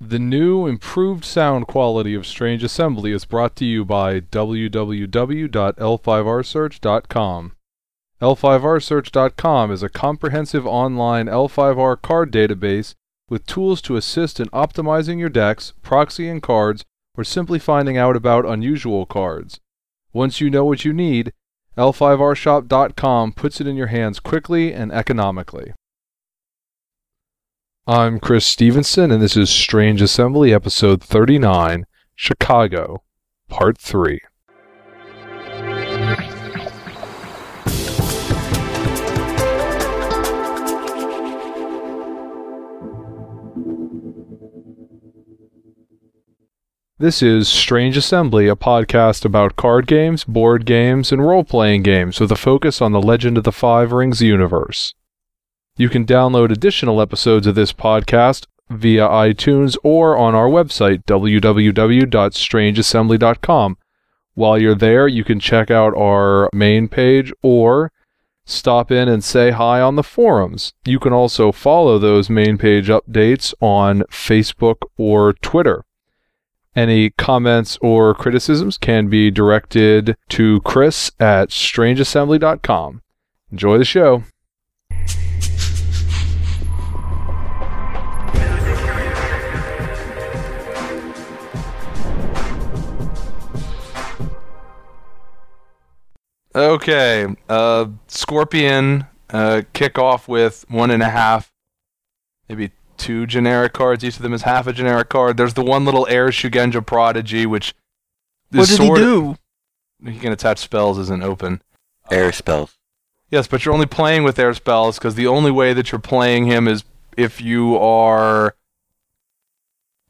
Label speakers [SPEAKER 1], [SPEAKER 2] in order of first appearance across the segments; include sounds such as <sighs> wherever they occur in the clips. [SPEAKER 1] The new improved sound quality of Strange Assembly is brought to you by www.l5rsearch.com. L5rsearch.com is a comprehensive online L5R card database with tools to assist in optimizing your decks, proxying cards, or simply finding out about unusual cards. Once you know what you need, L5RShop.com puts it in your hands quickly and economically. I'm Chris Stevenson, and this is Strange Assembly, Episode 39 Chicago, Part 3. This is Strange Assembly, a podcast about card games, board games, and role playing games with a focus on the Legend of the Five Rings universe. You can download additional episodes of this podcast via iTunes or on our website, www.strangeassembly.com. While you're there, you can check out our main page or stop in and say hi on the forums. You can also follow those main page updates on Facebook or Twitter. Any comments or criticisms can be directed to Chris at strangeassembly.com. Enjoy the show. Okay, uh, Scorpion uh, kick off with one and a half, maybe two generic cards. Each of them is half a generic card. There's the one little Air Shugenja Prodigy, which is
[SPEAKER 2] What did he
[SPEAKER 1] sort of-
[SPEAKER 2] do?
[SPEAKER 1] he can attach spells isn't open.
[SPEAKER 3] Air spells.
[SPEAKER 1] Yes, but you're only playing with air spells because the only way that you're playing him is if you are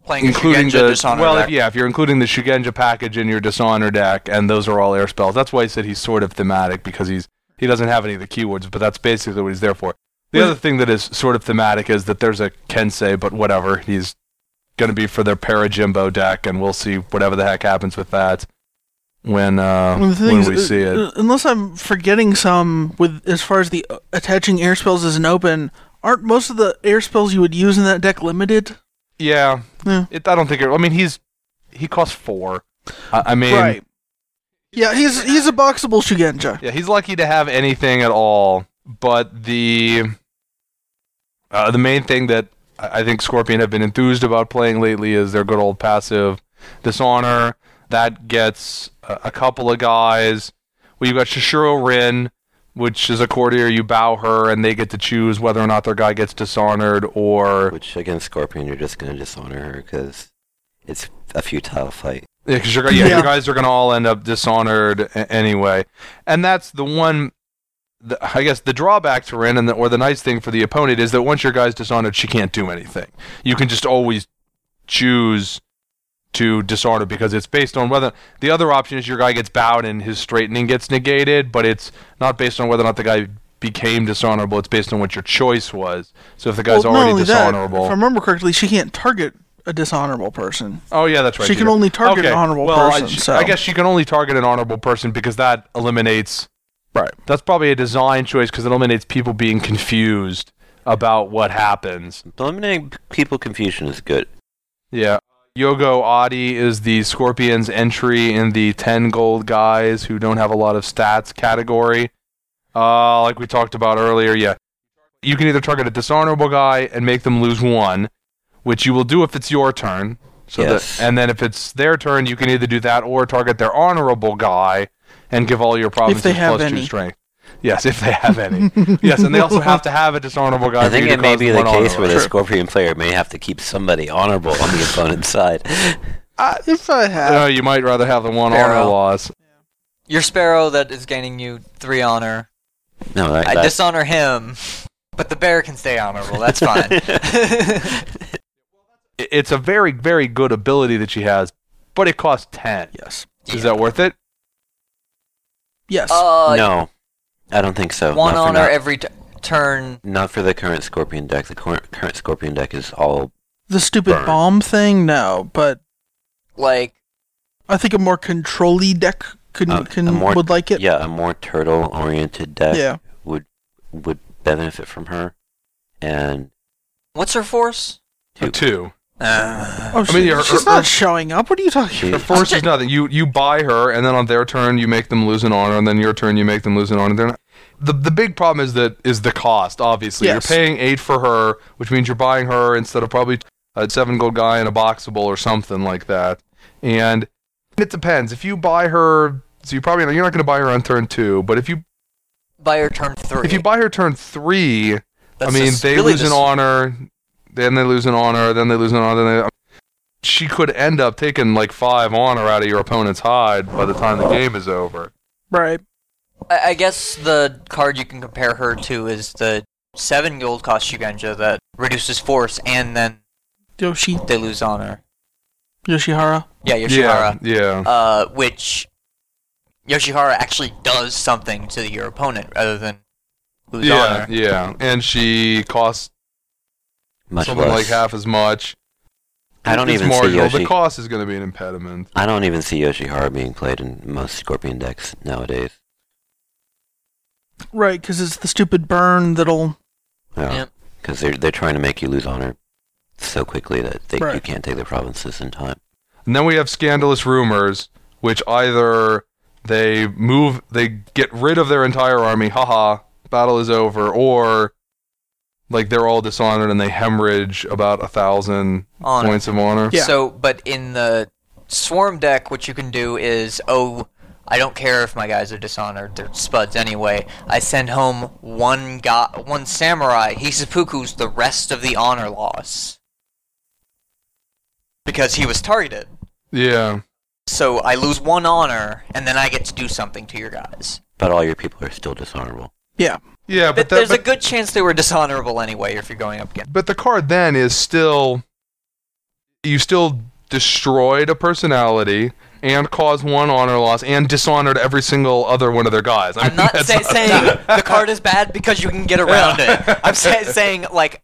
[SPEAKER 2] Playing
[SPEAKER 1] including
[SPEAKER 2] including
[SPEAKER 1] the
[SPEAKER 2] Dishonor
[SPEAKER 1] well,
[SPEAKER 2] deck.
[SPEAKER 1] If, yeah, if you're including the Shugenja package in your Dishonor deck, and those are all air spells. That's why I said he's sort of thematic because he's he doesn't have any of the keywords, but that's basically what he's there for. The
[SPEAKER 2] Well-
[SPEAKER 1] other thing that is sort of thematic is that there's a Kensei, but whatever. He's going to be for their Parajimbo deck, and we'll see whatever the heck happens with that when uh,
[SPEAKER 2] Well, the thing
[SPEAKER 1] when
[SPEAKER 2] is,
[SPEAKER 1] we
[SPEAKER 2] uh,
[SPEAKER 1] see it.
[SPEAKER 2] uh, Unless I'm forgetting some, with as far as the uh, attaching air spells as an open, aren't most of the air spells you would use in that deck limited?
[SPEAKER 1] Yeah.
[SPEAKER 2] Yeah.
[SPEAKER 1] It, I don't think. It, I mean, he's he costs four. I, I mean,
[SPEAKER 2] Yeah, he's he's a boxable Shugenja.
[SPEAKER 1] yeah, he's lucky to have anything at all. But the uh, the main thing that I I think Scorpion have been enthused about playing lately is their good old passive Dishonor. That gets a, a couple of guys. Well, you've got Shishiro Rin, which is a courtier. You bow her, and they get to choose whether or not their guy gets dishonored or
[SPEAKER 3] Which against Scorpion, you're just gonna dishonor her because it's a futile fight.
[SPEAKER 1] Yeah, 'cause you're gonna- yeah,
[SPEAKER 2] Yeah.
[SPEAKER 1] your guys are going to all end up dishonored a- anyway, and that's the one. The, I guess the drawback to Ren, and the, or the nice thing for the opponent is that once your guy's dishonored, she can't do anything. You can just always choose to dishonor because it's based on whether the other option is your guy gets bowed and his straightening gets negated, but it's not based on whether or not the guy became dishonorable. It's based on what your choice was. So if the guy's
[SPEAKER 2] well, not
[SPEAKER 1] already
[SPEAKER 2] only
[SPEAKER 1] dishonorable,
[SPEAKER 2] That, if I remember correctly, she can't target a dishonorable person.
[SPEAKER 1] Oh yeah, that's right.
[SPEAKER 2] She
[SPEAKER 1] you
[SPEAKER 2] can
[SPEAKER 1] do.
[SPEAKER 2] only target
[SPEAKER 1] Okay.
[SPEAKER 2] an honorable
[SPEAKER 1] well, I,
[SPEAKER 2] person,
[SPEAKER 1] sh-
[SPEAKER 2] so-
[SPEAKER 1] I guess she can only target an honorable person because that eliminates.
[SPEAKER 2] Right.
[SPEAKER 1] That's probably a design choice because it eliminates people being confused about what happens.
[SPEAKER 3] Eliminating p- people confusion is good.
[SPEAKER 1] Yeah. Yogo Adi is the Scorpion's entry in the 10 gold guys who don't have a lot of stats category. Uh, like we talked about earlier, yeah. You can either target a dishonorable guy and make them lose one, which you will do if it's your turn. So that-
[SPEAKER 3] Yes.
[SPEAKER 1] and then if it's their turn, you can either do that or target their honorable guy and give all your provinces
[SPEAKER 2] have
[SPEAKER 1] plus two
[SPEAKER 2] any.
[SPEAKER 1] strength. Yes, if they have
[SPEAKER 2] <laughs>
[SPEAKER 1] any. yes, and they also have to have a dishonorable guy.
[SPEAKER 3] I
[SPEAKER 1] for you
[SPEAKER 3] think
[SPEAKER 1] to
[SPEAKER 3] it may
[SPEAKER 1] cause
[SPEAKER 3] be
[SPEAKER 1] them
[SPEAKER 3] the
[SPEAKER 1] one
[SPEAKER 3] case where
[SPEAKER 1] honorable.
[SPEAKER 3] the Scorpion player may have to keep somebody honorable
[SPEAKER 1] <laughs>
[SPEAKER 3] on the opponent's side.
[SPEAKER 2] If I had,
[SPEAKER 1] No, Uh, you might rather have the one honor
[SPEAKER 4] Pharaoh.
[SPEAKER 1] loss.
[SPEAKER 4] Your sparrow that is gaining you three honor.
[SPEAKER 3] No, that,
[SPEAKER 4] I
[SPEAKER 3] that-
[SPEAKER 4] dishonor him, but the bear can stay honorable. That's fine.
[SPEAKER 3] <laughs>
[SPEAKER 1] i- it's a very very good ability that she has, but it costs ten.
[SPEAKER 2] yes,
[SPEAKER 1] Is that worth it?
[SPEAKER 2] yes.
[SPEAKER 4] uh,
[SPEAKER 3] no, I don't think so.
[SPEAKER 4] one
[SPEAKER 3] not for
[SPEAKER 4] honor
[SPEAKER 3] not,
[SPEAKER 4] every t- turn.
[SPEAKER 3] not for the current Scorpion deck. The cor- current Scorpion deck is all
[SPEAKER 2] the stupid
[SPEAKER 3] burn.
[SPEAKER 2] bomb thing, no. But
[SPEAKER 4] Like
[SPEAKER 2] I think a more control-y deck could
[SPEAKER 3] uh,
[SPEAKER 2] can
[SPEAKER 3] a more,
[SPEAKER 2] would like it.
[SPEAKER 3] Yeah, a more turtle-oriented deck
[SPEAKER 2] yeah.
[SPEAKER 3] would benefit from her, and
[SPEAKER 4] what's her force?
[SPEAKER 1] Two.
[SPEAKER 3] Two.
[SPEAKER 1] Uh.
[SPEAKER 2] Oh, she,
[SPEAKER 1] her-
[SPEAKER 2] she's
[SPEAKER 1] her-
[SPEAKER 2] not showing up. What are you talking
[SPEAKER 1] Her
[SPEAKER 2] about?
[SPEAKER 1] force is nothing. You you buy her, and then on their turn you make them lose an honor, and then your turn you make them lose an honor. They're not, the the big problem is that is the cost. Obviously,
[SPEAKER 2] Yes.
[SPEAKER 1] you're paying eight for her, which means you're buying her instead of probably a seven gold guy and a boxable or something like that. And it depends. If you buy her, so you probably you're not going to buy her on turn two, but if you
[SPEAKER 5] By your turn three.
[SPEAKER 1] if you buy her turn three, I
[SPEAKER 5] That's
[SPEAKER 1] mean,
[SPEAKER 5] just
[SPEAKER 1] they
[SPEAKER 5] really
[SPEAKER 1] lose
[SPEAKER 5] just-
[SPEAKER 1] an honor, then they lose an honor, then they lose an honor. Then they, she could end up taking like five honor out of your opponent's hide by the time the game is over.
[SPEAKER 2] Right.
[SPEAKER 5] I, I guess the card you can compare her to is the seven gold cost Shugenja that reduces force and then
[SPEAKER 2] Yoshi
[SPEAKER 5] they lose honor.
[SPEAKER 2] Yoshihara.
[SPEAKER 5] Yeah, Yoshihara.
[SPEAKER 1] Yeah, yeah.
[SPEAKER 5] Uh, which Yoshihara actually does something to your opponent rather than lose
[SPEAKER 1] yeah,
[SPEAKER 5] honor.
[SPEAKER 1] yeah. And she costs
[SPEAKER 3] Much
[SPEAKER 1] something
[SPEAKER 3] less.
[SPEAKER 1] like half as much.
[SPEAKER 3] I don't
[SPEAKER 1] it's
[SPEAKER 3] even see
[SPEAKER 1] marginal.
[SPEAKER 3] Yoshi.
[SPEAKER 1] The cost is going to be an impediment.
[SPEAKER 3] I don't even see Yoshihara being played in most Scorpion decks nowadays.
[SPEAKER 2] Right, because it's the stupid burn that'll.
[SPEAKER 3] No,
[SPEAKER 5] Yep.
[SPEAKER 3] because they're they're trying to make you lose honor so quickly that they, you
[SPEAKER 2] Right.
[SPEAKER 3] can't take the provinces in time.
[SPEAKER 1] And then we have scandalous rumors, which either they move, they get rid of their entire army, haha, battle is over, or like they're all dishonored and they hemorrhage about a thousand
[SPEAKER 5] Honor.
[SPEAKER 1] points of honor.
[SPEAKER 2] Yeah.
[SPEAKER 5] So, but in the swarm deck, what you can do is, oh, I don't care if my guys are dishonored; they're spuds anyway. I send home one guy, one samurai. He seppuku's the rest of the honor loss because he was targeted.
[SPEAKER 1] Yeah.
[SPEAKER 5] So I lose one honor, and then I get to do something to your guys.
[SPEAKER 3] But all your people are still dishonorable.
[SPEAKER 2] Yeah.
[SPEAKER 1] Yeah,
[SPEAKER 5] But
[SPEAKER 1] but that,
[SPEAKER 5] there's a
[SPEAKER 1] but,
[SPEAKER 5] good chance they were dishonorable anyway if you're going up against.
[SPEAKER 1] but the card then is still you still destroyed a personality and caused one honor loss and dishonored every single other one of their guys. I
[SPEAKER 5] <laughs> I'm
[SPEAKER 1] mean,
[SPEAKER 5] not
[SPEAKER 1] that's
[SPEAKER 5] say, saying the card is bad because you can get around <laughs> it. I'm say, saying like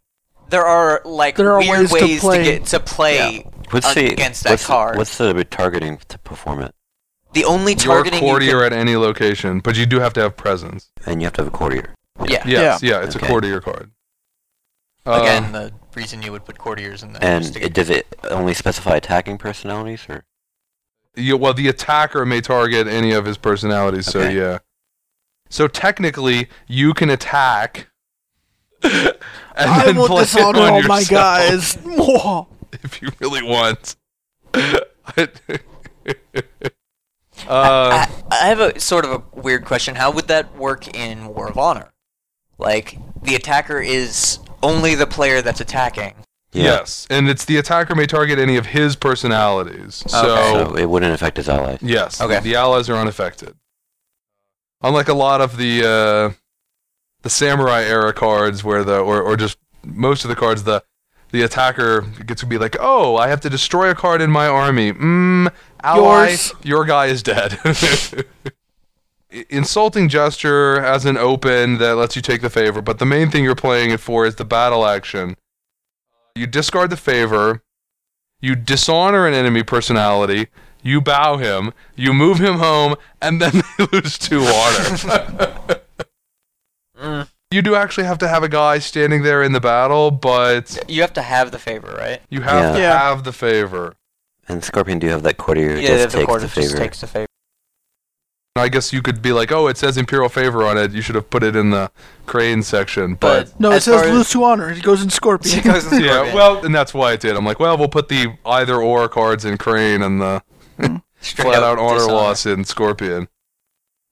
[SPEAKER 5] there are like
[SPEAKER 2] There are ways
[SPEAKER 5] weird
[SPEAKER 2] to
[SPEAKER 5] ways to,
[SPEAKER 2] play.
[SPEAKER 5] get to play
[SPEAKER 3] What's the
[SPEAKER 5] against that
[SPEAKER 3] what's,
[SPEAKER 5] card.
[SPEAKER 3] What's the targeting to perform it?
[SPEAKER 5] the only
[SPEAKER 1] your
[SPEAKER 5] targeting you
[SPEAKER 1] courtier
[SPEAKER 5] can,
[SPEAKER 1] at any location, but you do have to have presence.
[SPEAKER 3] And you have to have a courtier.
[SPEAKER 5] yeah.
[SPEAKER 1] Yes, yeah, it's
[SPEAKER 3] Okay.
[SPEAKER 1] a courtier card. Uh,
[SPEAKER 5] Again, the reason you would put courtiers in there is
[SPEAKER 3] And
[SPEAKER 5] to
[SPEAKER 3] it,
[SPEAKER 5] get
[SPEAKER 3] does it only specify attacking personalities or?
[SPEAKER 1] you, well, the attacker may target any of his personalities, so
[SPEAKER 3] Okay.
[SPEAKER 1] yeah. So technically, you can attack. <laughs> and
[SPEAKER 2] I
[SPEAKER 1] then
[SPEAKER 2] will
[SPEAKER 1] play it
[SPEAKER 2] dishonor
[SPEAKER 1] on
[SPEAKER 2] all my
[SPEAKER 1] yourself
[SPEAKER 2] guys. <laughs> Mwah.
[SPEAKER 1] <laughs> if you really want. <laughs> uh,
[SPEAKER 5] I, I have a sort of a weird question. How would that work in War of Honor? Like the attacker is only the player that's attacking.
[SPEAKER 1] Yes, and it's the attacker may target any of his personalities.
[SPEAKER 5] Okay.
[SPEAKER 1] So
[SPEAKER 3] So it wouldn't affect his allies.
[SPEAKER 1] Yes.
[SPEAKER 5] Okay.
[SPEAKER 1] The allies are unaffected. Unlike a lot of the uh, the samurai era cards, where the or, or just most of the cards, the the attacker gets to be like, "Oh, I have to destroy a card in my army." Mm, ally,
[SPEAKER 2] Yours.
[SPEAKER 1] your guy is dead. <laughs> I- Insulting gesture as an open that lets you take the favor, but the main thing you're playing it for is the battle action. You discard the favor, you dishonor an enemy personality, you bow him, you move him home, and then <laughs> they lose two honor.
[SPEAKER 5] Mm.
[SPEAKER 1] you do actually have to have a guy standing there in the battle, but
[SPEAKER 5] You have to have the favor, right?
[SPEAKER 1] you have to
[SPEAKER 2] Yeah.
[SPEAKER 1] have the favor.
[SPEAKER 3] And Scorpion do have that courtier who
[SPEAKER 5] yeah,
[SPEAKER 3] just
[SPEAKER 5] the
[SPEAKER 3] takes
[SPEAKER 5] courtier
[SPEAKER 3] the favor.
[SPEAKER 5] just takes the favor.
[SPEAKER 1] I guess you could be like, oh, it says Imperial Favor on it. You should have put it in the crane section. But,
[SPEAKER 5] But
[SPEAKER 2] No, it
[SPEAKER 5] as
[SPEAKER 2] says
[SPEAKER 5] far as-
[SPEAKER 2] lose to honor. It goes in
[SPEAKER 5] She
[SPEAKER 2] scorpion.
[SPEAKER 5] goes
[SPEAKER 1] <laughs>
[SPEAKER 5] in <laughs>
[SPEAKER 1] yeah,
[SPEAKER 5] Scorpion.
[SPEAKER 1] well, and that's why it did. I'm like, well, we'll put the either or cards in crane and the
[SPEAKER 5] Straight
[SPEAKER 1] flat
[SPEAKER 5] up
[SPEAKER 1] out honor
[SPEAKER 5] dishonor.
[SPEAKER 1] loss in Scorpion.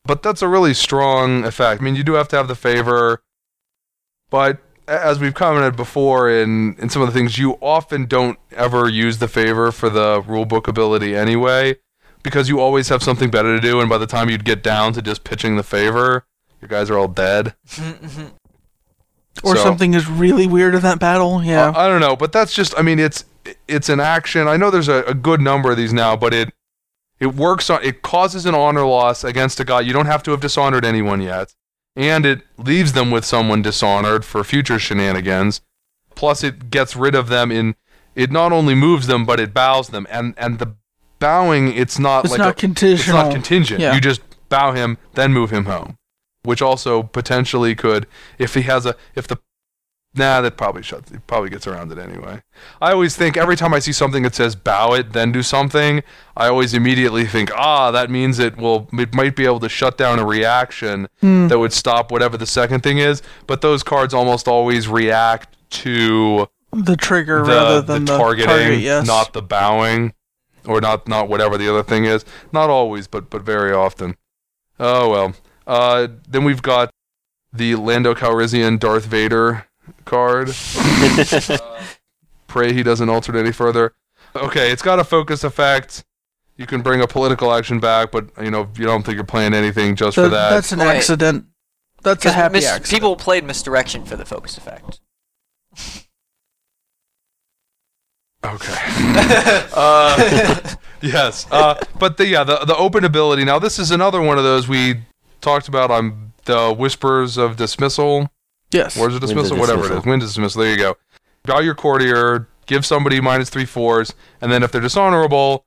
[SPEAKER 1] But that's a really strong effect. I mean, you do have to have the favor, but a- as we've commented before in, in some of the things, you often don't ever use the favor for the rulebook ability anyway, because you always have something better to do, and by the time you'd get down to just pitching the favor, your guys are all dead.
[SPEAKER 2] or
[SPEAKER 1] So- Uh,
[SPEAKER 2] something is really weird in that battle. Yeah.
[SPEAKER 1] I, I don't know, but that's just. I mean, it's it's an action. I know there's a, a good number of these now, but it it works on. It causes an honor loss against a guy. You don't have to have dishonored anyone yet, and it leaves them with someone dishonored for future shenanigans. Plus, it gets rid of them in. It not only moves them, but it bows them, and and the bowing. It's not
[SPEAKER 2] it's
[SPEAKER 1] like
[SPEAKER 2] not
[SPEAKER 1] a, it's
[SPEAKER 2] conditional.
[SPEAKER 1] not contingent.
[SPEAKER 2] Yeah.
[SPEAKER 1] You just bow him, then move him home, which also potentially could, if he has a, if the Nah, that probably shuts. It probably gets around it anyway. I always think every time I see something that says bow it, then do something. I always immediately think, ah, that means it will. It might be able to shut down a reaction that would stop whatever the second thing is. But those cards almost always react to
[SPEAKER 2] The trigger rather
[SPEAKER 1] uh, the, the
[SPEAKER 2] than the,
[SPEAKER 1] targeting,
[SPEAKER 2] target, yes.
[SPEAKER 1] not the bowing, or not not whatever the other thing is. Not always, but but very often. Oh well. Uh, then we've got the Lando Calrissian Darth Vader card. Uh, Pray he doesn't alter it any further. Okay, it's got a focus effect. You can bring a political action back, but you know you don't think you're playing anything just
[SPEAKER 2] That-
[SPEAKER 1] for that.
[SPEAKER 2] That's an
[SPEAKER 4] Right.
[SPEAKER 2] accident. That's a
[SPEAKER 4] Because
[SPEAKER 2] happy
[SPEAKER 4] mis-
[SPEAKER 2] accident.
[SPEAKER 4] people played misdirection for the focus effect.
[SPEAKER 1] Okay. <laughs> uh, <laughs> yes. Uh, but the yeah the the open ability. Now this is another one of those we talked about on the whispers of dismissal. Words
[SPEAKER 2] yes.
[SPEAKER 1] of
[SPEAKER 3] Winds of
[SPEAKER 1] dismissal, whatever it
[SPEAKER 3] Dismissal.
[SPEAKER 1] is. Wind of dismissal. There you go. Draw your courtier. Give somebody minus three fours, and then if they're dishonorable,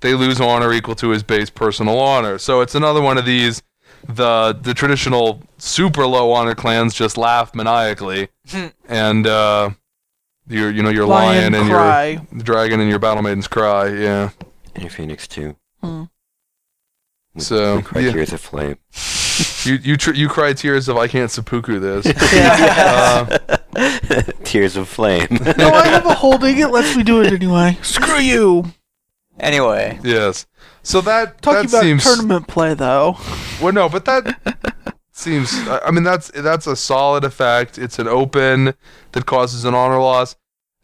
[SPEAKER 1] they lose honor equal to his base personal honor. So it's another one of these. The the traditional super low honor clans just laugh maniacally, and uh, your you know your lion,
[SPEAKER 2] Lion
[SPEAKER 1] and your
[SPEAKER 2] cry.
[SPEAKER 1] the dragon and your battle maiden's cry. Yeah.
[SPEAKER 3] And Phoenix too.
[SPEAKER 2] Hmm.
[SPEAKER 3] With-
[SPEAKER 1] So,
[SPEAKER 3] with criteria
[SPEAKER 1] yeah.
[SPEAKER 3] of
[SPEAKER 5] <laughs>
[SPEAKER 3] flame.
[SPEAKER 1] You you tr- you cry tears of I can't seppuku
[SPEAKER 2] <laughs>
[SPEAKER 1] this.
[SPEAKER 2] Yeah.
[SPEAKER 1] <laughs> uh,
[SPEAKER 3] <laughs> Tears of
[SPEAKER 1] <laughs>
[SPEAKER 3] flame.
[SPEAKER 2] <laughs> no, I have a holding. It lets me do <laughs> it anyway. Screw you.
[SPEAKER 4] Anyway,
[SPEAKER 1] yes. So that
[SPEAKER 2] Talking
[SPEAKER 1] that
[SPEAKER 2] about
[SPEAKER 1] seems
[SPEAKER 2] tournament play, though. <laughs>
[SPEAKER 1] well no, but that <laughs> seems I I mean that's that's a solid effect. It's an open that causes an honor loss.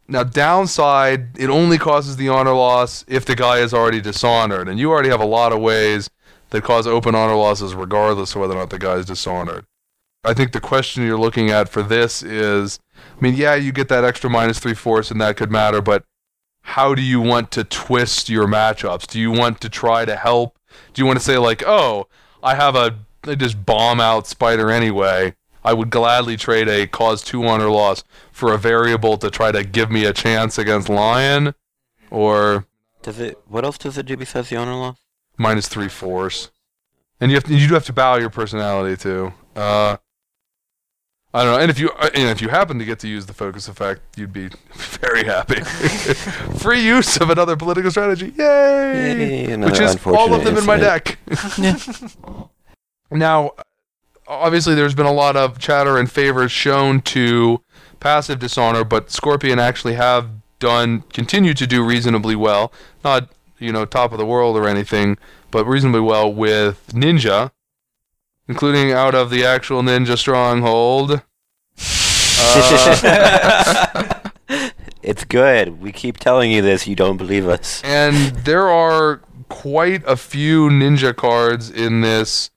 [SPEAKER 1] Now downside, it only causes the honor loss if the guy is already dishonored, and you already have a lot of ways that cause open honor losses regardless of whether or not the guy is dishonored. I think the question you're looking at for this is I mean, yeah, you get that extra minus three force and that could matter, but how do you want to twist your matchups? Do you want to try to help? Do you want to say like, oh, I have a I just bomb out spider anyway. I would gladly trade a cause two honor loss for a variable to try to give me a chance against lion or
[SPEAKER 3] does it? What else does it do besides the honor law?
[SPEAKER 1] minus three force, and you have to, you do have to bow your personality too. Uh, I don't know. And if you uh, and if you happen to get to use the focus effect, you'd be <laughs> very happy. <laughs> Free use of another political strategy, yay!
[SPEAKER 3] Yay, another
[SPEAKER 1] Which is all of
[SPEAKER 3] unfortunate
[SPEAKER 1] them in my
[SPEAKER 3] incident.
[SPEAKER 1] deck. Now, obviously, there's been a lot of chatter and favor shown to passive dishonor, but Scorpion actually have done, continue to do reasonably well. Not, you know, top of the world or anything, but reasonably well with Ninja, including out of the actual Ninja Stronghold.
[SPEAKER 3] <laughs>
[SPEAKER 1] Uh.
[SPEAKER 3] It's good. We keep telling you this. You don't believe us.
[SPEAKER 1] and there are quite a few ninja cards in this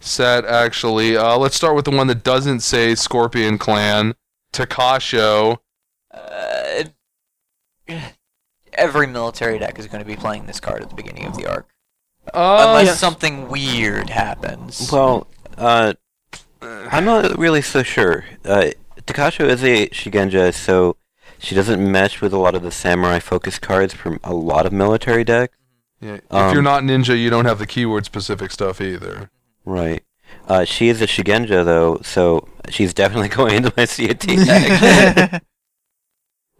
[SPEAKER 1] set actually uh, let's start with the one that doesn't say scorpion clan takasho
[SPEAKER 4] uh, every military deck is going to be playing this card at the beginning of the arc,
[SPEAKER 1] uh,
[SPEAKER 5] Oh,
[SPEAKER 4] unless
[SPEAKER 2] yes.
[SPEAKER 4] something weird happens.
[SPEAKER 3] Well, uh, I'm not really so sure. Uh, Takasho is a Shigenja, so she doesn't mesh with a lot of the samurai focus cards from a lot of military decks.
[SPEAKER 1] yeah, if
[SPEAKER 3] um,
[SPEAKER 1] you're not ninja you don't have the keyword specific stuff either
[SPEAKER 3] Right. Uh, she is a Shigenja, though, so she's definitely <laughs> going into my CAT
[SPEAKER 1] <laughs>
[SPEAKER 3] deck.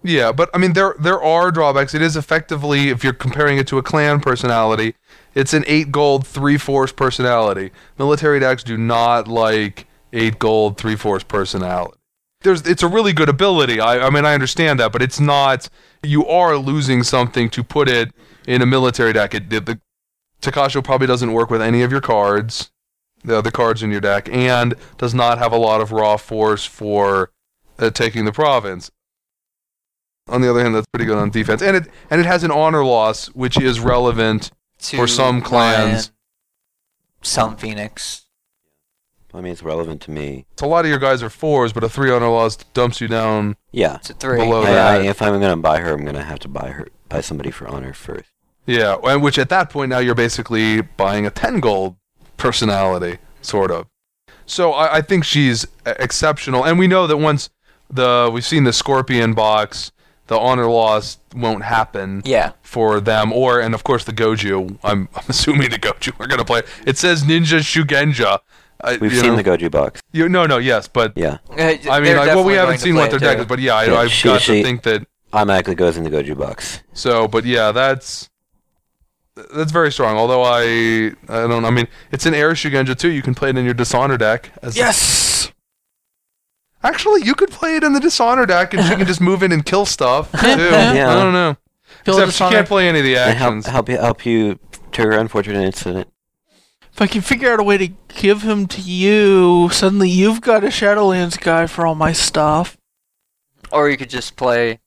[SPEAKER 1] yeah but i mean there there are drawbacks it is effectively if you're comparing it to a clan personality it's an 8 gold 3 force personality military decks do not like 8 gold 3 force personality there's it's a really good ability. I, I mean I understand that, but it's not you are losing something to put it in a military deck. It, the, the Takasho probably doesn't work with any of your cards, the other cards in your deck, and does not have a lot of raw force for uh, taking the province. On the other hand, that's pretty good on defense, and it and it has an honor loss, which is relevant.
[SPEAKER 4] To
[SPEAKER 1] for some clans.
[SPEAKER 4] Lion, some Phoenix.
[SPEAKER 3] I mean, it's relevant to me.
[SPEAKER 1] So a lot of your guys are fours, but a three honor loss dumps you down.
[SPEAKER 3] Yeah.
[SPEAKER 4] It's a three.
[SPEAKER 1] Below
[SPEAKER 3] I,
[SPEAKER 1] that.
[SPEAKER 3] I, if I'm gonna buy her, I'm gonna have to buy her, buy somebody for honor first.
[SPEAKER 1] Yeah, and which at that point now you're basically buying a 10 gold personality, sort of. So I, I think she's e- exceptional, and we know that once the we've seen the Scorpion box, the honor loss won't happen
[SPEAKER 4] Yeah.
[SPEAKER 1] for them, or <laughs> and of course the Goju. I'm, I'm assuming the Goju are gonna play. It says Ninja Shugenja. I,
[SPEAKER 3] We've
[SPEAKER 1] you
[SPEAKER 3] seen
[SPEAKER 1] know,
[SPEAKER 3] the Goju box.
[SPEAKER 1] You, no, no, yes, but
[SPEAKER 3] Yeah,
[SPEAKER 4] Uh,
[SPEAKER 1] I mean, like, well, we haven't seen what their deck is,
[SPEAKER 4] But
[SPEAKER 1] but yeah, I,
[SPEAKER 3] Yeah,
[SPEAKER 1] I've
[SPEAKER 3] she-
[SPEAKER 1] got
[SPEAKER 3] she-
[SPEAKER 1] to think that.
[SPEAKER 3] automatically goes in the Goju box.
[SPEAKER 1] So, but yeah, that's that's very strong. Although I, I don't. I mean, it's an Air Shugenja too. You can play it in your Dishonor deck. As
[SPEAKER 2] Yes.
[SPEAKER 1] Actually, you could play it in the Dishonor deck, and she can just move in and kill
[SPEAKER 2] <laughs>
[SPEAKER 1] stuff too.
[SPEAKER 3] Yeah.
[SPEAKER 1] I don't know.
[SPEAKER 2] Kill
[SPEAKER 1] Except she
[SPEAKER 2] Dishonor.
[SPEAKER 1] can't play any of the
[SPEAKER 3] And help
[SPEAKER 1] actions.
[SPEAKER 3] help you help you to your unfortunate incident.
[SPEAKER 2] If I can figure out a way to give him to you, suddenly you've got a Shadowlands guy for all my stuff.
[SPEAKER 5] Or you could just play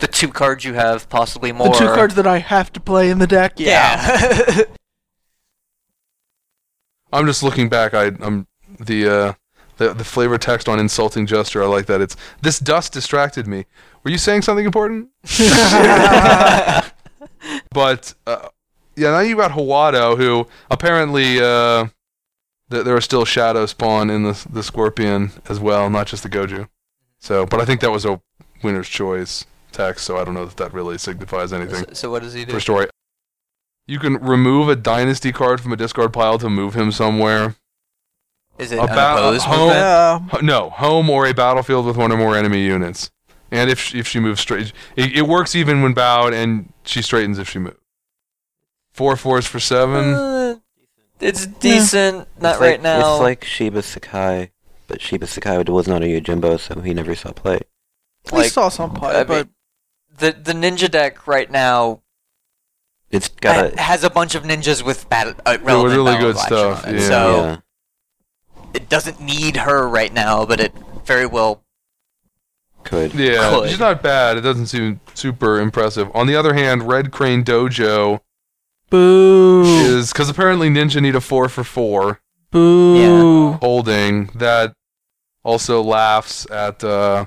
[SPEAKER 5] the two cards you have, possibly more.
[SPEAKER 2] The two cards that I have to play in the deck.
[SPEAKER 4] <laughs> yeah.
[SPEAKER 1] I'm just looking back. I, I'm the uh, the the flavor text on insulting gesture. I like that. It's this dust distracted me. Were you saying something important?
[SPEAKER 4] <laughs>
[SPEAKER 1] but uh, yeah, now you got Hawado, who apparently uh, th- there are still shadow spawn in the the scorpion as well, not just the Goju. So, but I think that was a winner's choice text. So I don't know that that really signifies anything
[SPEAKER 4] so, so what does he do?
[SPEAKER 1] for story. You can remove a dynasty card from a discard pile to move him somewhere.
[SPEAKER 4] Is it
[SPEAKER 1] About
[SPEAKER 4] unopposed
[SPEAKER 1] home-
[SPEAKER 4] movement?
[SPEAKER 2] Yeah.
[SPEAKER 1] H- No, home or a battlefield with one or more enemy units. And if she, if she moves straight, it, it works even when bowed, and she straightens if she moves. Four fours for seven.
[SPEAKER 4] Uh, it's decent. Not
[SPEAKER 3] It's like-
[SPEAKER 4] right now.
[SPEAKER 3] It's like Shiba Sakai, but Shiba Sakai was not a Yojimbo, so he never saw play.
[SPEAKER 2] we
[SPEAKER 4] like,
[SPEAKER 2] saw some play,
[SPEAKER 4] I mean,
[SPEAKER 2] but
[SPEAKER 4] the the ninja deck right now
[SPEAKER 3] It's got
[SPEAKER 4] ha- has a bunch of ninjas with battle uh, relevant
[SPEAKER 1] really
[SPEAKER 4] battle
[SPEAKER 1] good
[SPEAKER 4] action
[SPEAKER 1] stuff,
[SPEAKER 4] on it,
[SPEAKER 3] a
[SPEAKER 1] yeah.
[SPEAKER 4] So
[SPEAKER 3] yeah.
[SPEAKER 4] it doesn't need her right now, but it very well.
[SPEAKER 3] Could
[SPEAKER 1] Yeah,
[SPEAKER 4] Could.
[SPEAKER 1] she's not bad. It doesn't seem super impressive. On the other hand, Red Crane Dojo
[SPEAKER 2] boo,
[SPEAKER 1] is because apparently Ninja need a four for four
[SPEAKER 2] boo.
[SPEAKER 1] holding that also laughs at uh,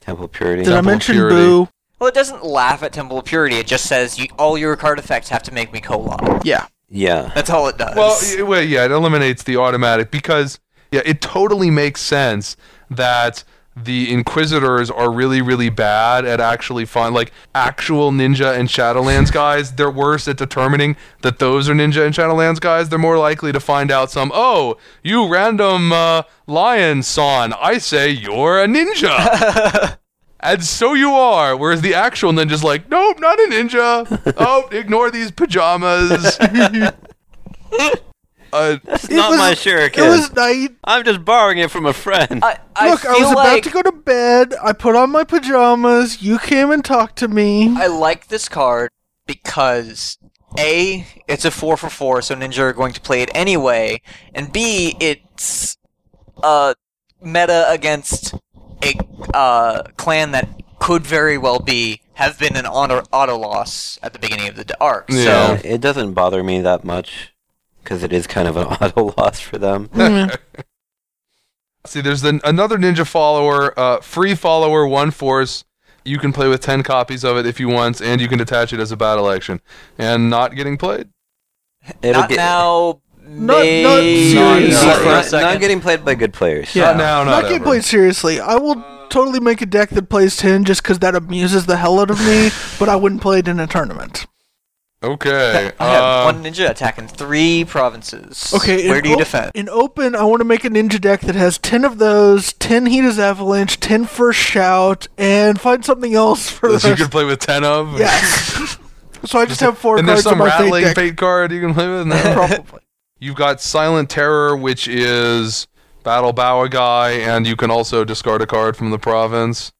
[SPEAKER 3] Temple Purity.
[SPEAKER 2] Did I
[SPEAKER 1] Double
[SPEAKER 2] mention
[SPEAKER 1] purity.
[SPEAKER 2] boo?
[SPEAKER 4] Well, it doesn't laugh at Temple of Purity. It just says you, all your card effects have to make me Kolon.
[SPEAKER 2] Yeah.
[SPEAKER 3] yeah,
[SPEAKER 4] That's all it does.
[SPEAKER 1] Well, y- well, yeah, it eliminates the automatic because yeah, it totally makes sense that the Inquisitors are really, really bad at actually find like actual ninja and Shadowlands guys. They're worse at determining that those are ninja and Shadowlands guys. They're more likely to find out some. Oh, you random uh, lion son! I say you're a ninja. And so you are. Whereas the actual ninja's like, nope, not a ninja. oh, ignore these pajamas. Uh,
[SPEAKER 3] that's not
[SPEAKER 2] was-
[SPEAKER 3] my
[SPEAKER 2] It
[SPEAKER 3] shuriken.
[SPEAKER 2] was night.
[SPEAKER 3] I'm just borrowing it from a friend.
[SPEAKER 4] I, I
[SPEAKER 2] Look,
[SPEAKER 4] feel
[SPEAKER 2] I was about
[SPEAKER 4] like
[SPEAKER 2] to go to bed. I put on my pajamas. You came and talked to me.
[SPEAKER 4] I like this card because A, it's a 4 for 4, so Ninja are going to play it anyway, and B, it's uh, meta against a uh, clan that could very well be have been an auto, auto loss at the beginning of the d- arc.
[SPEAKER 1] Yeah.
[SPEAKER 4] So
[SPEAKER 3] it doesn't bother me that much because it is kind of an <laughs> auto loss for them.
[SPEAKER 1] see, there's the, another ninja follower, uh, free follower, one force. You can play with ten copies of it if you want, and you can detach it as a battle action, and not getting played.
[SPEAKER 3] It'll
[SPEAKER 4] not
[SPEAKER 3] get
[SPEAKER 4] now,
[SPEAKER 2] Not- not
[SPEAKER 4] maybe
[SPEAKER 2] seriously.
[SPEAKER 4] for a
[SPEAKER 3] not,
[SPEAKER 4] second.
[SPEAKER 3] not getting played by good players.
[SPEAKER 2] Yeah.
[SPEAKER 1] Not now, not,
[SPEAKER 2] Not getting
[SPEAKER 1] ever.
[SPEAKER 2] played seriously. I will totally make a deck that plays 10 just because that amuses the hell out of
[SPEAKER 1] <laughs>
[SPEAKER 2] me, but I wouldn't play it in a tournament.
[SPEAKER 1] Okay.
[SPEAKER 4] I have
[SPEAKER 1] uh,
[SPEAKER 4] one ninja attacking three provinces.
[SPEAKER 2] Okay, in
[SPEAKER 4] where do you
[SPEAKER 2] op-
[SPEAKER 4] defend?
[SPEAKER 2] In open, I want to make a ninja deck that has 10 of those, 10 Heat is Avalanche, 10 First Shout, and find something else for the
[SPEAKER 1] that you
[SPEAKER 2] rest.
[SPEAKER 1] can play with ten of. <laughs>
[SPEAKER 2] Yes. so I just have four
[SPEAKER 1] and there's some
[SPEAKER 2] cards in my fate
[SPEAKER 1] rattling
[SPEAKER 2] deck.
[SPEAKER 1] fate card you can play with. No.
[SPEAKER 2] <laughs> Probably.
[SPEAKER 1] You've got Silent Terror, which is Battle Bower guy, and you can also discard a card from the province.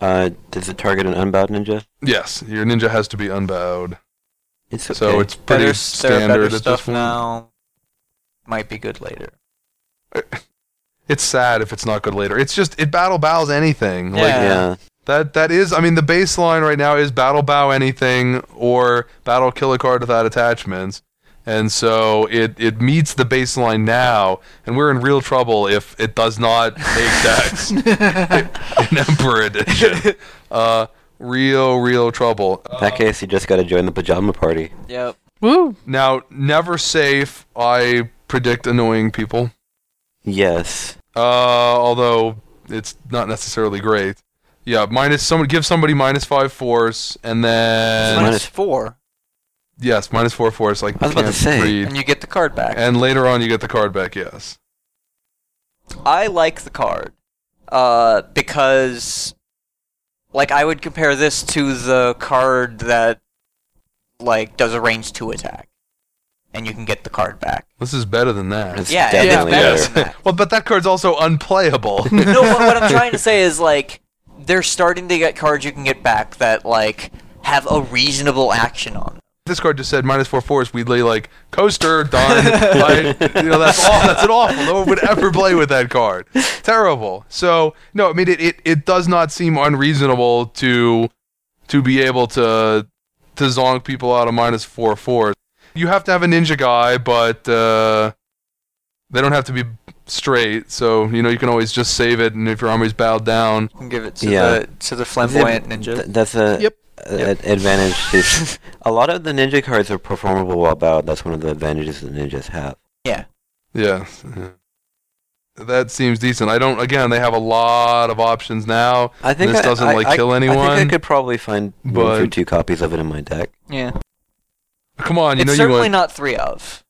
[SPEAKER 3] Uh, does it target an unbowed ninja?
[SPEAKER 1] Yes, your ninja has to be unbowed,
[SPEAKER 3] It's okay.
[SPEAKER 1] so it's pretty
[SPEAKER 4] Better, there are
[SPEAKER 1] standard
[SPEAKER 4] better
[SPEAKER 1] at this
[SPEAKER 4] stuff
[SPEAKER 1] point.
[SPEAKER 4] now. Might be good later.
[SPEAKER 1] it's sad if it's not good later. It's just it battle bows anything. Like
[SPEAKER 4] Yeah.
[SPEAKER 3] yeah.
[SPEAKER 1] that that is I mean the baseline right now is battle bow anything or battle kill a card without attachments. And so it, it meets the baseline now, and we're in real trouble if it does not make
[SPEAKER 4] <laughs>
[SPEAKER 1] decks in Emperor Edition. Uh, real, real trouble.
[SPEAKER 3] In that case, you just got to join the pajama party.
[SPEAKER 4] Yep.
[SPEAKER 2] Woo.
[SPEAKER 1] Now, never safe, I predict annoying people.
[SPEAKER 3] Yes.
[SPEAKER 1] Uh, although it's not necessarily great. Yeah, minus someone give somebody minus five force, and then
[SPEAKER 4] Minus
[SPEAKER 3] Minus-
[SPEAKER 4] four.
[SPEAKER 1] Yes, minus four four. It's like
[SPEAKER 3] I was about to
[SPEAKER 1] can't
[SPEAKER 3] say.
[SPEAKER 1] read.
[SPEAKER 5] and you get the card back.
[SPEAKER 1] And later on, you get the card back. Yes.
[SPEAKER 4] I like the card uh, because, like, I would compare this to the card that, like, does a range two attack, and you can get the card
[SPEAKER 1] <laughs>
[SPEAKER 4] back.
[SPEAKER 1] This is better than that.
[SPEAKER 3] It's
[SPEAKER 4] yeah,
[SPEAKER 3] definitely
[SPEAKER 4] it's better
[SPEAKER 3] better.
[SPEAKER 4] than that.
[SPEAKER 1] <laughs> Well, but that card's also unplayable.
[SPEAKER 4] no, but what I'm trying to say is like they're starting to get cards you can get back that like have a reasonable action on. them.
[SPEAKER 1] this card just said minus four fours. We'd lay like coaster, done. <laughs> like, you know, that's all. That's an awful. No one would ever play with that card. Terrible. So no, I mean it. It, it does not seem unreasonable to to be able to to zonk people out of minus four fours. You have to have a ninja guy, but uh, they don't have to be straight. So you know you can always just save it, and if your army's bowed down,
[SPEAKER 5] You can give it to
[SPEAKER 3] Yeah.
[SPEAKER 5] the to the flamboyant ninja.
[SPEAKER 3] Th- that's a,
[SPEAKER 2] Yep.
[SPEAKER 3] a- a- <laughs> advantage. To, a lot of the ninja cards are performable while bowed. That's one of the advantages that ninjas have.
[SPEAKER 1] Yeah. That seems decent. I don't. Again, they have a lot of options now.
[SPEAKER 3] I think
[SPEAKER 1] This
[SPEAKER 3] I-
[SPEAKER 1] doesn't,
[SPEAKER 3] I-
[SPEAKER 1] like,
[SPEAKER 3] I-
[SPEAKER 1] kill
[SPEAKER 3] I
[SPEAKER 1] anyone,
[SPEAKER 3] think I could probably find one
[SPEAKER 1] but-
[SPEAKER 3] through two copies of it in my deck.
[SPEAKER 5] Yeah.
[SPEAKER 1] Come on, you
[SPEAKER 4] it's
[SPEAKER 1] know you
[SPEAKER 4] certainly
[SPEAKER 1] want.
[SPEAKER 4] not three of.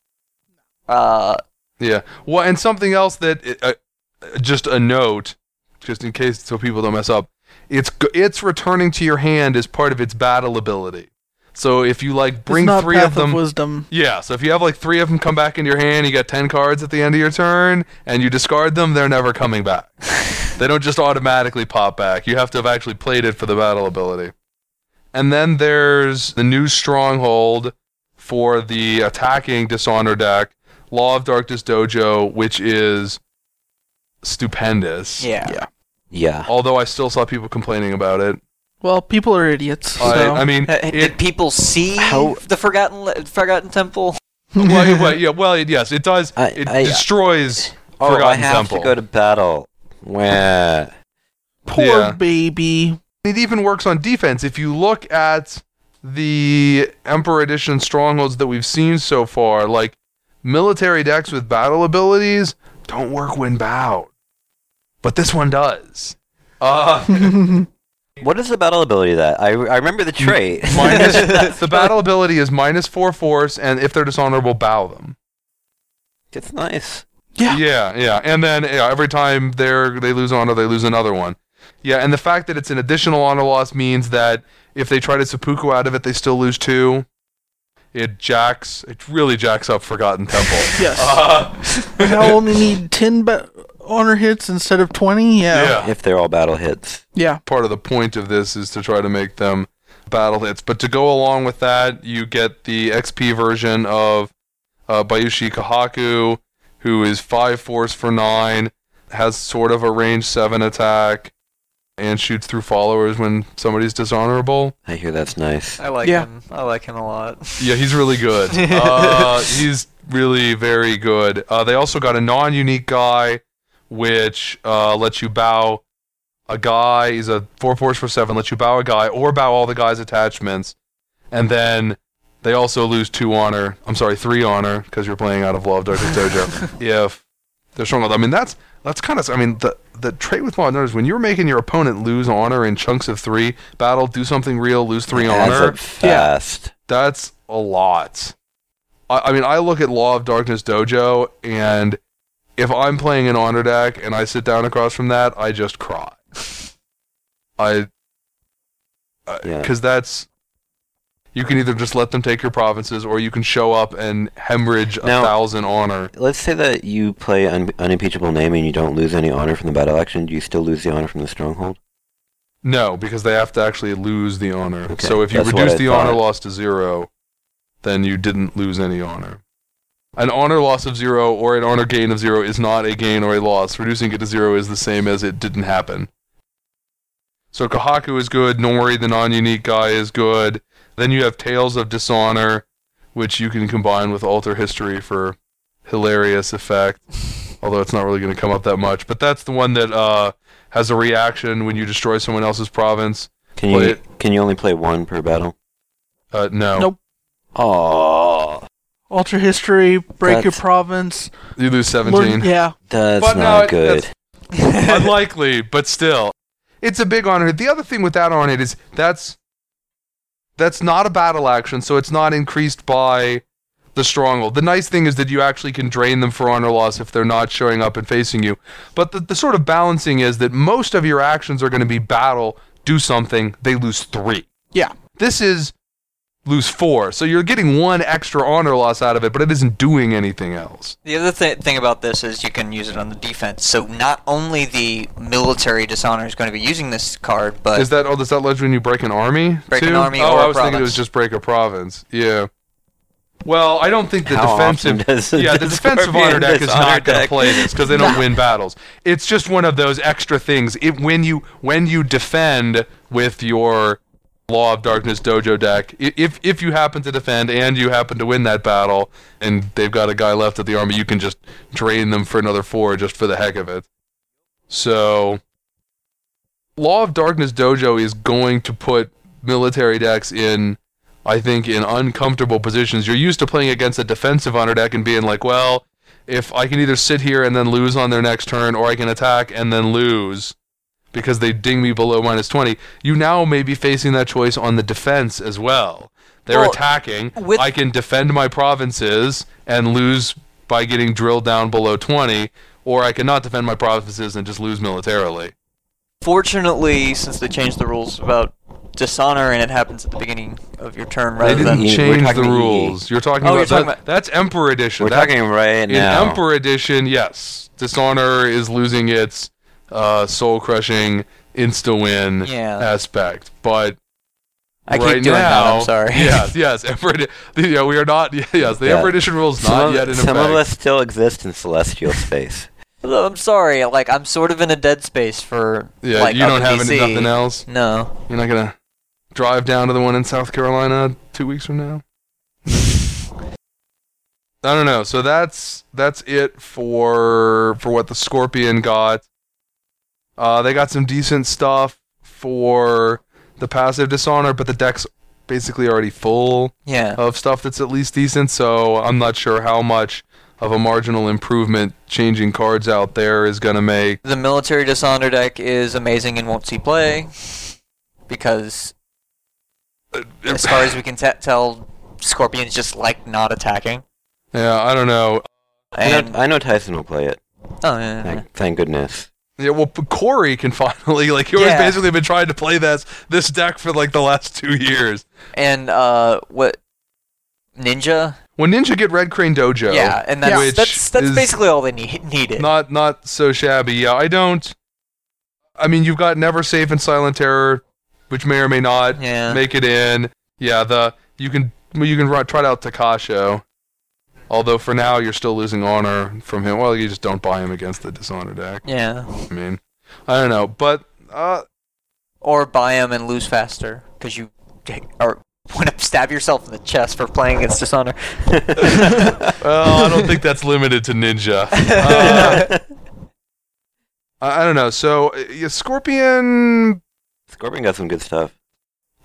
[SPEAKER 4] Uh,
[SPEAKER 1] yeah. Well, and something else that uh, uh, just a note, just in case, so people don't mess up. It's g- it's returning to your hand as part of its battle ability. So if you like bring
[SPEAKER 2] it's not
[SPEAKER 1] three
[SPEAKER 2] Path
[SPEAKER 1] of them,
[SPEAKER 2] wisdom.
[SPEAKER 1] yeah. So if you have like three of them come back into your hand, you got ten cards at the end of your turn, and you discard them, they're never coming back. they don't just automatically pop back. You have to have actually played it for the battle ability. And then there's the new stronghold for the attacking dishonor deck, Law of Darkness Dojo, which is stupendous.
[SPEAKER 4] yeah.
[SPEAKER 3] Yeah.
[SPEAKER 1] Although I still saw people complaining about it.
[SPEAKER 2] Well, people are idiots. So.
[SPEAKER 1] I, I mean, <laughs>
[SPEAKER 4] Uh,
[SPEAKER 5] <laughs>
[SPEAKER 1] it,
[SPEAKER 4] Did people see
[SPEAKER 3] How-
[SPEAKER 4] the Forgotten Le- Forgotten Temple?
[SPEAKER 1] well,
[SPEAKER 2] <laughs>
[SPEAKER 1] yeah, well, yeah, well, yes, it does.
[SPEAKER 3] I-
[SPEAKER 1] it
[SPEAKER 3] I-
[SPEAKER 1] destroys.
[SPEAKER 3] Oh, I
[SPEAKER 1] Forgotten
[SPEAKER 3] have
[SPEAKER 1] Temple.
[SPEAKER 3] to go to battle. Wah.
[SPEAKER 2] Poor
[SPEAKER 1] yeah.
[SPEAKER 2] baby.
[SPEAKER 1] it even works on defense. If you look at the Emperor Edition strongholds that we've seen so far, like military decks with battle abilities don't work when bowed, but this one does. Uh, <laughs>
[SPEAKER 3] What is the battle ability of that? I, I remember the
[SPEAKER 1] Mm. <laughs>
[SPEAKER 3] trait.
[SPEAKER 1] minus, the battle ability is minus four force, and if they're dishonorable, bow them.
[SPEAKER 3] <laughs> it's nice.
[SPEAKER 1] <laughs>
[SPEAKER 2] Yeah.
[SPEAKER 1] yeah, yeah. And then yeah, every time they're they lose honor, they lose another one. Yeah, and the fact that it's an additional honor loss means that if they try to seppuku out of it, they still lose two. It jacks. It really jacks up Forgotten Temple.
[SPEAKER 2] Yes.
[SPEAKER 1] Uh,
[SPEAKER 2] now only need ten ba- honor hits instead of twenty. Yeah.
[SPEAKER 1] yeah.
[SPEAKER 3] If they're all battle hits.
[SPEAKER 2] Yeah.
[SPEAKER 1] Part of the point of this is to try to make them battle hits. But to go along with that, you get the XP version of uh, Bayushi Kahaku, who is five force for nine, has sort of a range seven attack, and shoots through followers when somebody's dishonorable.
[SPEAKER 3] I hear that's nice.
[SPEAKER 5] I like
[SPEAKER 2] Yeah.
[SPEAKER 5] him. I like him a
[SPEAKER 4] <laughs>
[SPEAKER 5] lot.
[SPEAKER 1] Yeah, he's really good. uh, he's really very good. Uh, they also got a non-unique guy, which uh, lets you bow a guy. He's a four force for seven. Lets you bow a guy or bow all the guy's attachments, and then they also lose two honor. I'm sorry, three honor because you're playing out of Love Darkest Dojo. if they're strong, I mean that's that's kind of. I mean the the trait with Modern is when you're making your opponent lose honor in chunks of three. Battle, do something real, lose three
[SPEAKER 3] It adds
[SPEAKER 1] honor.
[SPEAKER 3] up fast.
[SPEAKER 1] That's a lot. I, I mean, I look at Law of Darkness Dojo, and if I'm playing an honor deck and I sit down across from that, I just cry. I, because
[SPEAKER 3] Yeah.
[SPEAKER 1] that's you can either just let them take your provinces, or you can show up and hemorrhage a
[SPEAKER 3] Now-
[SPEAKER 1] thousand honor.
[SPEAKER 3] Let's say that you play un- unimpeachable name and you don't lose any honor from the battle action. Do you still lose the honor from the stronghold?
[SPEAKER 1] No, because they have to actually lose the honor.
[SPEAKER 3] Okay,
[SPEAKER 1] so if you
[SPEAKER 3] that's what
[SPEAKER 1] reduce
[SPEAKER 3] I
[SPEAKER 1] the honor
[SPEAKER 3] thought.
[SPEAKER 1] loss to zero, then you didn't lose any honor. An honor loss of zero or an honor gain of zero is not a gain or a loss. Reducing it to zero is the same as it didn't happen. So Kahaku is good. Nori, the non-unique guy, is good. Then you have Tales of Dishonor, which you can combine with Alter History for hilarious effect. Although it's not really going to come up that much, but that's the one that uh, has a reaction when you destroy someone else's province.
[SPEAKER 3] Can
[SPEAKER 1] Play
[SPEAKER 3] you can you only play one per battle?
[SPEAKER 1] Uh, no,
[SPEAKER 2] Nope.
[SPEAKER 3] Oh,
[SPEAKER 2] Alter history. Break your
[SPEAKER 3] That's-
[SPEAKER 2] province.
[SPEAKER 1] you lose
[SPEAKER 2] Learn, <laughs>
[SPEAKER 1] seventeen.
[SPEAKER 2] yeah.
[SPEAKER 3] that's
[SPEAKER 1] But no,
[SPEAKER 3] not
[SPEAKER 1] it-
[SPEAKER 3] good.
[SPEAKER 1] that's- Unlikely, but still, it's a big honor. The other thing with that on it is that's That's not a battle action, so it's not increased by the stronghold. The nice thing is that you actually can drain them for honor loss if they're not showing up and facing you. But the, the sort of balancing is that most of your actions are going to be battle, do something, they lose three.
[SPEAKER 2] Yeah.
[SPEAKER 1] This is lose four. So you're getting one extra honor loss out of it, but it isn't doing anything else.
[SPEAKER 4] The other th- thing about this is you can use it on the defense. So not only the military dishonor is going to be using this card, but
[SPEAKER 1] Is that oh does that let you when you break an army?
[SPEAKER 4] Break an
[SPEAKER 1] too?
[SPEAKER 4] army
[SPEAKER 1] Oh,
[SPEAKER 4] or
[SPEAKER 1] I
[SPEAKER 4] a
[SPEAKER 1] was thinking it was
[SPEAKER 4] province.
[SPEAKER 1] just break a province. Yeah. Well, I don't think the
[SPEAKER 3] How often
[SPEAKER 1] defensive
[SPEAKER 3] does
[SPEAKER 4] <laughs>
[SPEAKER 3] it-
[SPEAKER 1] yeah, the
[SPEAKER 3] does
[SPEAKER 1] defensive
[SPEAKER 3] Scorpion
[SPEAKER 1] honor deck is
[SPEAKER 3] dishonor
[SPEAKER 1] not going to
[SPEAKER 3] deck?
[SPEAKER 1] play this because they don't win battles. It's just one of those extra things. It, when you when you defend with your Law of Darkness Dojo deck, i- if if you happen to defend and you happen to win that battle, and they've got a guy left at the army, you can just drain them for another four just for the heck of it. So, Law of Darkness Dojo is going to put military decks in, I think, in uncomfortable positions. You're used to playing against a defensive honor deck and being like, well, if I can either sit here and then lose on their next turn, or I can attack and then lose because they ding me below minus 20, you now may be facing that choice on the defense as well. They're
[SPEAKER 4] Well,
[SPEAKER 1] attacking.
[SPEAKER 4] with-
[SPEAKER 1] I can defend my provinces and lose by getting drilled down below 20, or I cannot defend my provinces and just lose militarily.
[SPEAKER 4] fortunately, since they changed the rules about dishonor and it happens at the beginning of your turn
[SPEAKER 1] They
[SPEAKER 4] rather
[SPEAKER 1] didn't
[SPEAKER 4] than
[SPEAKER 3] Yeah, we're
[SPEAKER 1] change the
[SPEAKER 3] talking EE.
[SPEAKER 1] rules. You're talking,
[SPEAKER 4] Oh,
[SPEAKER 1] about,
[SPEAKER 4] you're talking
[SPEAKER 1] that-
[SPEAKER 4] about-
[SPEAKER 1] that's Emperor Edition.
[SPEAKER 3] We're
[SPEAKER 1] That-
[SPEAKER 3] talking right
[SPEAKER 1] in
[SPEAKER 3] now.
[SPEAKER 1] Emperor Edition. Yes, Dishonor is losing its uh, soul-crushing insta-win
[SPEAKER 4] Yeah.
[SPEAKER 1] aspect, but
[SPEAKER 4] I keep
[SPEAKER 1] right
[SPEAKER 4] doing
[SPEAKER 1] now,
[SPEAKER 4] that. I'm sorry.
[SPEAKER 1] <laughs>
[SPEAKER 4] <laughs>
[SPEAKER 1] yes, yes, Emperor. Edi- the- yeah, we are not. <laughs> Yes, the
[SPEAKER 3] Yeah.
[SPEAKER 1] Emperor Edition rules not
[SPEAKER 3] Some,
[SPEAKER 1] yet in
[SPEAKER 3] of, some
[SPEAKER 1] effect.
[SPEAKER 3] of us still exist in celestial space.
[SPEAKER 4] I'm sorry. Like I'm sort of in a dead space for
[SPEAKER 1] yeah,
[SPEAKER 4] like
[SPEAKER 1] you don't
[SPEAKER 4] other
[SPEAKER 1] have
[SPEAKER 4] DC.
[SPEAKER 1] any, nothing else.
[SPEAKER 4] No.
[SPEAKER 1] You're not gonna drive down to the one in South Carolina two weeks from now. I don't know. So that's that's it for for what the Scorpion got. Uh, they got some decent stuff for the passive dishonor, but the deck's basically already full
[SPEAKER 4] Yeah.
[SPEAKER 1] of stuff that's at least decent. So I'm not sure how much of a marginal improvement changing cards out there is gonna make.
[SPEAKER 4] The military dishonor deck is amazing and won't see play because as far as we can t- tell, Scorpions just like not attacking.
[SPEAKER 1] Yeah, I don't know.
[SPEAKER 3] I
[SPEAKER 4] And uh,
[SPEAKER 3] know, I know Tyson will play it.
[SPEAKER 4] oh yeah, yeah, yeah.
[SPEAKER 3] Thank, thank goodness.
[SPEAKER 1] Yeah, well, P- Corey can <laughs> finally like he has
[SPEAKER 4] Yeah.
[SPEAKER 1] basically been trying to play this this deck for like the last two years.
[SPEAKER 4] and uh, what Ninja?
[SPEAKER 1] When Ninja get Red Crane Dojo,
[SPEAKER 4] yeah, and that's
[SPEAKER 1] which
[SPEAKER 4] that's that's
[SPEAKER 1] is
[SPEAKER 4] basically all they need needed.
[SPEAKER 1] not not so shabby. Yeah, I don't. I mean, you've got Never Safe and Silent Terror, which may or may not
[SPEAKER 4] yeah,
[SPEAKER 1] make it in. Yeah, the you can well, you can ri- try out Takasho. Although for now you're still losing honor from him. Well, you just don't buy him against the dishonor deck.
[SPEAKER 4] yeah,
[SPEAKER 1] I mean, I don't know, but uh,
[SPEAKER 4] or buy them and lose faster because you or want to stab yourself in the chest for playing against Dishonor.
[SPEAKER 1] Well, I don't think that's limited
[SPEAKER 4] <laughs>
[SPEAKER 1] to Ninja. Uh, I I don't know. So, uh, yeah, Scorpion,
[SPEAKER 3] <laughs> Scorpion got some good stuff.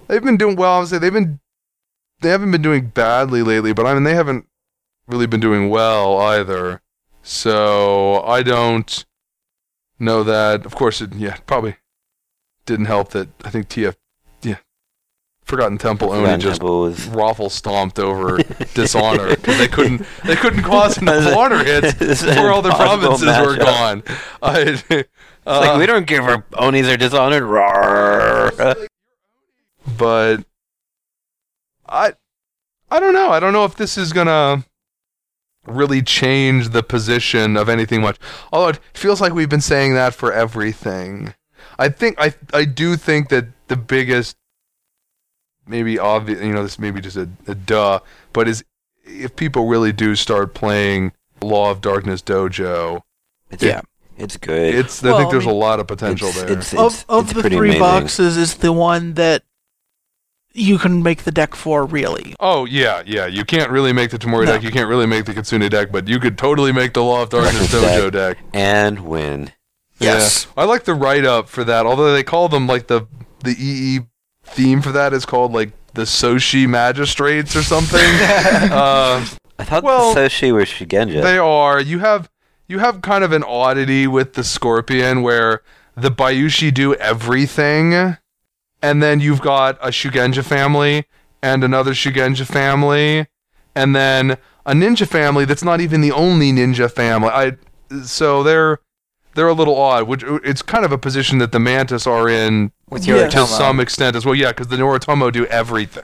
[SPEAKER 1] they've been doing well. Obviously, they've been they haven't been doing badly lately, but I mean, they haven't really been doing well either. So I don't know that. Of course, it, yeah, probably didn't help that I think TF, yeah, Forgotten Temple only
[SPEAKER 3] Forgotten
[SPEAKER 1] just
[SPEAKER 3] Temple <laughs> was-
[SPEAKER 1] raffle stomped over
[SPEAKER 3] <laughs>
[SPEAKER 1] Dishonor 'cause they couldn't they couldn't cause enough honor
[SPEAKER 3] <laughs>
[SPEAKER 1] hits
[SPEAKER 3] It's an
[SPEAKER 1] before all their
[SPEAKER 3] impossible
[SPEAKER 1] provinces were
[SPEAKER 3] matchup.
[SPEAKER 1] gone. <laughs> I, uh,
[SPEAKER 3] It's like we don't give our onies are dishonored. Roar.
[SPEAKER 1] but I I don't know. I don't know if this is gonna really change the position of anything much. Although it feels like we've been saying that for everything. I think I I do think that the biggest maybe obvious you know this may be just a, a duh, but is if people really do start playing Law of Darkness Dojo,
[SPEAKER 3] It's,
[SPEAKER 2] Yeah.
[SPEAKER 3] it's good.
[SPEAKER 1] it's I
[SPEAKER 2] Well,
[SPEAKER 1] think
[SPEAKER 2] I
[SPEAKER 1] there's
[SPEAKER 2] mean,
[SPEAKER 1] a lot of potential
[SPEAKER 3] It's-
[SPEAKER 1] there.
[SPEAKER 3] It's,
[SPEAKER 2] of
[SPEAKER 3] it's,
[SPEAKER 2] of
[SPEAKER 3] it's
[SPEAKER 2] the
[SPEAKER 3] pretty
[SPEAKER 2] three
[SPEAKER 3] amazing.
[SPEAKER 2] boxes is the one that you can make the deck for really.
[SPEAKER 1] Oh yeah, yeah. You can't really make the Tamori
[SPEAKER 2] No.
[SPEAKER 1] deck. You can't really make the Kitsune deck, but you could totally make the Law of Darkness Dojo deck.
[SPEAKER 3] and win.
[SPEAKER 2] Yes.
[SPEAKER 1] Yeah. I like the write up for that. Although they call them like the the EE theme for that is called like the Soshi Magistrates or something.
[SPEAKER 2] <laughs>
[SPEAKER 1] uh,
[SPEAKER 3] I thought
[SPEAKER 1] Well,
[SPEAKER 3] the Soshi were Shigenja.
[SPEAKER 1] They are. You have you have kind of an oddity with the Scorpion where the Bayushi do everything. and then you've got a Shugenja family and another Shugenja family, and then a ninja family that's not even the only ninja family. I so they're they're a little odd, which it's kind of a position that the Mantis are in
[SPEAKER 4] <laughs> with
[SPEAKER 2] Yeah.
[SPEAKER 4] your
[SPEAKER 1] to some extent as well. Yeah, because the Noritomo do everything.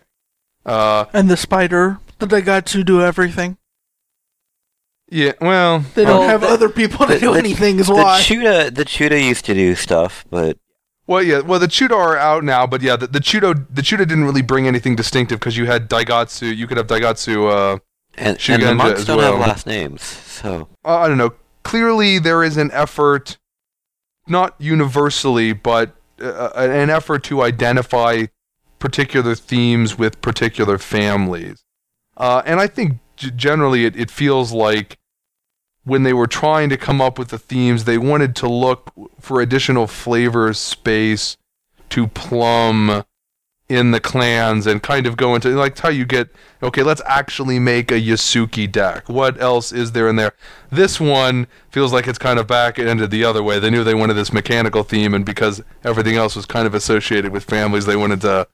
[SPEAKER 1] Uh,
[SPEAKER 2] And the spider, the Daigatsu do everything.
[SPEAKER 1] yeah, well,
[SPEAKER 2] They don't
[SPEAKER 5] Well,
[SPEAKER 2] have
[SPEAKER 5] the-
[SPEAKER 2] other people to
[SPEAKER 3] the-
[SPEAKER 2] do
[SPEAKER 3] the-
[SPEAKER 2] anything, is
[SPEAKER 3] The
[SPEAKER 2] why.
[SPEAKER 3] Chuda, the Chuda used to do stuff, but
[SPEAKER 1] Well, yeah. Well, the Chudo are out now, but yeah, the, the Chudo the Chudo didn't really bring anything distinctive because you had Daigatsu. You could have Daigatsu. Uh,
[SPEAKER 3] and, and
[SPEAKER 1] Shugenja
[SPEAKER 3] the monks
[SPEAKER 1] as
[SPEAKER 3] don't have
[SPEAKER 1] well.
[SPEAKER 3] last names, so
[SPEAKER 1] I I don't know. Clearly, there is an effort, not universally, but uh, an effort to identify particular themes with particular families. Uh, and I think g- generally it, it feels like when they were trying to come up with the themes, they wanted to look for additional flavor space to plumb in the clans and kind of go into like how you get okay let's actually make a yasuki deck what else is there in there this one feels like it's kind of back ended the other way they knew they wanted this mechanical theme and because everything else was kind of associated with families they wanted to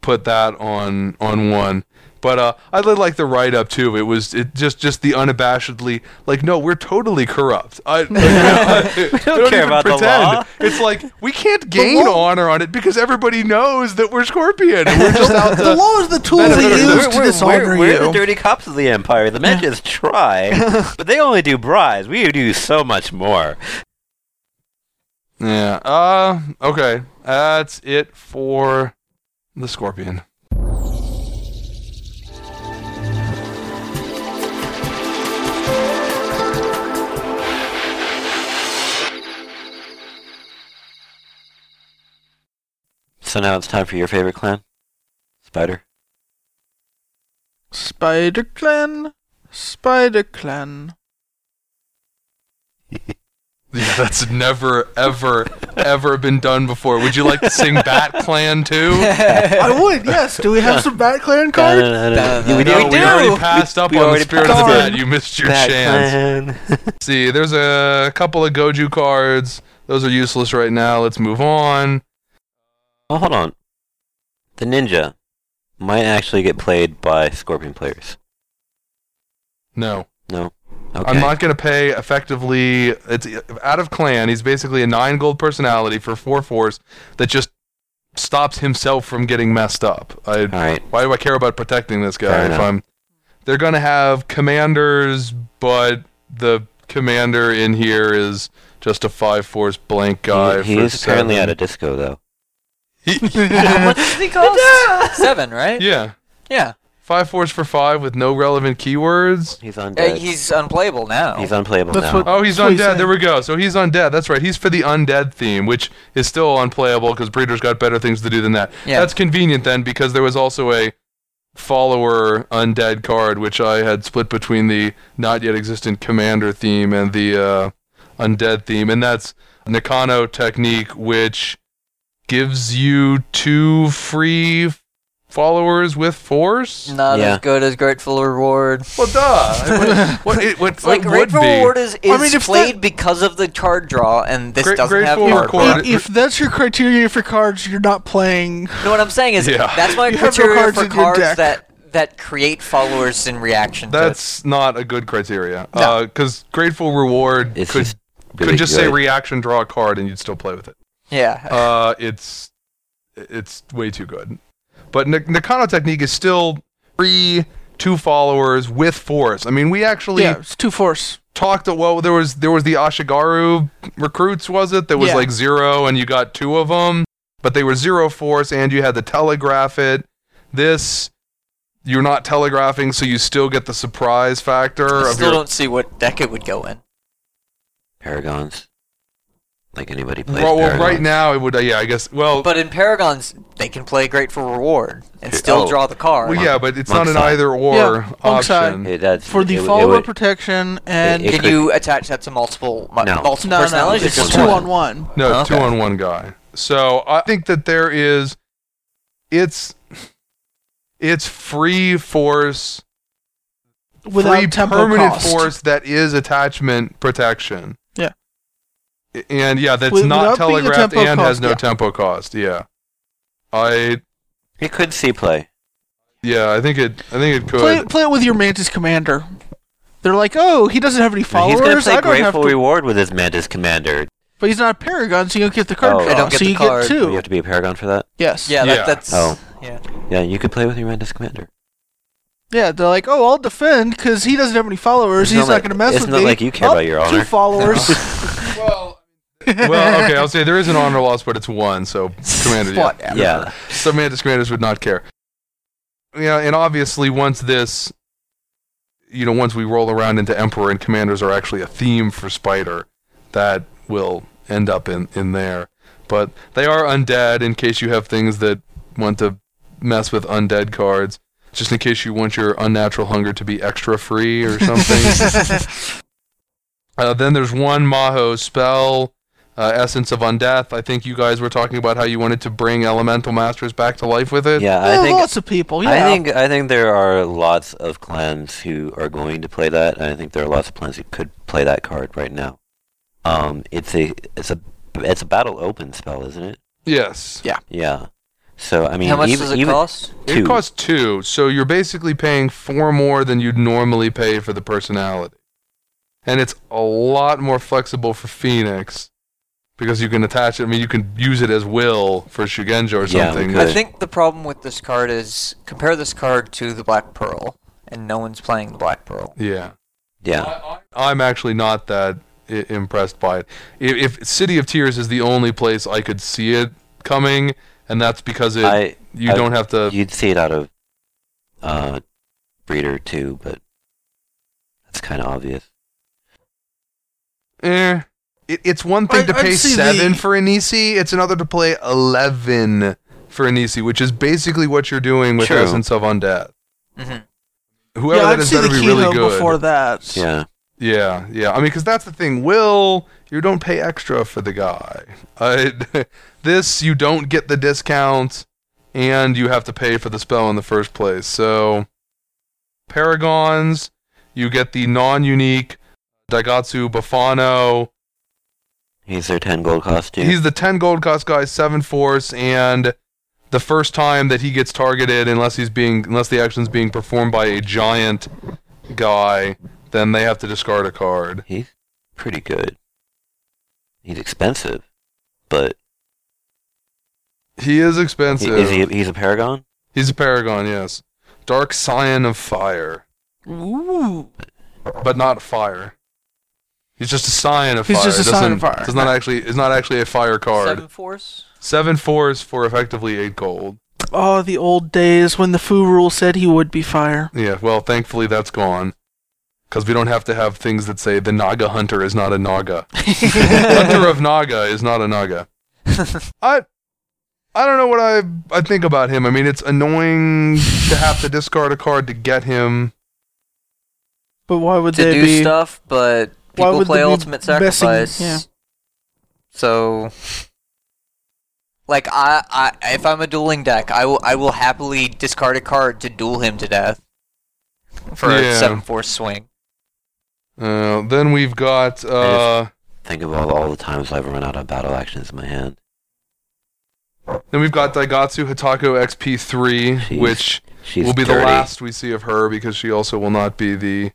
[SPEAKER 1] put that on on one but uh i did like the write up too it was it just just the unabashedly like no we're totally corrupt
[SPEAKER 3] <laughs>
[SPEAKER 1] i, <laughs> we don't,
[SPEAKER 3] care about the law.
[SPEAKER 1] it's like we can't gain
[SPEAKER 2] law-
[SPEAKER 1] honor on it because everybody knows that we're scorpion and we're
[SPEAKER 3] <laughs>
[SPEAKER 1] just out
[SPEAKER 2] the
[SPEAKER 1] to
[SPEAKER 2] law is the tool
[SPEAKER 1] Better-
[SPEAKER 2] they
[SPEAKER 1] better-
[SPEAKER 2] use
[SPEAKER 1] better-
[SPEAKER 2] to dishonor
[SPEAKER 3] we're, we're the
[SPEAKER 2] you.
[SPEAKER 3] dirty cops of the empire. The matches
[SPEAKER 2] <laughs>
[SPEAKER 3] try, but they only do bribes. We do so much more.
[SPEAKER 1] Yeah. Uh okay. That's it for the scorpion. <laughs>
[SPEAKER 3] So now it's time for your favorite clan, Spider.
[SPEAKER 2] Spider Clan, Spider Clan.
[SPEAKER 1] Yeah, that's never, ever, ever been done before. Would you like to
[SPEAKER 3] <laughs>
[SPEAKER 1] sing Bat Clan too?
[SPEAKER 2] I would, yes. Do we have some Bat Clan cards?
[SPEAKER 1] No,
[SPEAKER 3] We do-
[SPEAKER 1] we already passed up
[SPEAKER 3] we
[SPEAKER 1] on the
[SPEAKER 3] already
[SPEAKER 1] spirit of
[SPEAKER 3] passed
[SPEAKER 1] the
[SPEAKER 3] on
[SPEAKER 1] bat. You missed your
[SPEAKER 3] Bat
[SPEAKER 1] chance.
[SPEAKER 3] clan.
[SPEAKER 1] See, there's a couple of Goju cards. Those are useless right now. Let's move on.
[SPEAKER 3] Oh, hold on. The ninja might actually get played by scorpion players.
[SPEAKER 1] No.
[SPEAKER 3] No. Okay.
[SPEAKER 1] I'm not going to pay effectively. It's out of clan. He's basically a nine gold personality for four force that just stops himself from getting messed up. I,
[SPEAKER 3] All right.
[SPEAKER 1] why do I care about protecting this guy
[SPEAKER 3] Fair
[SPEAKER 1] if
[SPEAKER 3] enough.
[SPEAKER 1] I'm they're gonna have commanders, but the commander in here is just a five force blank guy.
[SPEAKER 3] He, he
[SPEAKER 1] for
[SPEAKER 3] is apparently
[SPEAKER 1] seven.
[SPEAKER 3] at a disco though.
[SPEAKER 4] <laughs> How much does he cost? Seven, right?
[SPEAKER 1] <laughs> Yeah.
[SPEAKER 4] Yeah.
[SPEAKER 1] Five force for five with no relevant keywords.
[SPEAKER 3] He's on.
[SPEAKER 4] Uh, he's unplayable now.
[SPEAKER 3] He's unplayable
[SPEAKER 2] That's
[SPEAKER 3] now.
[SPEAKER 2] what-
[SPEAKER 1] Oh, he's
[SPEAKER 2] That's what he
[SPEAKER 1] undead.
[SPEAKER 2] said.
[SPEAKER 1] There we go. So he's undead. That's right. He's for the undead theme, which is still unplayable because breeders got better things to do than that.
[SPEAKER 4] Yeah.
[SPEAKER 1] That's convenient then because there was also a follower undead card which I had split between the not yet existent commander theme and the uh, undead theme, and that's Nakano technique, which gives you two free followers with force.
[SPEAKER 4] Not
[SPEAKER 3] Yeah.
[SPEAKER 4] as good as Grateful Reward.
[SPEAKER 1] Well,
[SPEAKER 4] <laughs>
[SPEAKER 1] duh. what, what, it, what,
[SPEAKER 4] It's like
[SPEAKER 1] what would
[SPEAKER 4] Grateful
[SPEAKER 1] be?
[SPEAKER 4] Reward is, is
[SPEAKER 2] I mean, if
[SPEAKER 4] played because of the card draw, and this
[SPEAKER 1] Gra-
[SPEAKER 4] doesn't have
[SPEAKER 1] Grateful
[SPEAKER 4] card
[SPEAKER 1] Reward-
[SPEAKER 4] draw.
[SPEAKER 2] If, if that's your criteria for cards, you're not playing.
[SPEAKER 4] You know what I'm saying is
[SPEAKER 1] Yeah.
[SPEAKER 4] that's my
[SPEAKER 2] You have no
[SPEAKER 4] criteria
[SPEAKER 2] cards
[SPEAKER 4] for
[SPEAKER 2] in your
[SPEAKER 4] cards
[SPEAKER 2] deck.
[SPEAKER 4] that that create followers in reaction.
[SPEAKER 1] That's not a good criteria.
[SPEAKER 4] No.
[SPEAKER 1] Because Grateful Reward
[SPEAKER 3] It's
[SPEAKER 1] could,
[SPEAKER 3] just really
[SPEAKER 1] could just say
[SPEAKER 3] good.
[SPEAKER 1] reaction, draw a card, and you'd still play
[SPEAKER 3] <sighs>
[SPEAKER 1] with it.
[SPEAKER 4] to it. yeah.
[SPEAKER 1] Uh, it's it's way too good. But Nak- Nakano technique is still free two followers with force. I mean, we actually
[SPEAKER 2] Yeah, it's two force.
[SPEAKER 1] talked. Well, there was there was the Ashigaru recruits, was it? That was
[SPEAKER 2] Yeah.
[SPEAKER 1] like zero, and you got two of them, but they were zero force, and you had to telegraph it. This. You're not telegraphing, so you still get the surprise factor.
[SPEAKER 4] I
[SPEAKER 1] of
[SPEAKER 4] still
[SPEAKER 1] your,
[SPEAKER 4] don't see what deck it would go in.
[SPEAKER 3] Paragons. Like anybody plays.
[SPEAKER 1] Well, well,
[SPEAKER 3] Paragons.
[SPEAKER 1] right now it would. Uh, yeah, I guess. Well,
[SPEAKER 4] But in Paragons, they can play Grateful Reward and
[SPEAKER 3] Yeah,
[SPEAKER 4] still
[SPEAKER 3] oh.
[SPEAKER 4] draw the card.
[SPEAKER 1] well, yeah, but it's not
[SPEAKER 3] Monk
[SPEAKER 1] an
[SPEAKER 3] side.
[SPEAKER 1] either or
[SPEAKER 2] Yeah, monk side.
[SPEAKER 1] option.
[SPEAKER 3] It, that's,
[SPEAKER 2] For the
[SPEAKER 3] it, would- it
[SPEAKER 2] follow up
[SPEAKER 3] would-
[SPEAKER 2] protection and.
[SPEAKER 3] it
[SPEAKER 4] Can
[SPEAKER 3] could-
[SPEAKER 4] you attach that to multiple mu-
[SPEAKER 3] No.
[SPEAKER 4] multiple
[SPEAKER 2] no, no,
[SPEAKER 4] personalities? or
[SPEAKER 2] it's
[SPEAKER 4] just
[SPEAKER 2] two
[SPEAKER 4] one?
[SPEAKER 2] on one.
[SPEAKER 1] No,
[SPEAKER 4] Okay.
[SPEAKER 1] two on one guy. So I think that there is. It's. It's free force,
[SPEAKER 2] Without
[SPEAKER 1] free
[SPEAKER 2] tempo
[SPEAKER 1] permanent
[SPEAKER 2] cost.
[SPEAKER 1] force that is attachment protection.
[SPEAKER 2] Yeah.
[SPEAKER 1] I- And yeah, that's
[SPEAKER 2] Wi-
[SPEAKER 1] not
[SPEAKER 2] without being a
[SPEAKER 1] telegraphed
[SPEAKER 2] tempo
[SPEAKER 1] and has
[SPEAKER 2] cost,
[SPEAKER 1] no
[SPEAKER 2] yeah.
[SPEAKER 1] tempo cost. Yeah. I
[SPEAKER 3] He could see play.
[SPEAKER 1] yeah, I think it. I think it could.
[SPEAKER 2] Play, play it with your Mantis Commander. They're like, oh, he doesn't have any followers.
[SPEAKER 3] He's gonna
[SPEAKER 2] I
[SPEAKER 3] play
[SPEAKER 2] don't have
[SPEAKER 3] Grateful
[SPEAKER 2] to-
[SPEAKER 3] Reward with his Mantis Commander.
[SPEAKER 2] But he's not a Paragon, so you don't get the card
[SPEAKER 3] Oh.
[SPEAKER 2] draw.
[SPEAKER 3] I
[SPEAKER 4] don't get
[SPEAKER 2] so
[SPEAKER 4] the
[SPEAKER 2] you
[SPEAKER 4] card.
[SPEAKER 2] get two.
[SPEAKER 3] You have to be a Paragon for that.
[SPEAKER 2] Yes.
[SPEAKER 4] Yeah,
[SPEAKER 1] Yeah.
[SPEAKER 4] That, that's
[SPEAKER 3] Oh.
[SPEAKER 4] yeah.
[SPEAKER 3] Yeah, you could play with your Mantis Commander. <laughs>
[SPEAKER 2] Yeah, they're like, oh, I'll defend because he doesn't have any followers.
[SPEAKER 3] It's
[SPEAKER 2] He's
[SPEAKER 3] not
[SPEAKER 2] not
[SPEAKER 3] like-
[SPEAKER 2] going to mess
[SPEAKER 3] it's
[SPEAKER 2] with
[SPEAKER 3] not
[SPEAKER 2] me.
[SPEAKER 3] like you care
[SPEAKER 2] Up,
[SPEAKER 3] about your
[SPEAKER 2] Two
[SPEAKER 3] honor.
[SPEAKER 2] followers.
[SPEAKER 1] well, well,
[SPEAKER 2] <laughs>
[SPEAKER 1] okay, I'll say there is an honor loss, but it's one. So commander, yeah.
[SPEAKER 2] Whatever.
[SPEAKER 3] Yeah.
[SPEAKER 1] Some Mantis commanders would not care. You know, and obviously once this, you know, once we roll around into Emperor and commanders are actually a theme for Spider, that will end up in in there. But they are undead in case you have things that want to mess with undead cards. Just in case you want your unnatural hunger to be extra free or something. Uh, then there's one Maho spell, uh, Essence of Undeath. I think you guys were talking about how you wanted to bring Elemental Masters back to life with it.
[SPEAKER 3] Yeah,
[SPEAKER 2] Yeah,
[SPEAKER 3] <laughs> I think
[SPEAKER 2] lots of people. Yeah.
[SPEAKER 3] I think I think there are lots of clans who are going to play that, and I think there are lots of clans who could play that card right now. Um, it's a it's a it's a battle open spell, isn't it?
[SPEAKER 1] Yes.
[SPEAKER 3] Yeah. So I mean,
[SPEAKER 5] How much
[SPEAKER 3] even,
[SPEAKER 5] does it
[SPEAKER 3] even
[SPEAKER 5] cost?
[SPEAKER 3] Two.
[SPEAKER 1] It costs two, so you're basically paying four more than you'd normally pay for the personality. And it's a lot more flexible for Phoenix because you can attach it. I mean, you can use it as will for Shugenja or
[SPEAKER 3] Yeah, we
[SPEAKER 1] something.
[SPEAKER 3] could.
[SPEAKER 5] I think the problem with this card is compare this card to the Black Pearl, and no one's playing the Black Pearl.
[SPEAKER 1] yeah.
[SPEAKER 3] Yeah.
[SPEAKER 1] I, am actually not that I- impressed by it. If, if City of Tears is the only place I could see it coming, and that's because it
[SPEAKER 3] I
[SPEAKER 1] you
[SPEAKER 3] I-
[SPEAKER 1] don't have to.
[SPEAKER 3] you'd see it out of uh, breeder too, but that's kind of obvious.
[SPEAKER 1] Eh. It, it's one thing
[SPEAKER 2] I-
[SPEAKER 1] to
[SPEAKER 2] I'd
[SPEAKER 1] pay
[SPEAKER 2] see
[SPEAKER 1] seven
[SPEAKER 2] the-
[SPEAKER 1] for Anisi. It's another to play eleven for Anisi, which is basically what you're doing with
[SPEAKER 3] True.
[SPEAKER 1] Essence of Undead.
[SPEAKER 5] hmm
[SPEAKER 1] Whoever
[SPEAKER 2] yeah,
[SPEAKER 1] that
[SPEAKER 2] I'd
[SPEAKER 1] is,
[SPEAKER 2] see the
[SPEAKER 1] that'll be really
[SPEAKER 2] Keynote
[SPEAKER 1] good.
[SPEAKER 2] before that.
[SPEAKER 3] Yeah.
[SPEAKER 1] Yeah, yeah. I mean, because that's the thing. Will you don't pay extra for the guy? I, <laughs> this you don't get the discount, and you have to pay for the spell in the first place. So, paragons, you get the non-unique Daigatsu Bafano.
[SPEAKER 3] He's their ten gold costume.
[SPEAKER 1] He's the ten gold cost guy, seven force, and the first time that he gets targeted, unless he's being unless the action's being performed by a giant guy, then they have to discard a card.
[SPEAKER 3] He's pretty good. He's expensive, but
[SPEAKER 1] He is
[SPEAKER 3] i-
[SPEAKER 1] expensive.
[SPEAKER 3] is he? He's a paragon.
[SPEAKER 1] He's a paragon, yes. Dark Scion of Fire,
[SPEAKER 2] Ooh.
[SPEAKER 1] but not fire. He's just a Scion of
[SPEAKER 2] He's
[SPEAKER 1] Fire.
[SPEAKER 2] just a
[SPEAKER 1] It
[SPEAKER 2] Scion of
[SPEAKER 1] doesn't-
[SPEAKER 2] Fire.
[SPEAKER 1] It's not actually. It's not actually a fire card.
[SPEAKER 5] Seven force.
[SPEAKER 1] Seven fours for effectively eight gold.
[SPEAKER 2] Oh, the old days when the Foo rule said he would be
[SPEAKER 1] <laughs>
[SPEAKER 2] fire.
[SPEAKER 1] Yeah. Well, thankfully that's gone, because we don't have to have things that say the Naga Hunter is not a Naga. Hunter of Naga is not a Naga. I I don't know what I I think about him. I mean, it's annoying to have to discard a card to get him.
[SPEAKER 2] But why would
[SPEAKER 5] to
[SPEAKER 2] they
[SPEAKER 5] do
[SPEAKER 2] be?
[SPEAKER 5] stuff, but
[SPEAKER 2] Why
[SPEAKER 5] people
[SPEAKER 2] would
[SPEAKER 5] play
[SPEAKER 2] they be
[SPEAKER 5] Ultimate
[SPEAKER 2] messing-
[SPEAKER 5] Sacrifice.
[SPEAKER 2] yeah.
[SPEAKER 5] So,
[SPEAKER 4] Like I, I, if I'm a dueling deck, I will, I will happily discard a card to duel him to death for
[SPEAKER 1] Yeah.
[SPEAKER 4] a seven force swing.
[SPEAKER 1] Uh, then we've got uh,
[SPEAKER 3] Think of all, all the times I've run out of battle actions in my hand.
[SPEAKER 1] then we've got Daigatsu Hitako XP three,
[SPEAKER 3] Jeez.
[SPEAKER 1] which
[SPEAKER 3] She's
[SPEAKER 1] will be
[SPEAKER 3] dirty.
[SPEAKER 1] the last we see of her because she also will not be the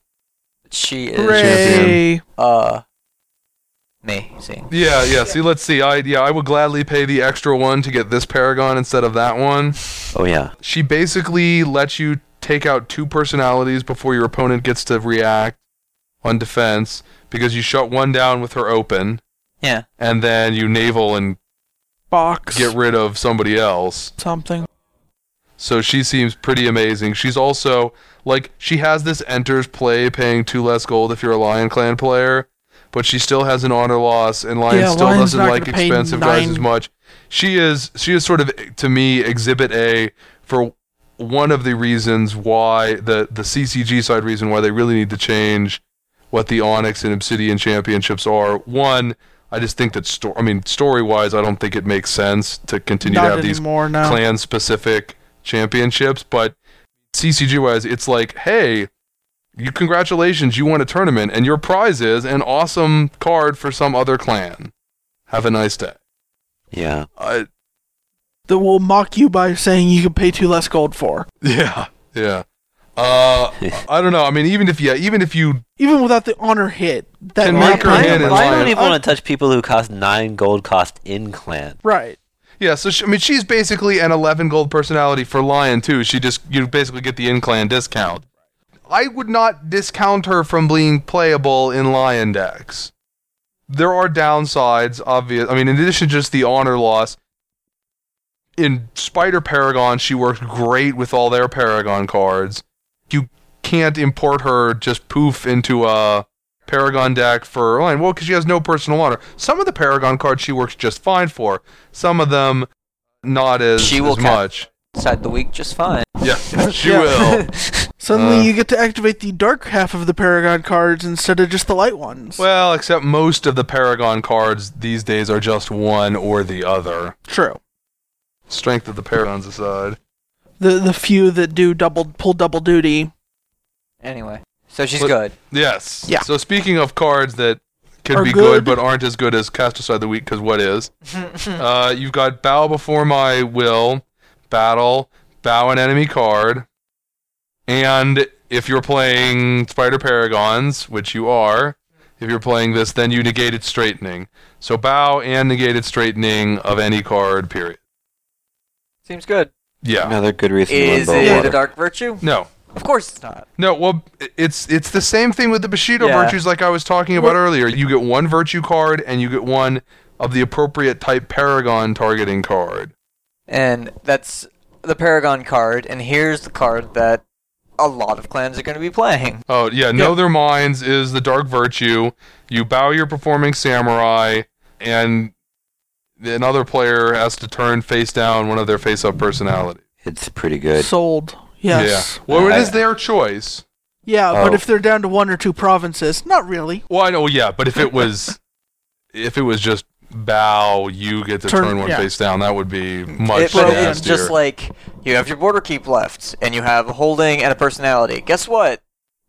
[SPEAKER 5] she is.
[SPEAKER 2] Hooray!
[SPEAKER 4] Uh, amazing.
[SPEAKER 1] yeah yeah. See, let's see. I yeah, I would gladly pay the extra one to get this Paragon instead of that one.
[SPEAKER 3] Oh yeah,
[SPEAKER 1] She basically lets you take out two personalities before your opponent gets to react on defense because you shut one down with her open.
[SPEAKER 4] Yeah.
[SPEAKER 1] And then you navel and
[SPEAKER 2] Box.
[SPEAKER 1] get rid of somebody else.
[SPEAKER 2] something.
[SPEAKER 1] So she seems pretty amazing. She's also like she has this enters play paying two less gold if you're a Lion Clan player, but she still has an honor loss and Lion
[SPEAKER 2] Yeah,
[SPEAKER 1] still
[SPEAKER 2] Lion's
[SPEAKER 1] doesn't
[SPEAKER 2] not
[SPEAKER 1] like
[SPEAKER 2] gonna pay
[SPEAKER 1] expensive guys
[SPEAKER 2] nine-
[SPEAKER 1] as much. She is she is sort of to me exhibit A for one of the reasons why the the CCG side reason why they really need to change what the Onyx and Obsidian championships are. One, I just think that story I mean story wise I don't think it makes sense to continue to
[SPEAKER 2] Not
[SPEAKER 1] have these
[SPEAKER 2] anymore now.
[SPEAKER 1] clan specific championships, but CCG wise, it's like, hey, you congratulations, you won a tournament, and your prize is an awesome card for some other clan. Have a nice day.
[SPEAKER 3] yeah.
[SPEAKER 1] I
[SPEAKER 2] that will mock you by saying you could pay two less gold for,
[SPEAKER 1] Yeah, yeah. <laughs> Uh, I don't know. I mean, even if yeah, even if you
[SPEAKER 2] even without the honor hit. That
[SPEAKER 1] Can
[SPEAKER 2] map
[SPEAKER 1] make her
[SPEAKER 2] item-
[SPEAKER 1] hand in
[SPEAKER 3] I
[SPEAKER 1] line.
[SPEAKER 3] don't even want to touch people who cost nine gold cost in clan.
[SPEAKER 2] Right.
[SPEAKER 1] yeah, so she, I mean, she's basically an 11 gold personality for Lion too. She just you basically get the in clan discount. I would not discount her from being playable in Lion decks. There are downsides, obvious. I mean, in addition to just the honor loss, in Spider Paragon, she worked great with all their Paragon cards. You can't import her just poof into a Paragon deck for line. Well, because she has no personal honor. Some of the Paragon cards she works just fine for. Some of them, not as,
[SPEAKER 4] She will
[SPEAKER 1] as
[SPEAKER 4] count.
[SPEAKER 1] much.
[SPEAKER 4] Side the week just fine.
[SPEAKER 1] Yeah, she
[SPEAKER 2] Yeah.
[SPEAKER 3] <laughs>
[SPEAKER 1] will.
[SPEAKER 2] <laughs> Suddenly
[SPEAKER 1] Uh.
[SPEAKER 2] you get to activate the dark half of the Paragon cards instead of just the light ones.
[SPEAKER 1] Well, except most of the Paragon cards these days are just one or the other.
[SPEAKER 2] True.
[SPEAKER 1] Strength of the Paragons aside.
[SPEAKER 2] The the few that do double pull double duty.
[SPEAKER 4] Anyway, so she's
[SPEAKER 1] But-
[SPEAKER 4] good.
[SPEAKER 1] Yes.
[SPEAKER 2] Yeah.
[SPEAKER 1] So speaking of cards that can
[SPEAKER 2] Are
[SPEAKER 1] be
[SPEAKER 2] good.
[SPEAKER 1] good. but aren't as good as Cast Aside the Week, because what
[SPEAKER 2] <laughs>
[SPEAKER 1] is? uh, you've got Bow Before My Will, Battle, Bow an Enemy card, and if you're playing Spider Paragons, which you are, if you're playing this, then you negated straightening. So bow and negated straightening of any card, period.
[SPEAKER 4] Seems good.
[SPEAKER 1] Yeah.
[SPEAKER 3] Another good reason
[SPEAKER 4] Is
[SPEAKER 3] to run
[SPEAKER 4] it
[SPEAKER 3] Bold
[SPEAKER 4] a
[SPEAKER 3] Water.
[SPEAKER 4] dark virtue?
[SPEAKER 1] No.
[SPEAKER 4] Of course it's not.
[SPEAKER 1] No, well, i- it's it's the same thing with the Bushido
[SPEAKER 4] Yeah.
[SPEAKER 1] virtues, like I was talking about earlier. You get one virtue card, and you get one of the appropriate type Paragon targeting card.
[SPEAKER 4] And that's the Paragon card, and here's the card that a lot of clans are going to be playing.
[SPEAKER 1] Oh yeah, know their minds is the dark virtue. You bow your performing samurai, and another player has to turn face down one of their face up personality.
[SPEAKER 3] It's pretty good.
[SPEAKER 2] Sold. Yes.
[SPEAKER 1] Yeah. Well, it
[SPEAKER 3] I-
[SPEAKER 1] is their choice.
[SPEAKER 2] Yeah, but
[SPEAKER 3] Oh.
[SPEAKER 2] if they're down to one or two provinces, not really.
[SPEAKER 1] Well, I know, yeah, but if it
[SPEAKER 4] <laughs>
[SPEAKER 1] was, if it was just bow, you get to
[SPEAKER 2] Turn-
[SPEAKER 1] turn, one
[SPEAKER 2] yeah.
[SPEAKER 1] face down. That would be
[SPEAKER 4] It,
[SPEAKER 1] much
[SPEAKER 4] but
[SPEAKER 1] nastier.
[SPEAKER 4] it's just like you have your border keep left, and you have a holding and a personality. Guess what?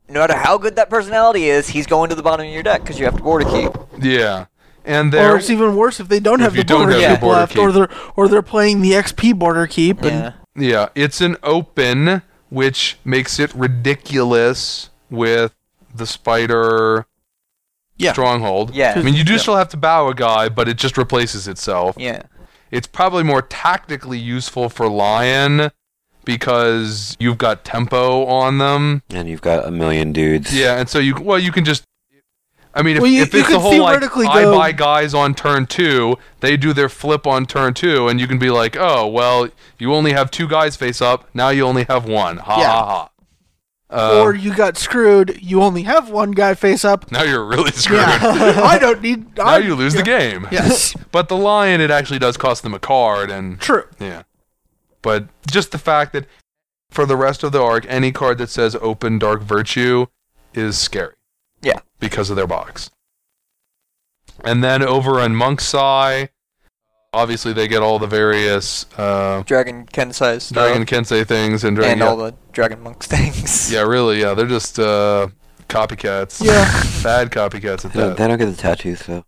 [SPEAKER 4] No matter how good that personality is, he's going to the bottom of your deck because you have to border keep.
[SPEAKER 1] Yeah, and
[SPEAKER 2] Or
[SPEAKER 1] there,
[SPEAKER 2] it's even worse if they don't
[SPEAKER 1] If
[SPEAKER 2] have
[SPEAKER 1] you
[SPEAKER 2] the
[SPEAKER 1] don't
[SPEAKER 2] border
[SPEAKER 1] have
[SPEAKER 2] keep
[SPEAKER 1] the border
[SPEAKER 2] left,
[SPEAKER 1] keep.
[SPEAKER 2] or they're or they're playing the XP border keep. And
[SPEAKER 4] Yeah.
[SPEAKER 1] yeah, it's an open, which makes it ridiculous with the spider
[SPEAKER 2] Yeah.
[SPEAKER 1] stronghold.
[SPEAKER 4] Yeah.
[SPEAKER 1] I mean, you do still have to bow a guy, but it just replaces itself.
[SPEAKER 4] Yeah.
[SPEAKER 1] It's probably more tactically useful for lion because you've got tempo on them.
[SPEAKER 3] And you've got a million dudes.
[SPEAKER 1] Yeah, and so you well you can just. I mean, if,
[SPEAKER 2] Well, you-
[SPEAKER 1] if
[SPEAKER 2] you
[SPEAKER 1] it's the
[SPEAKER 2] could
[SPEAKER 1] whole like
[SPEAKER 2] theoretically
[SPEAKER 1] I
[SPEAKER 2] go-
[SPEAKER 1] buy guys on turn two, they do their flip on turn two, and you can be like, oh well, you only have two guys face up. Now you only have one. Ha
[SPEAKER 2] Yeah.
[SPEAKER 1] ha ha. Uh,
[SPEAKER 2] or you got screwed. You only have one guy
[SPEAKER 1] <laughs>
[SPEAKER 2] face up.
[SPEAKER 1] now you're really screwed.
[SPEAKER 2] Yeah, I don't need. <laughs>
[SPEAKER 1] now
[SPEAKER 2] I,
[SPEAKER 1] you lose the game.
[SPEAKER 2] Yes,
[SPEAKER 1] But the lion, it actually does cost them a card, and
[SPEAKER 2] true.
[SPEAKER 1] Yeah. But just the fact that for the rest of the arc, any card that says open dark virtue is scary.
[SPEAKER 4] Yeah.
[SPEAKER 1] Because of their box. And then over on Monk's Eye, obviously they get all the various uh,
[SPEAKER 4] Dragon Ken size stuff.
[SPEAKER 1] Dragon Kensei things and Dragon.
[SPEAKER 4] and all the Dragon Monks <laughs> things.
[SPEAKER 1] yeah, really, yeah. They're just uh, copycats.
[SPEAKER 2] Yeah,
[SPEAKER 1] Bad copycats at
[SPEAKER 3] They don't,
[SPEAKER 1] that.
[SPEAKER 3] they don't get the tattoos though.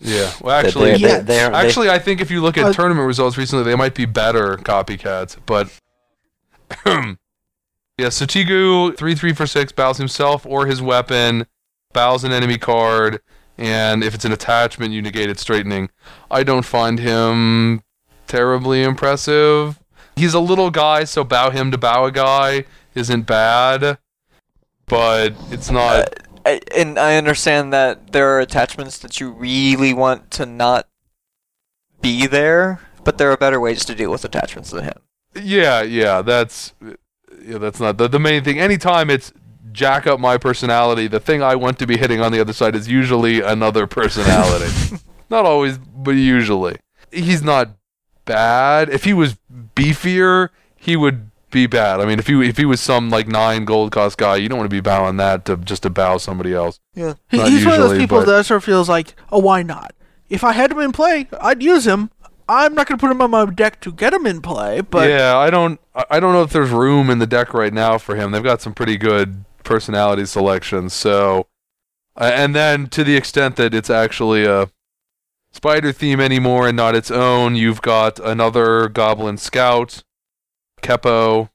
[SPEAKER 1] Yeah. Well,
[SPEAKER 3] They-
[SPEAKER 1] actually,
[SPEAKER 3] they, they,
[SPEAKER 2] Yes.
[SPEAKER 3] they, are- they-
[SPEAKER 1] Actually, I think if you look at
[SPEAKER 2] Uh,
[SPEAKER 1] tournament results recently, they might be better copycats. But <clears throat> yeah, Satigu three three for six bows himself or his weapon, bows an enemy card, and if it's an attachment, you negate its straightening. I don't find him terribly impressive. He's a little guy, so bow him to bow a guy isn't bad, but it's not.
[SPEAKER 4] I, and I understand that there are attachments that you really want to not be there, but there are better ways to deal with attachments than him.
[SPEAKER 1] Yeah, yeah, that's yeah, that's not the the main thing. Anytime it's jack up my personality, the thing I want to be hitting on the other side is usually another personality. not always, but usually. He's not bad. If he was beefier, he would be bad. I mean, if he if he was some like nine gold cost guy, you don't want to be bowing that to just to bow somebody else.
[SPEAKER 2] yeah. He,
[SPEAKER 1] Not
[SPEAKER 2] he's one of those
[SPEAKER 1] usually,
[SPEAKER 2] people
[SPEAKER 1] but-
[SPEAKER 2] that I sort of feels like, oh, why not? If I had him in play, I'd use him. I'm not going to put him on my deck to get him in play, but
[SPEAKER 1] yeah, I don't I I don't know if there's room in the deck right now for him. They've got some pretty good personality selections. So, uh, and then to the extent that it's actually a spider theme anymore and not its own. You've got another Goblin Scout, Keppo.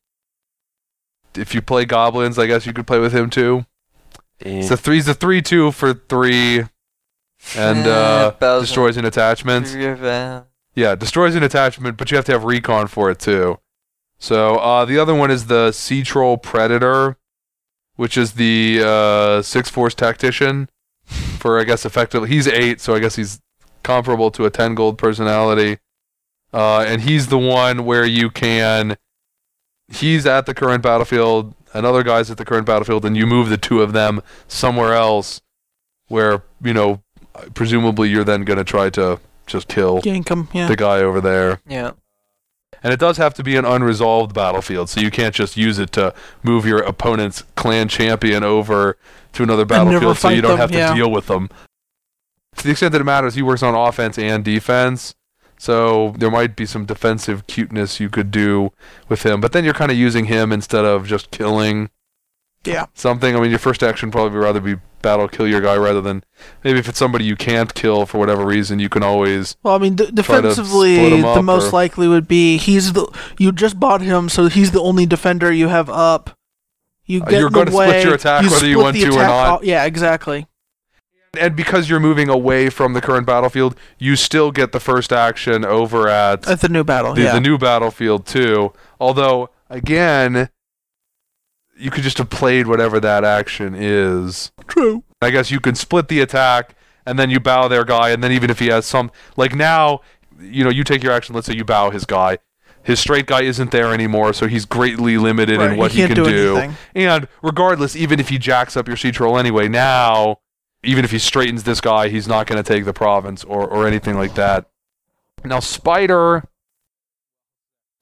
[SPEAKER 1] If you play Goblins, I guess you could play with him too.
[SPEAKER 3] eh, Mm.
[SPEAKER 1] It's a three. It's a three-two for three, and uh,
[SPEAKER 5] Bowser.
[SPEAKER 1] destroys an attachment. Yeah, destroys an attachment, but you have to have recon for it too. So uh, the other one is the Sea Troll Predator, which is the uh, six force tactician. For I guess effectively, he's eight, so I guess he's comparable to a ten gold personality. Uh, and he's the one where you can. He's at the current battlefield. Another guy's at the current battlefield, and you move the two of them somewhere else, where you know, presumably you're then going to try to just kill
[SPEAKER 2] Yank 'em, yeah.
[SPEAKER 1] the guy over there.
[SPEAKER 5] Yeah.
[SPEAKER 1] And it does have to be an unresolved battlefield, so you can't just use it to move your opponent's clan champion over to another
[SPEAKER 2] never
[SPEAKER 1] battlefield so you
[SPEAKER 2] fight
[SPEAKER 1] don't
[SPEAKER 2] them,
[SPEAKER 1] have to
[SPEAKER 2] yeah.
[SPEAKER 1] deal with them. To the extent that it matters, he works on offense and defense. So there might be some defensive cuteness you could do with him, but then you're kind of using him instead of just killing
[SPEAKER 2] Yeah.
[SPEAKER 1] something. I mean, your first action probably would rather be battle kill your guy rather than maybe if it's somebody you can't kill for whatever reason, you can always
[SPEAKER 2] Well, I mean, d-
[SPEAKER 1] split
[SPEAKER 2] defensively,
[SPEAKER 1] 'em
[SPEAKER 2] the
[SPEAKER 1] up
[SPEAKER 2] most
[SPEAKER 1] or-
[SPEAKER 2] likely would be he's the you just bought him, so he's the only defender you have up. You
[SPEAKER 1] Uh,
[SPEAKER 2] get
[SPEAKER 1] you're
[SPEAKER 2] in
[SPEAKER 1] gonna
[SPEAKER 2] the
[SPEAKER 1] split
[SPEAKER 2] way,
[SPEAKER 1] your attack whether you
[SPEAKER 2] split
[SPEAKER 1] want
[SPEAKER 2] the
[SPEAKER 1] to or
[SPEAKER 2] attack
[SPEAKER 1] not.
[SPEAKER 2] out- yeah, exactly.
[SPEAKER 1] and because you're moving away from the current battlefield, you still get the first action over at
[SPEAKER 2] At the new battle,
[SPEAKER 1] the,
[SPEAKER 2] yeah.
[SPEAKER 1] the new battlefield too. Although again, you could just have played whatever that action is.
[SPEAKER 2] True.
[SPEAKER 1] I guess you can split the attack and then you bow their guy, and then even if he has some like now, you know, you take your action. Let's say you bow his guy. His straight guy isn't there anymore, so he's greatly limited
[SPEAKER 2] Right,
[SPEAKER 1] in what
[SPEAKER 2] he
[SPEAKER 1] he,
[SPEAKER 2] can't
[SPEAKER 1] can
[SPEAKER 2] do
[SPEAKER 1] do.
[SPEAKER 2] anything.
[SPEAKER 1] And regardless, even if he jacks up your siege roll anyway, now even if he straightens this guy, he's not going to take the province or or anything like that. Now Spider.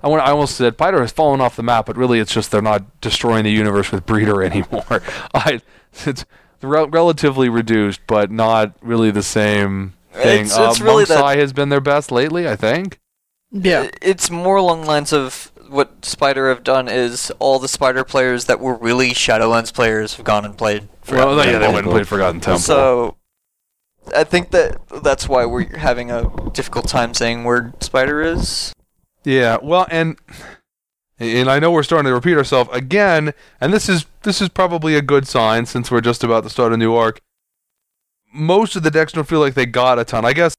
[SPEAKER 1] I, want, I almost said Spider has fallen off the map, but really it's just they're not destroying the universe with Breeder <laughs> anymore. I, it's rel relatively reduced, but not really the same thing.
[SPEAKER 5] It's- it's really
[SPEAKER 1] Monk's
[SPEAKER 5] that-
[SPEAKER 1] Eye has been their best lately, I think.
[SPEAKER 2] Yeah.
[SPEAKER 5] It's more along the lines of what Spider have done is all the Spider players that were really Shadowlands players have gone and played. for
[SPEAKER 1] Well, yeah, they
[SPEAKER 3] Temple.
[SPEAKER 1] went and played Forgotten Temple.
[SPEAKER 5] So I think that that's why we're having a difficult time saying where Spider is.
[SPEAKER 1] Yeah, well, and and I know we're starting to repeat ourselves again, and this is this is probably a good sign since we're just about to start a new arc. Most of the decks don't feel like they got a ton. I guess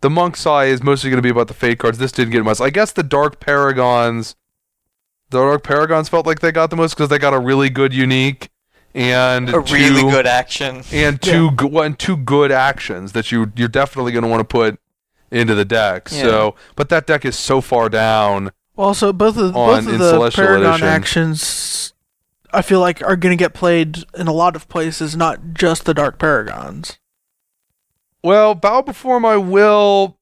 [SPEAKER 1] the Monk's Eye is mostly going to be about the fate cards. This didn't get much. I guess the Dark Paragons, the Dark Paragons felt like they got the most because they got a really good unique and
[SPEAKER 5] A really
[SPEAKER 1] two-
[SPEAKER 5] good action.
[SPEAKER 1] and two go- one two good actions that you you're definitely going to want to put into the deck. So, but that deck is so far down.
[SPEAKER 2] Also, both of
[SPEAKER 1] On-
[SPEAKER 2] both
[SPEAKER 1] in
[SPEAKER 2] of the
[SPEAKER 1] Celestial
[SPEAKER 2] Paragon
[SPEAKER 1] Edition.
[SPEAKER 2] actions, I feel like are going to get played in a lot of places, not just the Dark Paragons.
[SPEAKER 1] Well, Bow Before My Will,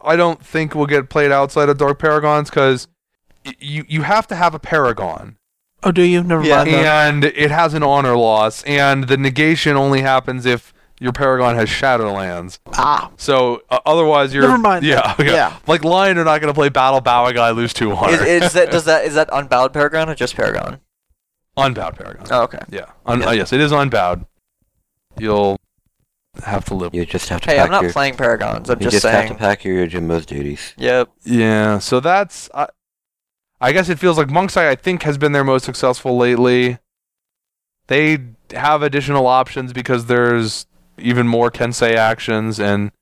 [SPEAKER 1] I don't think will get played outside of Dark Paragons because you you have to have a Paragon,
[SPEAKER 2] Oh, do you? Never
[SPEAKER 5] Yeah.
[SPEAKER 2] mind. that.
[SPEAKER 1] and it has an honor loss, and the negation only happens if your Paragon has Shadowlands.
[SPEAKER 2] Ah,
[SPEAKER 1] So uh, otherwise, you're
[SPEAKER 2] Never mind.
[SPEAKER 1] Yeah, <laughs> okay.
[SPEAKER 2] Yeah.
[SPEAKER 1] Like Lion are not going to play Battle Bow a guy lose two honor
[SPEAKER 5] Is,
[SPEAKER 1] <laughs>
[SPEAKER 5] is that does that is that unbowed Paragon or just Paragon?
[SPEAKER 1] unbowed Paragon.
[SPEAKER 5] Oh, okay.
[SPEAKER 1] Yeah, Un- uh, yes, it is unbowed. You'll have to live.
[SPEAKER 3] You just have to
[SPEAKER 5] Hey,
[SPEAKER 3] pack
[SPEAKER 5] I'm not
[SPEAKER 3] your,
[SPEAKER 5] playing Paragons. I'm
[SPEAKER 3] you
[SPEAKER 5] just,
[SPEAKER 3] just have to
[SPEAKER 5] saying.
[SPEAKER 3] pack your Yojimbo's duties.
[SPEAKER 5] Yep.
[SPEAKER 1] Yeah, so that's. I, I guess it feels like Monk's Eye, I think, has been their most successful lately. They have additional options because there's even more Kensei actions and.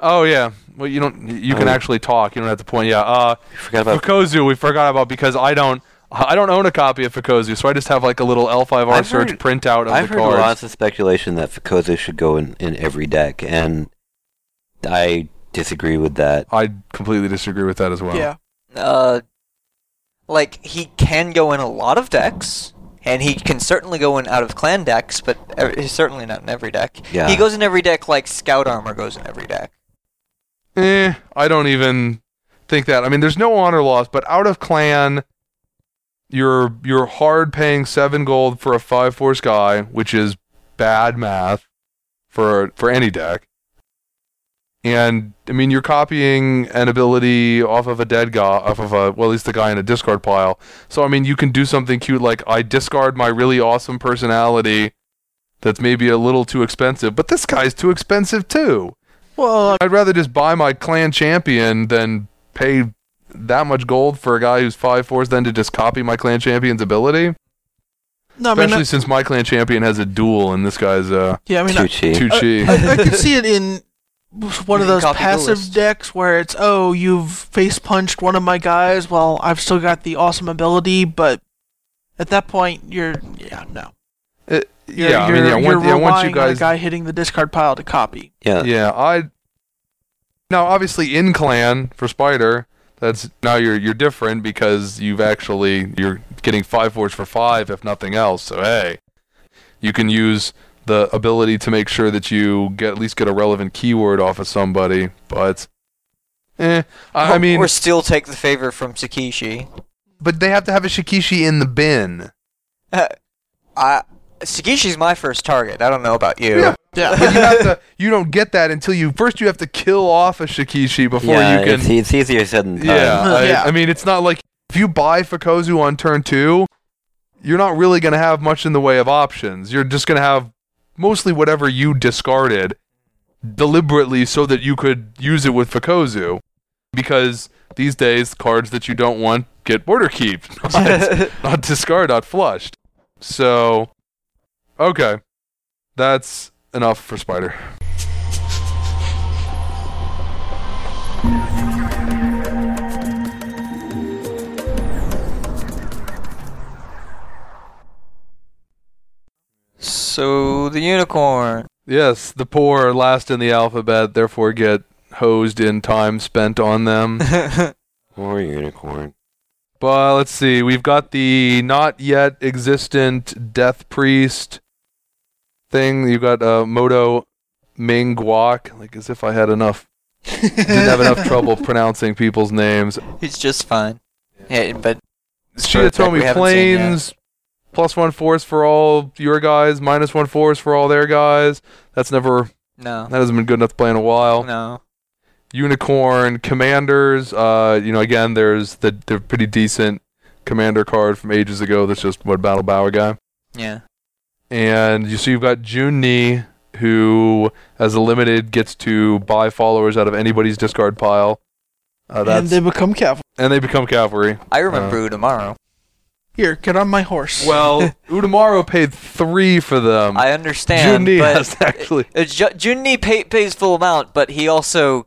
[SPEAKER 1] Oh yeah, well you don't. You can
[SPEAKER 3] Oh.
[SPEAKER 1] actually talk. You don't have to point. Yeah. Uh,
[SPEAKER 3] You forgot about
[SPEAKER 1] Fukozu, we forgot about because I don't. I don't own a copy of Fukozu, so I just have like a little L5R
[SPEAKER 3] I've
[SPEAKER 1] search
[SPEAKER 3] heard-
[SPEAKER 1] printout of the
[SPEAKER 3] I've heard
[SPEAKER 1] cards.
[SPEAKER 3] lots of speculation that Fukoza should go in, in every deck, and I disagree with that.
[SPEAKER 1] I completely disagree with that as well.
[SPEAKER 2] yeah.
[SPEAKER 5] Uh, like he can go in a lot of decks, and he can certainly go in out of clan decks, but ev- he's certainly not in every deck.
[SPEAKER 3] Yeah.
[SPEAKER 5] He goes in every deck like Scout Armor goes in every deck.
[SPEAKER 1] Eh, I don't even think that. I mean, there's no honor loss, but out of clan, you're you're hard paying seven gold for a five force guy, which is bad math for for any deck. And I mean, you're copying an ability off of a dead guy, off of a well, at least the guy in a discard pile. So I mean, you can do something cute like I discard my really awesome personality, that's maybe a little too expensive, but this guy's too expensive too.
[SPEAKER 2] Well, uh,
[SPEAKER 1] I'd rather just buy my clan champion than pay that much gold for a guy who's five fours than to just copy my clan champion's ability.
[SPEAKER 2] no, I mean,
[SPEAKER 1] Especially
[SPEAKER 2] I,
[SPEAKER 1] since my clan champion has a duel and this guy's uh
[SPEAKER 2] yeah, I mean,
[SPEAKER 3] Too
[SPEAKER 2] I,
[SPEAKER 3] cheap.
[SPEAKER 1] too cheap.
[SPEAKER 2] I, I could see it in one of
[SPEAKER 5] You can
[SPEAKER 2] those
[SPEAKER 5] copy the
[SPEAKER 2] passive
[SPEAKER 5] list.
[SPEAKER 2] decks where it's, oh, you've face punched one of my guys. Well, I've still got the awesome ability, but at that point, you're yeah, no.
[SPEAKER 1] It-
[SPEAKER 2] You're,
[SPEAKER 1] yeah, I
[SPEAKER 2] you're,
[SPEAKER 1] mean, yeah,
[SPEAKER 2] you're
[SPEAKER 1] once, yeah, once you
[SPEAKER 2] relying on a
[SPEAKER 1] guys,
[SPEAKER 2] guy hitting the discard pile to copy.
[SPEAKER 3] Yeah.
[SPEAKER 1] yeah, I. Now, obviously, in clan for Spider, that's now you're you're different because you've actually you're getting five fours for five, if nothing else. So hey, you can use the ability to make sure that you get at least get a relevant keyword off of somebody. But, eh,
[SPEAKER 3] Oh,
[SPEAKER 1] I, I mean,
[SPEAKER 5] or still take the favor from Sakishi. <laughs>
[SPEAKER 1] but they have to have a Shikishi in the bin.
[SPEAKER 5] I Sakishi's my first target. I don't know about you.
[SPEAKER 1] Yeah.
[SPEAKER 2] Yeah.
[SPEAKER 1] But you have to. You don't get that until you first. You have to kill off a Shikishi before
[SPEAKER 3] yeah,
[SPEAKER 1] you can.
[SPEAKER 3] it's, it's easier said than done. <laughs>
[SPEAKER 1] Yeah, I,
[SPEAKER 2] Yeah.
[SPEAKER 1] I mean, it's not like if you buy Fakozu on turn two, you're not really going to have much in the way of options. You're just going to have mostly whatever you discarded deliberately so that you could use it with Fakozu. Because these days, cards that you don't want get border keep, <laughs> not, not discard, not flushed. So, okay. That's enough for Spider.
[SPEAKER 5] <laughs> So the unicorn. <laughs>
[SPEAKER 1] Yes, the poor are last in the alphabet, therefore get hosed in time spent on them.
[SPEAKER 5] <laughs>
[SPEAKER 3] Or unicorn.
[SPEAKER 1] but let's see, we've got the not yet existent Death Priest thing. You've got uh, Moto Ming Guak, like as if I had enough, didn't have enough
[SPEAKER 5] <laughs>
[SPEAKER 1] trouble pronouncing people's names.
[SPEAKER 5] He's just fine. Yeah, but Perfect, we
[SPEAKER 1] Shiotomi
[SPEAKER 5] haven't seen yet.
[SPEAKER 1] Plains, plus one force for all your guys, minus one force for all their guys. That's never,
[SPEAKER 5] no,
[SPEAKER 1] that hasn't been good enough to play in a while.
[SPEAKER 5] no.
[SPEAKER 1] unicorn commanders uh you know again there's the the pretty decent commander card from ages ago that's just what battle bower guy
[SPEAKER 5] Yeah.
[SPEAKER 1] and you see you've got Junni who as a limited gets to buy followers out of anybody's discard pile uh, that's,
[SPEAKER 2] and
[SPEAKER 1] and,
[SPEAKER 2] they
[SPEAKER 1] they,
[SPEAKER 2] become cavalry.
[SPEAKER 1] become cavalry
[SPEAKER 5] I remember tomorrow.
[SPEAKER 2] Here, get on my horse.
[SPEAKER 5] <laughs>
[SPEAKER 1] well <laughs> Udamaru paid three for them
[SPEAKER 5] I understand.
[SPEAKER 1] Junni
[SPEAKER 5] but
[SPEAKER 1] has <laughs> actually
[SPEAKER 5] Uh, Ju- Junni pay- pays full amount, but he also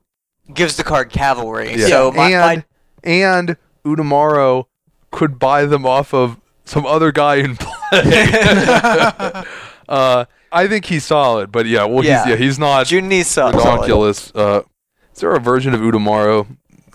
[SPEAKER 5] gives the card cavalry.
[SPEAKER 1] Yeah.
[SPEAKER 5] So my,
[SPEAKER 1] and and Udamaro could buy them off of some other guy in <laughs> play. uh, I think he's solid, but yeah, well, he's
[SPEAKER 5] Yeah.
[SPEAKER 1] yeah, he's
[SPEAKER 5] my
[SPEAKER 1] not
[SPEAKER 5] Junni sucks.
[SPEAKER 1] ridiculous. Uh, is there a version of Udamaro?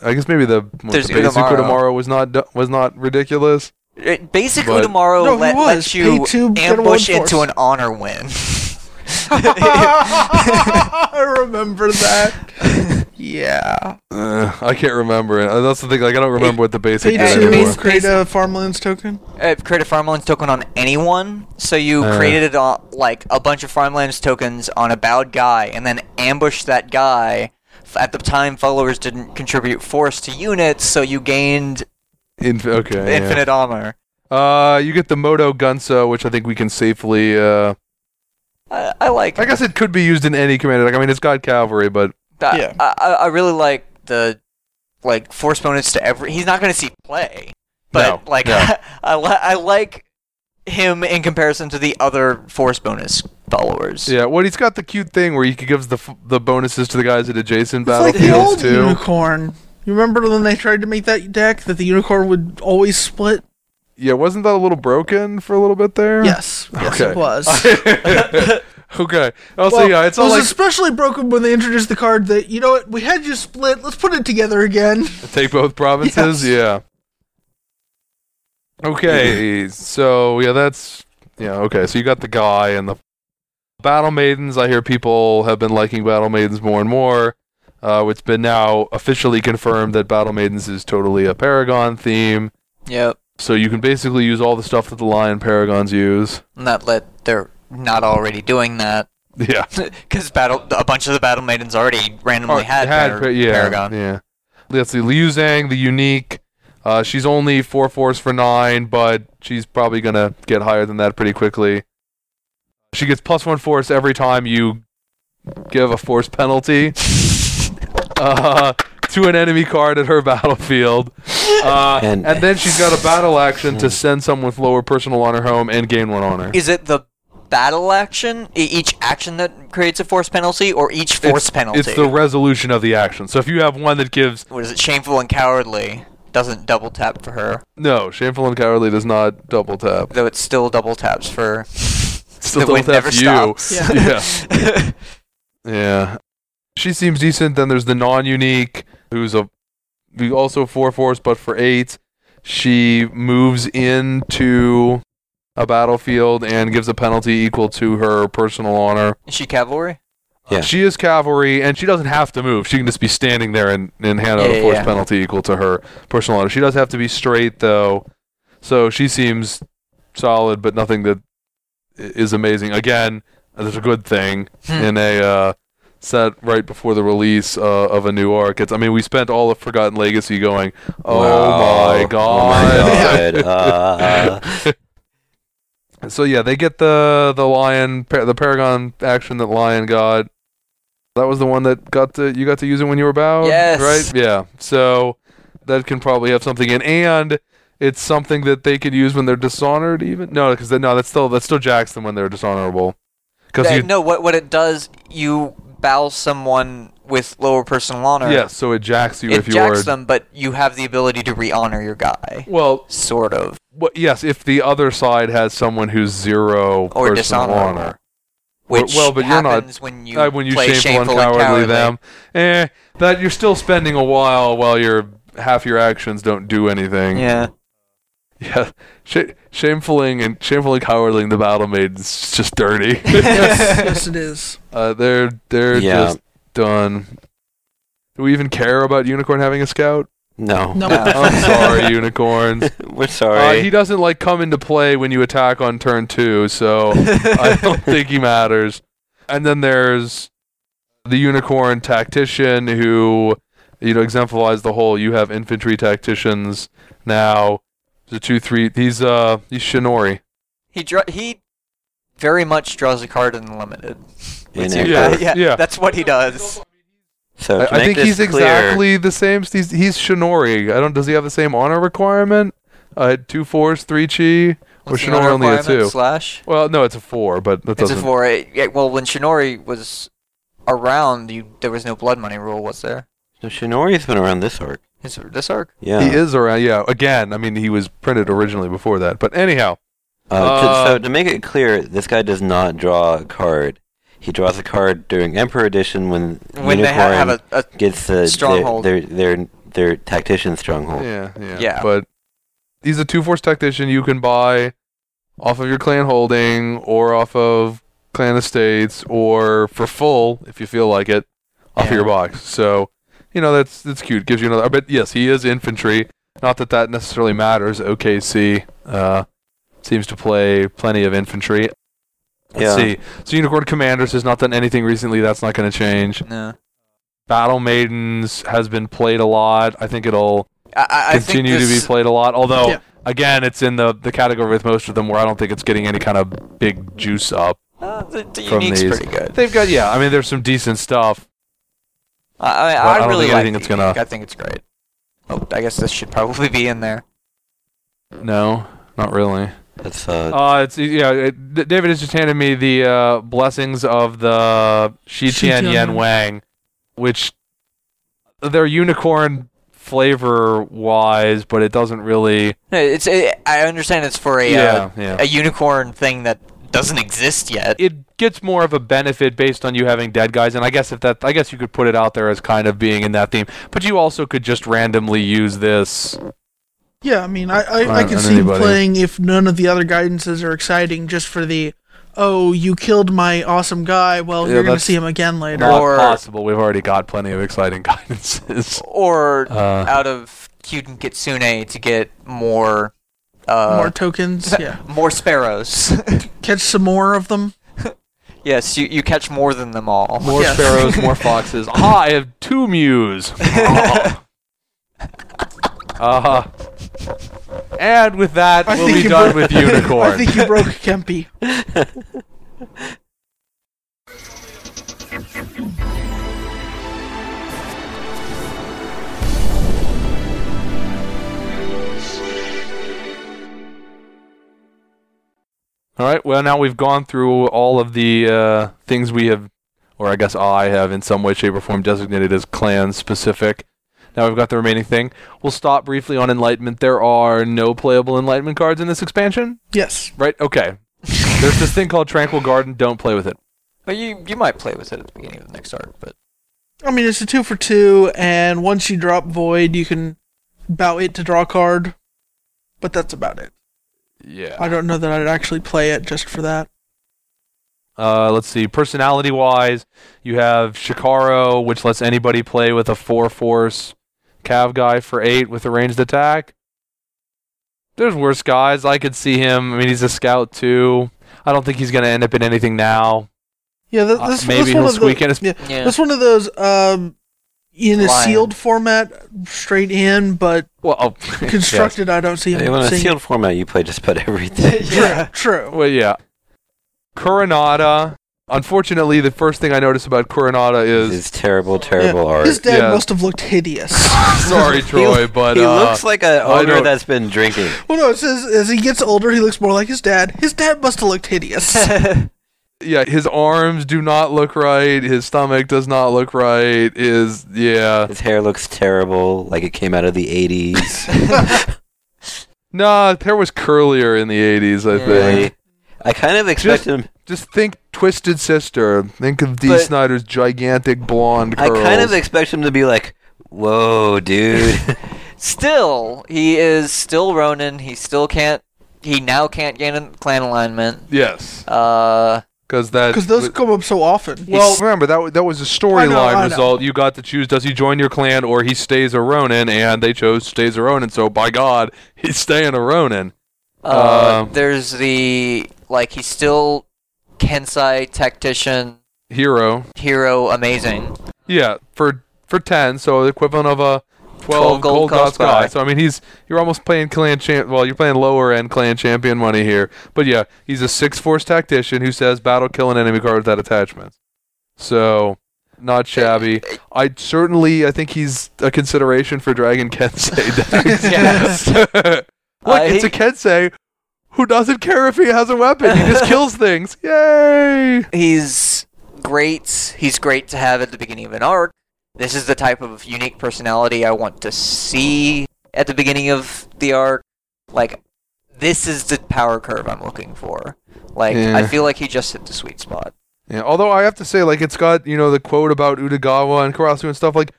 [SPEAKER 1] I guess maybe the, what,
[SPEAKER 5] There's
[SPEAKER 1] the basic
[SPEAKER 5] Udamaro.
[SPEAKER 1] Udamaro was not do- was not ridiculous.
[SPEAKER 5] It- Basic
[SPEAKER 1] But-
[SPEAKER 5] Udamaro
[SPEAKER 2] No, he
[SPEAKER 5] Uh, let,
[SPEAKER 2] was.
[SPEAKER 5] lets you
[SPEAKER 2] Pay two, get one
[SPEAKER 5] ambush
[SPEAKER 2] force.
[SPEAKER 5] into an honor win.
[SPEAKER 2] <laughs> <laughs>
[SPEAKER 5] <laughs>
[SPEAKER 2] I remember
[SPEAKER 1] <laughs>
[SPEAKER 2] that. yeah.
[SPEAKER 1] Uh, I can't remember it. Uh, That's the thing. Like I don't remember what the basic
[SPEAKER 2] Pay
[SPEAKER 1] did
[SPEAKER 5] Yeah,
[SPEAKER 2] two,
[SPEAKER 5] base-
[SPEAKER 1] anymore.
[SPEAKER 2] create a farmlands token.
[SPEAKER 5] uh, create a farmlands token on anyone. So you
[SPEAKER 1] Uh.
[SPEAKER 5] created a, like a bunch of farmlands tokens on a bowed guy, and then ambushed that guy. F- At the time, followers didn't contribute force to units, so you gained
[SPEAKER 1] Inf- okay. yeah.
[SPEAKER 5] infinite armor.
[SPEAKER 1] Uh, you get the Moto Gunso, which I think we can safely. Uh,
[SPEAKER 5] I, I like.
[SPEAKER 1] I guess it could be used in any commander. Like I mean, it's got cavalry, but
[SPEAKER 5] I,
[SPEAKER 2] Yeah.
[SPEAKER 5] I, I- I really like the like force bonus to every. He's not going to see play, but
[SPEAKER 1] No,
[SPEAKER 5] like
[SPEAKER 1] no.
[SPEAKER 5] <laughs> I, li- I like him in comparison to the other force bonus followers.
[SPEAKER 1] Yeah, well, he's got the cute thing where he gives the f- the bonuses to the guys at adjacent
[SPEAKER 2] It's like the
[SPEAKER 1] battlefields
[SPEAKER 2] old
[SPEAKER 1] too.
[SPEAKER 2] unicorn. You remember when they tried to make that deck that the unicorn would always split?
[SPEAKER 1] yeah, wasn't that a little broken for a little bit there?
[SPEAKER 2] Yes, yes,
[SPEAKER 1] Okay. <laughs>
[SPEAKER 2] it was.
[SPEAKER 1] okay. Also,
[SPEAKER 2] Well,
[SPEAKER 1] yeah, it's
[SPEAKER 2] it
[SPEAKER 1] all
[SPEAKER 2] was
[SPEAKER 1] like
[SPEAKER 2] especially broken when they introduced the card that you know what we had you split. Let's put it together
[SPEAKER 1] <laughs>
[SPEAKER 2] again.
[SPEAKER 1] take both provinces. Yeah. Okay, so yeah, that's yeah. Okay, so you got the guy and the battle maidens. I hear people have been liking battle maidens more and more. Uh, it's been now officially confirmed that battle maidens is totally a paragon theme.
[SPEAKER 5] Yep.
[SPEAKER 1] So you can basically use all the stuff that the lion paragons use. <laughs>
[SPEAKER 5] Not let they're not already doing that
[SPEAKER 1] Yeah,
[SPEAKER 5] <laughs> because battle a bunch of the battle maidens already
[SPEAKER 1] Oh,
[SPEAKER 5] randomly had,
[SPEAKER 1] par-
[SPEAKER 5] par-
[SPEAKER 1] yeah,
[SPEAKER 5] paragon.
[SPEAKER 1] Yeah. Let's see, Liu Zhang, the unique. Uh, she's only four force for nine, but she's probably gonna get higher than that pretty quickly. She gets plus one force every time you give a force penalty. <laughs> uh, to an enemy card at her battlefield. Uh, and,
[SPEAKER 3] And-
[SPEAKER 1] then she's got a battle action to send someone with lower personal honor home and gain one honor.
[SPEAKER 5] Is it the battle action, e- each action that creates a force penalty, or each force
[SPEAKER 1] It's-
[SPEAKER 5] penalty?
[SPEAKER 1] It's the resolution of the action. So if you have one that gives
[SPEAKER 5] what is it? Shameful and cowardly doesn't double tap for her,
[SPEAKER 1] no, shameful and cowardly does not double tap.
[SPEAKER 5] though it still double
[SPEAKER 1] <laughs>
[SPEAKER 5] taps for.
[SPEAKER 1] Still
[SPEAKER 5] the
[SPEAKER 1] double
[SPEAKER 5] wind
[SPEAKER 1] tap
[SPEAKER 5] never
[SPEAKER 1] you.
[SPEAKER 5] stops.
[SPEAKER 1] <laughs> Yeah. Yeah. She seems decent. Then there's the non unique, who's a who's also four force, but for eight. She moves into a battlefield and gives a penalty equal to her personal honor.
[SPEAKER 5] <laughs> Is she cavalry?
[SPEAKER 3] Yeah.
[SPEAKER 1] She is cavalry and she doesn't have to move. She can just be standing there and, and hand out a
[SPEAKER 5] Yeah, yeah,
[SPEAKER 1] force
[SPEAKER 5] yeah.
[SPEAKER 1] penalty equal to her personal honor. She does have to be straight though. So she seems solid, but nothing that i- is amazing. Again, that's a good thing in a uh, set right before the release uh, of a new arc. It's, I mean, we spent all of Forgotten Legacy going, oh
[SPEAKER 3] Wow.
[SPEAKER 1] my
[SPEAKER 3] Oh
[SPEAKER 1] god.
[SPEAKER 3] my
[SPEAKER 1] <laughs>
[SPEAKER 3] god. Uh,
[SPEAKER 1] so yeah, they get the the lion, par- the Paragon action that Lion got. That was the one that got to you got to use it when you were bowed,
[SPEAKER 5] Yes.
[SPEAKER 1] right? Yeah. So that can probably have something in, and it's something that they could use when they're dishonored. Even no, because no, that's still that still jacks them when they're dishonorable. Because
[SPEAKER 5] That-
[SPEAKER 1] you
[SPEAKER 5] Uh, no, what what it does, you bow someone with lower personal honor.
[SPEAKER 1] yes, so it jacks you
[SPEAKER 5] It
[SPEAKER 1] if you
[SPEAKER 5] jacks
[SPEAKER 1] are
[SPEAKER 5] them, but you have the ability to re-honor your guy,
[SPEAKER 1] well.
[SPEAKER 5] sort of.
[SPEAKER 1] wha- yes, if the other side has someone who's zero
[SPEAKER 5] Or
[SPEAKER 1] personal
[SPEAKER 5] dishonorable.
[SPEAKER 1] honor. Or-
[SPEAKER 5] Which
[SPEAKER 1] well, but you're not-
[SPEAKER 5] happens when you
[SPEAKER 1] Uh, when you
[SPEAKER 5] play
[SPEAKER 1] shameful, and cowardly, them. Eh, that you're still spending a while while your half your actions don't do anything.
[SPEAKER 5] Yeah.
[SPEAKER 1] Yeah. Sh- shamefulling and shamefully cowardly the battle maids just dirty.
[SPEAKER 2] yes, it is.
[SPEAKER 1] uh, they're they're
[SPEAKER 3] Yeah.
[SPEAKER 1] just done. Do we even care about Unicorn having a scout?
[SPEAKER 3] no.
[SPEAKER 1] <laughs>
[SPEAKER 2] No.
[SPEAKER 1] I'm
[SPEAKER 3] <laughs>
[SPEAKER 1] sorry, Unicorns.
[SPEAKER 3] We're
[SPEAKER 1] Uh,
[SPEAKER 3] sorry.
[SPEAKER 1] he doesn't like come into play when you attack on turn two,
[SPEAKER 3] <laughs>
[SPEAKER 1] so I don't think he matters. And then there's the unicorn tactician who, you know, exemplifies the whole. You have infantry tacticians now. The two, three. He's uh, he's Shinori.
[SPEAKER 5] He draw he very much draws a card in limited.
[SPEAKER 3] in
[SPEAKER 1] Yeah,
[SPEAKER 3] it.
[SPEAKER 1] yeah. yeah.
[SPEAKER 5] That's what he does.
[SPEAKER 3] <laughs> So
[SPEAKER 1] I,
[SPEAKER 3] to
[SPEAKER 1] I
[SPEAKER 3] make
[SPEAKER 1] think
[SPEAKER 3] this
[SPEAKER 1] he's
[SPEAKER 3] clear,
[SPEAKER 1] exactly the same. He's, he's Shinori. I don't. Does he have the same honor requirement? Uh, two fours, three chi, or
[SPEAKER 5] What's the
[SPEAKER 1] Shinori
[SPEAKER 5] honor
[SPEAKER 1] only a
[SPEAKER 5] requirement?
[SPEAKER 1] two?
[SPEAKER 5] Slash.
[SPEAKER 1] Well, no, it's a four, but that
[SPEAKER 5] It's
[SPEAKER 1] doesn't.
[SPEAKER 5] a four. It, yeah, well, when Shinori was around, you, there was no blood money rule, was there?
[SPEAKER 3] No, Shinori's been around this arc.
[SPEAKER 5] Is it this arc?
[SPEAKER 3] Yeah.
[SPEAKER 1] He is around, yeah. Again, I mean, he was printed originally before that, but anyhow,
[SPEAKER 3] Uh, to- so
[SPEAKER 1] Um,
[SPEAKER 3] to make it clear, this guy does not draw a card. He draws a card during Emperor Edition when
[SPEAKER 5] When they ha- have a, a
[SPEAKER 3] gets the
[SPEAKER 5] stronghold.
[SPEAKER 3] Their, their their their tactician stronghold.
[SPEAKER 1] yeah, yeah,
[SPEAKER 5] Yeah.
[SPEAKER 1] But he's a two force tactician you can buy off of your clan holding or off of clan estates or for full if you feel like it off of
[SPEAKER 5] Yeah.
[SPEAKER 1] your box. So you know that's that's cute. Gives you another. But yes, he is infantry. Not that that necessarily matters. OKC uh, seems to play plenty of infantry. Let's
[SPEAKER 3] Yeah.
[SPEAKER 1] see. So Unicorn Commanders has not done anything recently. That's not going to change.
[SPEAKER 5] no.
[SPEAKER 1] Battle Maidens has been played a lot. I think it'll
[SPEAKER 5] I- I, I think
[SPEAKER 1] continue to be
[SPEAKER 5] this-
[SPEAKER 1] played a lot. Although,
[SPEAKER 2] Yeah.
[SPEAKER 1] again, it's in the, the category with most of them where I don't think it's getting any kind of big juice up.
[SPEAKER 5] uh, the, the
[SPEAKER 1] from
[SPEAKER 5] unique's
[SPEAKER 1] these.
[SPEAKER 5] pretty good.
[SPEAKER 1] They've got, yeah, I mean, there's some decent stuff.
[SPEAKER 5] I, I,
[SPEAKER 1] I
[SPEAKER 5] I
[SPEAKER 1] don't
[SPEAKER 5] really
[SPEAKER 1] think
[SPEAKER 5] like
[SPEAKER 1] anything that's
[SPEAKER 5] the
[SPEAKER 1] gonna-
[SPEAKER 5] unique. I think it's great. Oh, I guess this should probably be in there.
[SPEAKER 1] No, not really.
[SPEAKER 3] That's uh,
[SPEAKER 1] Uh, it's yeah. It, D- David has just handed me the uh, blessings of the Shi
[SPEAKER 2] Shi
[SPEAKER 1] Tian
[SPEAKER 2] Tian
[SPEAKER 1] Yan
[SPEAKER 2] Yan.
[SPEAKER 1] Wang, which they're unicorn flavor wise, but it doesn't really.
[SPEAKER 5] No, it's. It, I understand it's for a uh,
[SPEAKER 1] Yeah, yeah.
[SPEAKER 5] a unicorn thing that doesn't exist yet.
[SPEAKER 1] it gets more of a benefit based on you having dead guys and i guess if that i guess you could put it out there as kind of being in that theme but you also could just randomly use this
[SPEAKER 2] Yeah, I mean, I I, I
[SPEAKER 1] Alright,
[SPEAKER 2] can
[SPEAKER 1] and
[SPEAKER 2] see him
[SPEAKER 1] anybody.
[SPEAKER 2] playing if none of the other guidances are exciting, just for the, oh, you killed my awesome guy. Well,
[SPEAKER 1] Yeah,
[SPEAKER 2] you're gonna
[SPEAKER 1] that's-
[SPEAKER 2] see him again later.
[SPEAKER 1] not
[SPEAKER 5] Or-
[SPEAKER 1] possible we've already got plenty of exciting <laughs> guidances
[SPEAKER 5] or
[SPEAKER 1] uh,
[SPEAKER 5] out of Kyuden Kitsune to get more
[SPEAKER 2] more
[SPEAKER 1] <laughs>
[SPEAKER 5] uh,
[SPEAKER 2] tokens. yeah,
[SPEAKER 5] more, sparrows. <laughs>
[SPEAKER 2] catch some more of them.
[SPEAKER 5] yes, you, you catch more than them all. <laughs>
[SPEAKER 1] more
[SPEAKER 2] Yes.
[SPEAKER 1] sparrows more foxes ah i have two mews Ah. uh-huh. and with that
[SPEAKER 2] I
[SPEAKER 1] we'll
[SPEAKER 2] think
[SPEAKER 1] be
[SPEAKER 2] you
[SPEAKER 1] done
[SPEAKER 2] broke-
[SPEAKER 1] with unicorn
[SPEAKER 2] <laughs> I think you broke Kempy.
[SPEAKER 1] All right. Well, now we've gone through all of the uh, things we have, or I guess I have, in some way, shape, or form, designated as clan specific. Now we've got the remaining thing. We'll stop briefly on enlightenment. There are no playable enlightenment cards in this expansion,
[SPEAKER 2] Yes.
[SPEAKER 1] right? Okay. There's this thing called Tranquil Garden. Don't play with it.
[SPEAKER 4] But you you might play with it at the beginning of the next arc, but
[SPEAKER 2] I mean, it's a two for two, and once you drop Void, you can bout it to draw a card. But that's about it. I
[SPEAKER 1] Yeah.
[SPEAKER 2] don't know that I'd actually play it just for that.
[SPEAKER 1] Uh, let's see. Personality wise, you have Shikaro, which lets anybody play with a four force Cav guy for eight with a ranged attack. There's worse guys. I could see him. I mean, he's a scout too. I don't think he's going to end up in anything now.
[SPEAKER 2] Yeah, th-
[SPEAKER 1] Uh,
[SPEAKER 2] this,
[SPEAKER 1] maybe
[SPEAKER 2] this
[SPEAKER 1] he'll
[SPEAKER 2] one of
[SPEAKER 1] squeak
[SPEAKER 2] the,
[SPEAKER 1] in his- <laughs>
[SPEAKER 2] yeah,
[SPEAKER 4] Yeah.
[SPEAKER 5] <laughs>
[SPEAKER 2] That's one of those um, in a
[SPEAKER 4] Lion.
[SPEAKER 2] sealed format, straight in,
[SPEAKER 1] <laughs>
[SPEAKER 2] but
[SPEAKER 1] Well, oh,
[SPEAKER 2] constructed. I don't see him
[SPEAKER 3] In a
[SPEAKER 2] seeing.
[SPEAKER 3] sealed format, you play just about
[SPEAKER 5] <laughs>
[SPEAKER 3] everything.
[SPEAKER 2] yeah, true.
[SPEAKER 1] Well, yeah. Coronada. Unfortunately, the first thing I notice about Coronada is
[SPEAKER 3] It's terrible, terrible
[SPEAKER 2] Yeah.
[SPEAKER 3] art.
[SPEAKER 2] His dad
[SPEAKER 1] yeah.
[SPEAKER 2] must have looked hideous.
[SPEAKER 1] <laughs> sorry, Troy, but
[SPEAKER 3] <laughs> he
[SPEAKER 1] uh,
[SPEAKER 3] looks like an owner
[SPEAKER 1] don't-
[SPEAKER 3] that's been drinking.
[SPEAKER 2] <laughs> well, no, it says as he gets older, he looks more like his dad. His dad must have looked
[SPEAKER 1] <laughs>
[SPEAKER 2] hideous. <laughs>
[SPEAKER 1] yeah, his arms do not look right. His stomach does not look right. Is yeah.
[SPEAKER 3] His hair looks terrible, like it came out of the
[SPEAKER 1] <laughs>
[SPEAKER 3] 80s.
[SPEAKER 1] Nah, hair was curlier in the '80s. I think.
[SPEAKER 3] Really. I kind of expect
[SPEAKER 1] Just-
[SPEAKER 3] him.
[SPEAKER 1] Just think Twisted Sister. Think of Dee
[SPEAKER 3] But-
[SPEAKER 1] Snyder's gigantic blonde
[SPEAKER 3] I
[SPEAKER 1] curls.
[SPEAKER 3] kind of expect him to be like, "Whoa, dude!" <laughs>
[SPEAKER 5] Still, he is still Ronin. He still can't. He now can't gain a clan alignment.
[SPEAKER 1] yes,
[SPEAKER 5] Uh,
[SPEAKER 1] because that
[SPEAKER 2] Because those come up so often.
[SPEAKER 1] Well, remember that w- that was a
[SPEAKER 2] I know, I know.
[SPEAKER 1] storyline result. You got to choose: does he join your clan or he stays a Ronin? And they chose stays a Ronin. So by God, he's staying a Ronin.
[SPEAKER 5] uh,
[SPEAKER 1] Um,
[SPEAKER 5] there's the like he's still Kensai tactician
[SPEAKER 1] Hero,
[SPEAKER 5] hero amazing.
[SPEAKER 1] yeah, for for ten, so the equivalent of a twelve,
[SPEAKER 5] Gold
[SPEAKER 1] gold,
[SPEAKER 5] Coast
[SPEAKER 1] cost guy.
[SPEAKER 5] guy.
[SPEAKER 1] So I mean, he's you're almost playing clan champ. Well, you're playing lower end clan champion money here, but yeah, he's a six force tactician who says battle kill an enemy card without attachments. So. Not shabby. I certainly, I think he's a consideration for Dragon Kensei
[SPEAKER 5] <laughs>
[SPEAKER 1] decks. <laughs> Look,
[SPEAKER 5] I-
[SPEAKER 1] it's a Kensei who doesn't care if he has a weapon. He
[SPEAKER 5] <laughs>
[SPEAKER 1] just kills things. Yay!
[SPEAKER 5] He's great. He's great to have at the beginning of an arc. This is the type of unique personality I want to see at the beginning of the arc. Like, this is the power curve I'm looking for. Like, I
[SPEAKER 1] Yeah.
[SPEAKER 5] feel like he just hit the sweet spot.
[SPEAKER 1] Yeah, although I have to say, like, it's got, you know, the quote about Utagawa and Karasu and stuff. Like,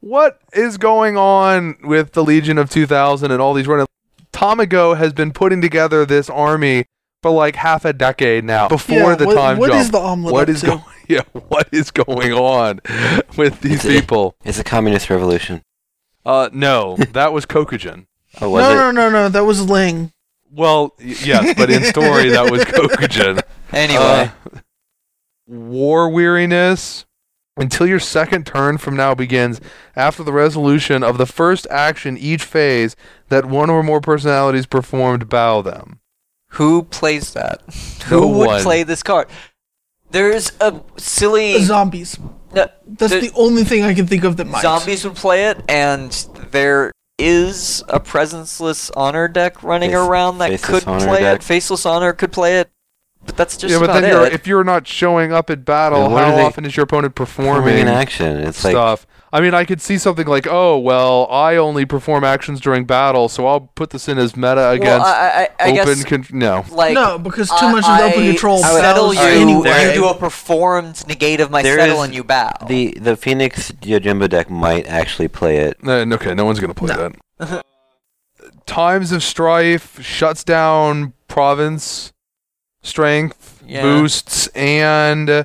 [SPEAKER 1] what is going on with the Legion of 2000 and all these running? Tomago has been putting together this army for like half a decade now before
[SPEAKER 2] Yeah,
[SPEAKER 1] the
[SPEAKER 2] what-
[SPEAKER 1] time
[SPEAKER 2] what
[SPEAKER 1] jump.
[SPEAKER 2] is the omelet
[SPEAKER 1] what
[SPEAKER 2] up
[SPEAKER 1] is
[SPEAKER 2] to?
[SPEAKER 1] going? <laughs> Yeah, what is going on with these
[SPEAKER 3] It's a-
[SPEAKER 1] people?
[SPEAKER 3] it's a communist revolution.
[SPEAKER 1] Uh, no, that was Kokujin.
[SPEAKER 3] Oh, was
[SPEAKER 2] no,
[SPEAKER 3] it?
[SPEAKER 2] no, no, no. That was Ling.
[SPEAKER 1] Well, y- yes, but in story that <laughs> was Kokujin. Uh,
[SPEAKER 5] Anyway,
[SPEAKER 1] war weariness. Until your second turn from now begins, after the resolution of the first action each phase that one or more personalities performed, bow them.
[SPEAKER 5] who plays that?
[SPEAKER 1] No
[SPEAKER 5] Who would
[SPEAKER 1] one.
[SPEAKER 5] play this card? There's a silly.
[SPEAKER 2] Zombies.
[SPEAKER 5] No,
[SPEAKER 2] That's
[SPEAKER 5] the-
[SPEAKER 2] the only thing I can think of that might.
[SPEAKER 5] zombies would play it, and there is a presenceless honor deck running
[SPEAKER 3] Face-
[SPEAKER 5] around that
[SPEAKER 3] faceless
[SPEAKER 5] could
[SPEAKER 3] honor
[SPEAKER 5] play
[SPEAKER 3] deck.
[SPEAKER 5] it. Faceless honor could play it, but that's just
[SPEAKER 1] yeah, but
[SPEAKER 5] about
[SPEAKER 1] then you're,
[SPEAKER 5] it.
[SPEAKER 1] if you're not showing up at battle,
[SPEAKER 3] Then what are
[SPEAKER 1] how
[SPEAKER 3] they
[SPEAKER 1] often is your opponent
[SPEAKER 3] Forming
[SPEAKER 1] performing
[SPEAKER 3] an action. It's like
[SPEAKER 1] stuff? I mean, I could see something like, "Oh, well, I only perform actions during battle, so I'll put this in as meta
[SPEAKER 5] well,
[SPEAKER 1] against
[SPEAKER 5] I, I, I
[SPEAKER 1] open."
[SPEAKER 5] guess
[SPEAKER 1] con- no,
[SPEAKER 5] like
[SPEAKER 2] no, because too much of the open
[SPEAKER 5] I-
[SPEAKER 2] control
[SPEAKER 5] I settle
[SPEAKER 2] sells
[SPEAKER 5] you.
[SPEAKER 2] anyway.
[SPEAKER 5] You do a performed negate of my
[SPEAKER 3] There
[SPEAKER 5] settle,
[SPEAKER 3] is
[SPEAKER 5] and you bow.
[SPEAKER 3] the the Phoenix Yojimbo deck might actually play it.
[SPEAKER 1] Uh, n- okay, no one's gonna play
[SPEAKER 2] No.
[SPEAKER 1] that. Times of strife shuts down province strength
[SPEAKER 5] Yeah.
[SPEAKER 1] boosts and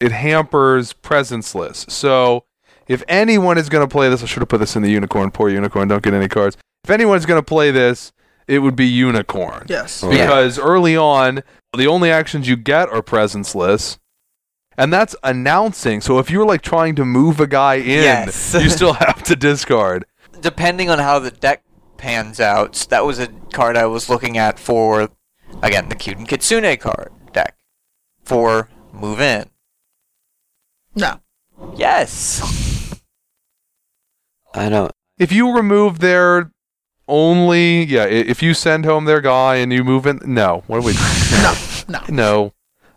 [SPEAKER 1] it hampers presenceless. So if anyone is gonna play this, I should have put this in the unicorn. Poor unicorn, don't get any cards. If anyone's gonna play this, it would be unicorn
[SPEAKER 2] yes.
[SPEAKER 3] Yeah.
[SPEAKER 1] because early on the only actions you get are presenceless and that's announcing so if you're like trying to move a guy in
[SPEAKER 5] Yes.
[SPEAKER 1] you
[SPEAKER 5] <laughs>
[SPEAKER 1] still have to discard
[SPEAKER 5] depending on how the deck pans out, that was a card I was looking at for, again, the Kyuden Kitsune card deck for move in.
[SPEAKER 2] No.
[SPEAKER 5] Yes.
[SPEAKER 3] I don't.
[SPEAKER 1] if you remove their only yeah. i- If you send home their guy and you move in, no. What are we?
[SPEAKER 5] <laughs>
[SPEAKER 2] No, no.
[SPEAKER 1] no.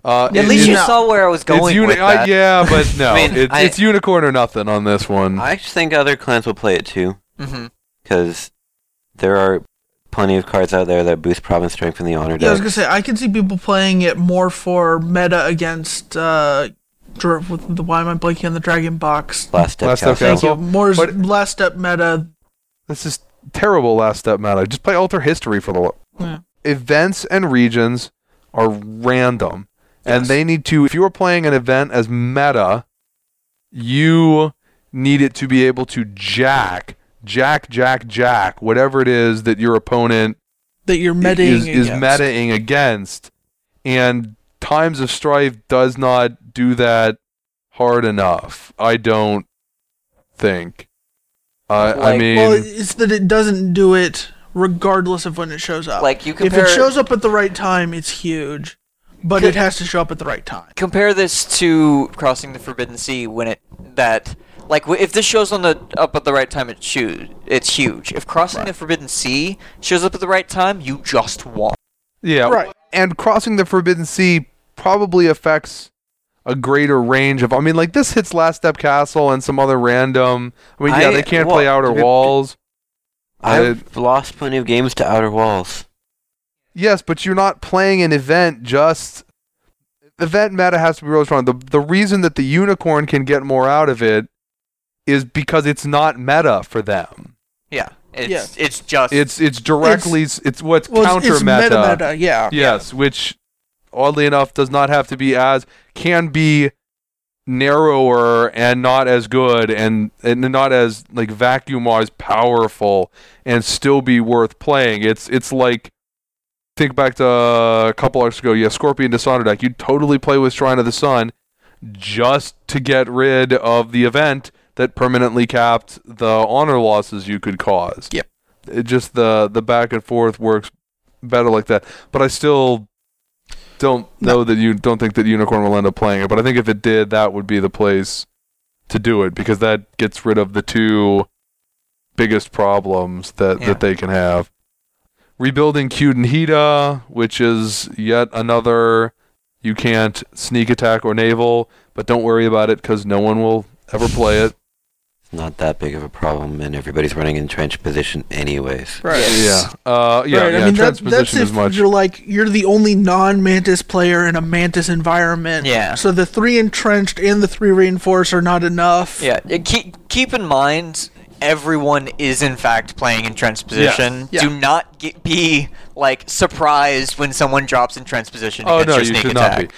[SPEAKER 1] Uh,
[SPEAKER 5] At
[SPEAKER 1] it-
[SPEAKER 5] least you
[SPEAKER 1] it's-
[SPEAKER 5] saw where I was going
[SPEAKER 1] it's uni-
[SPEAKER 5] with
[SPEAKER 1] I-
[SPEAKER 5] that.
[SPEAKER 1] yeah,
[SPEAKER 5] <laughs>
[SPEAKER 1] but no,
[SPEAKER 5] mean,
[SPEAKER 1] it's,
[SPEAKER 5] I-
[SPEAKER 1] it's unicorn or nothing on this one.
[SPEAKER 3] I just think other clans will play it too,
[SPEAKER 5] Mhm.
[SPEAKER 3] because there are plenty of cards out there that boost province strength in the honor
[SPEAKER 2] Yeah, I was
[SPEAKER 3] deck.
[SPEAKER 2] gonna say I can see people playing it more for meta against uh, dra- with the why am I blanking on the dragon box?
[SPEAKER 3] Last deck
[SPEAKER 1] Last Step
[SPEAKER 3] Castle.
[SPEAKER 2] Thank
[SPEAKER 1] Council.
[SPEAKER 2] you. More is
[SPEAKER 1] But-
[SPEAKER 2] last step meta.
[SPEAKER 1] This is terrible last step meta. Just play alter history for the lo-
[SPEAKER 2] Yeah.
[SPEAKER 1] events and regions are random. And they need to if you are playing an event as meta, you need it to be able to jack, jack, jack, jack, whatever it is that your opponent
[SPEAKER 2] That you're
[SPEAKER 1] i-
[SPEAKER 2] metaing
[SPEAKER 1] is, is
[SPEAKER 2] against.
[SPEAKER 1] metaing against. And Times of Strife does not do that hard enough. I don't think. I I
[SPEAKER 5] Like-
[SPEAKER 1] mean
[SPEAKER 2] Well, it's that it doesn't do it regardless of when it shows up.
[SPEAKER 5] Like you
[SPEAKER 2] if
[SPEAKER 5] compare
[SPEAKER 2] it shows up at the right time, it's huge, but it has to show up at the right time.
[SPEAKER 5] compare this to Crossing the Forbidden Sea when it that like w- if this shows on the up at the right time, it's huge. It's huge. If Crossing the Forbidden Sea shows up at the right time, you just won.
[SPEAKER 1] Yeah.
[SPEAKER 2] Right.
[SPEAKER 1] And crossing the Forbidden Sea probably affects a greater range of. I mean, like this hits Last Step Castle and some other random. I mean, yeah,
[SPEAKER 3] I-
[SPEAKER 1] they can't
[SPEAKER 3] well,
[SPEAKER 1] play Outer
[SPEAKER 3] it-
[SPEAKER 1] Walls.
[SPEAKER 3] I've lost plenty of games to Outer Walls.
[SPEAKER 1] Yes, but you're not playing an event just. Event meta has to be really strong. The, the reason that the unicorn can get more out of it is because it's not meta for them.
[SPEAKER 5] Yeah. It's it's just
[SPEAKER 1] It's it's directly it's, what's
[SPEAKER 2] Well,
[SPEAKER 1] counter
[SPEAKER 2] it's, it's meta meta, yeah.
[SPEAKER 1] Yes, which oddly enough does not have to be as can be narrower and not as good and, and not as like vacuum wise powerful and still be worth playing. It's it's like think back to uh, a couple hours ago, yeah, Scorpion Dishonored deck. You'd totally play with Shrine of the Sun just to get rid of the event that permanently capped the honor losses you could cause.
[SPEAKER 2] Yep.
[SPEAKER 1] It just the the back and forth works better like that. But I still don't know that you don't think that Unicorn will end up playing it. But I think if it did, that would be the place to do it because that gets rid of the two biggest problems that,
[SPEAKER 5] Yeah.
[SPEAKER 1] that they can have. Rebuilding Cudenhida, which is yet another you can't sneak attack or naval, but don't worry about it because no one will ever play
[SPEAKER 2] <laughs>
[SPEAKER 1] it.
[SPEAKER 3] It's not that big of a problem, and everybody's running in trench position anyways.
[SPEAKER 2] Right.
[SPEAKER 1] Yeah. Uh, yeah.
[SPEAKER 2] right.
[SPEAKER 1] yeah.
[SPEAKER 2] I mean, that,
[SPEAKER 1] transposition
[SPEAKER 2] that's
[SPEAKER 1] is
[SPEAKER 2] if
[SPEAKER 1] much.
[SPEAKER 2] you're like you're the only non-mantis player in a mantis environment.
[SPEAKER 5] Yeah.
[SPEAKER 2] So the three entrenched and the three reinforced are not enough.
[SPEAKER 5] Yeah, uh, keep keep in mind everyone is in fact playing in transposition.
[SPEAKER 2] Yeah.
[SPEAKER 5] Do not get, be like surprised when someone drops in transposition
[SPEAKER 1] Oh
[SPEAKER 5] against
[SPEAKER 1] no,
[SPEAKER 5] your
[SPEAKER 1] you
[SPEAKER 5] sneak
[SPEAKER 1] should
[SPEAKER 5] attack.
[SPEAKER 1] not be.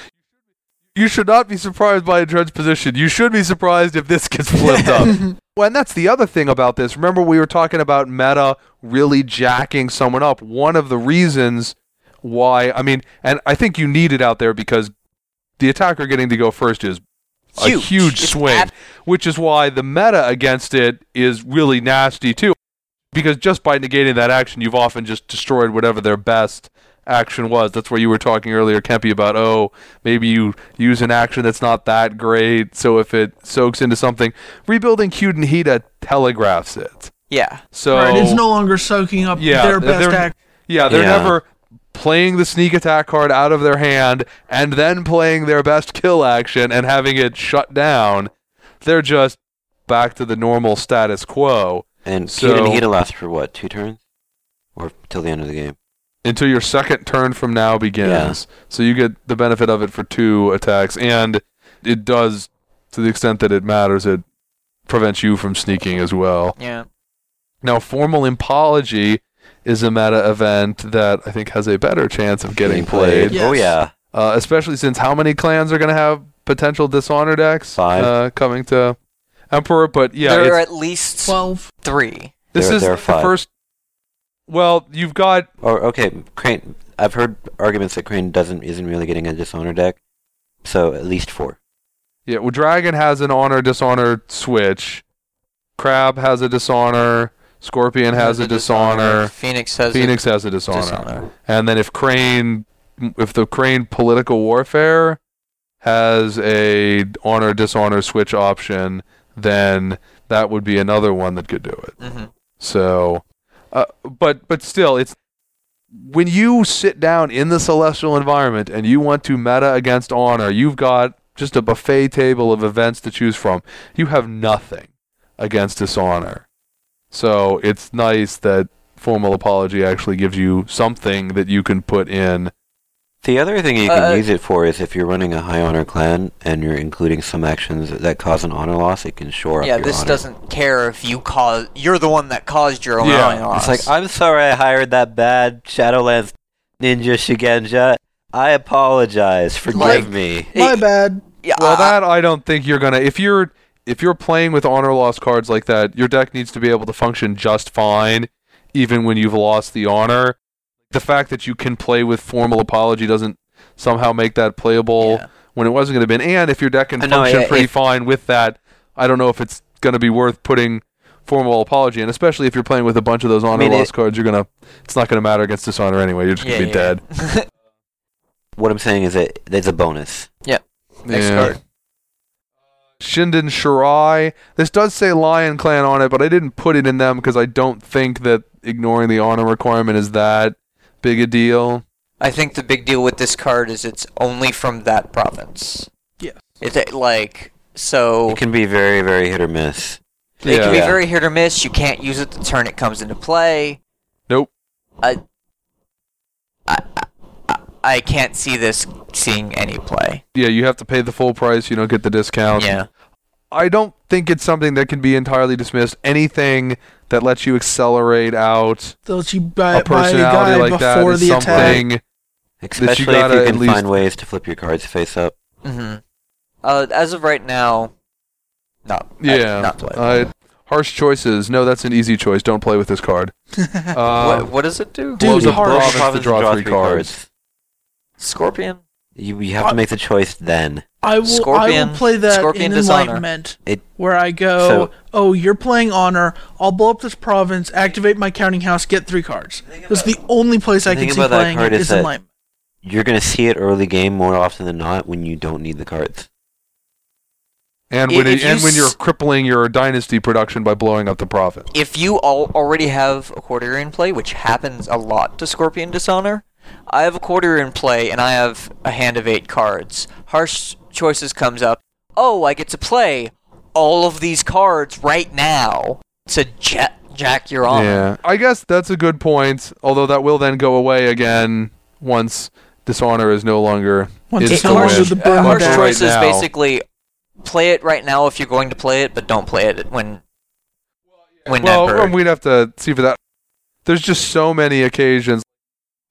[SPEAKER 1] You should not be surprised by a trench position. You should be surprised if this gets flipped up. Well, and that's the other thing about this. Remember, we were talking about meta really jacking someone up. One of the reasons why, I mean, and I think you need it out there because the attacker getting to go first is a
[SPEAKER 5] Huge.
[SPEAKER 1] huge
[SPEAKER 5] It's
[SPEAKER 1] swing,
[SPEAKER 5] ab-
[SPEAKER 1] which is why the meta against it is really nasty too. Because just by negating that action, you've often just destroyed whatever their best action was. That's where you were talking earlier, Kempy, about oh, maybe you use an action that's not that great. So if it soaks into something, rebuilding Cudenhita telegraphs it.
[SPEAKER 5] Yeah.
[SPEAKER 1] So
[SPEAKER 2] Right, It's no longer soaking up
[SPEAKER 1] Yeah,
[SPEAKER 2] their
[SPEAKER 1] they're-
[SPEAKER 2] best act.
[SPEAKER 1] yeah, they're
[SPEAKER 3] Yeah.
[SPEAKER 1] never playing the sneak attack card out of their hand and then playing their best kill action and having it shut down. They're just back to the normal status quo
[SPEAKER 3] And
[SPEAKER 1] So-
[SPEAKER 3] so, and Hita lasts for what, two turns? Or till the end of the game?
[SPEAKER 1] until your second turn from now begins. So you get the benefit of it for two attacks, and it does, to the extent that it matters, it prevents you from sneaking as well.
[SPEAKER 5] Yeah.
[SPEAKER 1] Now, formal impology is a meta event that I think has a better chance of getting played.
[SPEAKER 2] Yes.
[SPEAKER 3] Oh, yeah.
[SPEAKER 1] uh, especially since how many clans are going to have potential dishonor decks
[SPEAKER 3] Five.
[SPEAKER 1] Uh, coming to Emperor? But yeah,
[SPEAKER 5] there are
[SPEAKER 1] it's-
[SPEAKER 5] at least
[SPEAKER 2] Twelve.
[SPEAKER 5] three.
[SPEAKER 1] this
[SPEAKER 3] there-
[SPEAKER 1] is
[SPEAKER 3] there are
[SPEAKER 1] the
[SPEAKER 3] five.
[SPEAKER 1] first. Well, you've got
[SPEAKER 3] Or, okay, Crane. I've heard arguments that Crane doesn't isn't really getting a Dishonor deck, so at least four.
[SPEAKER 1] yeah. Well, Dragon has an honor dishonor switch. Crab has a dishonor. Scorpion has a
[SPEAKER 5] The
[SPEAKER 1] dishonor.
[SPEAKER 5] Phoenix has
[SPEAKER 1] Phoenix has a
[SPEAKER 5] a
[SPEAKER 1] dishonor.
[SPEAKER 5] dishonor.
[SPEAKER 1] And then if Crane, if the Crane political warfare has a honor dishonor switch
[SPEAKER 5] Mm-hmm.
[SPEAKER 1] option, then that would be another one that could do it.
[SPEAKER 5] Mhm.
[SPEAKER 1] So Uh, but but still, it's when you sit down in the celestial environment and you want to meta against honor, you've got just a buffet table of events to choose from. You have nothing against dishonor. So it's nice that formal apology actually gives you something that you can put in.
[SPEAKER 3] The other thing you
[SPEAKER 6] Uh,
[SPEAKER 3] can use it for is if you're running a high honor clan and you're including some actions that cause an honor loss, it can shore up
[SPEAKER 5] Yeah,
[SPEAKER 3] your
[SPEAKER 5] this
[SPEAKER 3] honor.
[SPEAKER 5] doesn't care if you cause. You're the one that caused your own
[SPEAKER 1] Yeah.
[SPEAKER 5] eye loss.
[SPEAKER 3] It's like I'm sorry I hired that bad Shadowlands ninja Shigenja. I apologize. Forgive
[SPEAKER 6] Like-
[SPEAKER 3] me.
[SPEAKER 2] My bad.
[SPEAKER 6] Yeah,
[SPEAKER 1] Well,
[SPEAKER 5] Uh,
[SPEAKER 6] I-
[SPEAKER 1] that I don't think you're gonna. If you're if you're playing with honor loss cards like that, your deck needs to be able to function just fine, even when you've lost the honor. The fact that you can play with formal apology doesn't somehow make that playable
[SPEAKER 5] Yeah.
[SPEAKER 1] when it wasn't going to be. And if your deck can
[SPEAKER 3] Uh, no,
[SPEAKER 1] function
[SPEAKER 3] yeah,
[SPEAKER 1] pretty
[SPEAKER 3] if-
[SPEAKER 1] fine with that, I don't know if it's going to be worth putting formal apology in, especially if you're playing with a bunch of those honor
[SPEAKER 3] mean,
[SPEAKER 1] loss
[SPEAKER 3] it-
[SPEAKER 1] cards. You're gonna. It's not going to matter against dishonor anyway. You're just going
[SPEAKER 5] Yeah,
[SPEAKER 1] to be
[SPEAKER 5] yeah. <laughs>
[SPEAKER 1] dead.
[SPEAKER 3] What I'm saying is that there's a bonus.
[SPEAKER 6] Next card.
[SPEAKER 1] Shinden Shirai. This does say Lion Clan on it, but I didn't put it in them because I don't think that ignoring the honor requirement is that big a deal.
[SPEAKER 5] I think the big deal with this card is it's only from that province.
[SPEAKER 2] Yes.
[SPEAKER 5] It's uh, like so.
[SPEAKER 3] It can be very, very hit or miss.
[SPEAKER 5] It can be
[SPEAKER 3] Yeah.
[SPEAKER 5] very hit or miss. You can't use it the turn it comes into play.
[SPEAKER 1] Nope.
[SPEAKER 5] I, I, I, I can't see this seeing any play.
[SPEAKER 1] yeah, you have to pay the full price. You don't get the discount.
[SPEAKER 5] Yeah.
[SPEAKER 1] I don't think it's something that can be entirely dismissed. Anything that lets you accelerate out
[SPEAKER 2] So she
[SPEAKER 1] a
[SPEAKER 2] buy, buy a
[SPEAKER 1] personality
[SPEAKER 2] guy
[SPEAKER 1] like that
[SPEAKER 2] before
[SPEAKER 1] is
[SPEAKER 2] the attack.
[SPEAKER 1] something.
[SPEAKER 3] Especially if
[SPEAKER 1] gotta
[SPEAKER 3] you
[SPEAKER 1] at
[SPEAKER 3] can
[SPEAKER 1] least-
[SPEAKER 3] find ways to flip your cards face up.
[SPEAKER 5] hmm Uh, as of right now, not I-
[SPEAKER 1] Yeah.
[SPEAKER 5] not play.
[SPEAKER 1] Uh, harsh choices. No, that's an easy choice. Don't play with this card. Uh,
[SPEAKER 5] what, what does it do?
[SPEAKER 2] Dude,
[SPEAKER 1] blows up
[SPEAKER 2] harsh.
[SPEAKER 1] province to
[SPEAKER 3] Province
[SPEAKER 1] draw three cards.
[SPEAKER 5] Scorpion.
[SPEAKER 3] You, you have to make the choice then.
[SPEAKER 2] I will. I
[SPEAKER 5] Scorpion-
[SPEAKER 2] will play that in
[SPEAKER 5] Scorpion Dishonor.
[SPEAKER 2] Enlightenment,
[SPEAKER 3] It-
[SPEAKER 2] where I go,
[SPEAKER 3] So-
[SPEAKER 2] oh, you're playing Honor. I'll blow up this province, activate my counting house, get three cards. That's the only place I
[SPEAKER 3] the
[SPEAKER 2] can
[SPEAKER 3] thing
[SPEAKER 2] see
[SPEAKER 3] about that
[SPEAKER 2] playing
[SPEAKER 3] card
[SPEAKER 2] it
[SPEAKER 3] is
[SPEAKER 2] is
[SPEAKER 3] that-
[SPEAKER 2] Enlightenment.
[SPEAKER 3] You're going to see it early game more often than not when you don't need the cards.
[SPEAKER 1] <laughs> And
[SPEAKER 5] I-
[SPEAKER 1] when
[SPEAKER 5] if
[SPEAKER 1] it,
[SPEAKER 5] you
[SPEAKER 1] and when you're
[SPEAKER 5] s-
[SPEAKER 1] crippling your dynasty production by blowing up the profit.
[SPEAKER 5] If you all already have a quarter in play, which happens a lot to Scorpion Dishonor, I have a quarter in play and I have a hand of eight cards. Harsh Choices comes up. Oh, I get to play all of these cards right now to ja- jack your honor.
[SPEAKER 1] Yeah, I guess that's a good point. Although that will then go away again once dishonor is no longer.
[SPEAKER 2] Once
[SPEAKER 1] is
[SPEAKER 2] it's
[SPEAKER 1] the
[SPEAKER 2] no
[SPEAKER 1] win.
[SPEAKER 2] longer the
[SPEAKER 5] Uh,
[SPEAKER 2] burn
[SPEAKER 5] harsh
[SPEAKER 1] But
[SPEAKER 2] deck.
[SPEAKER 1] right
[SPEAKER 5] choices
[SPEAKER 1] now-
[SPEAKER 5] basically play it right now if you're going to play it, but don't play it when when
[SPEAKER 1] Well,
[SPEAKER 5] that bird.
[SPEAKER 1] and we'd have to see for that. There's just so many occasions.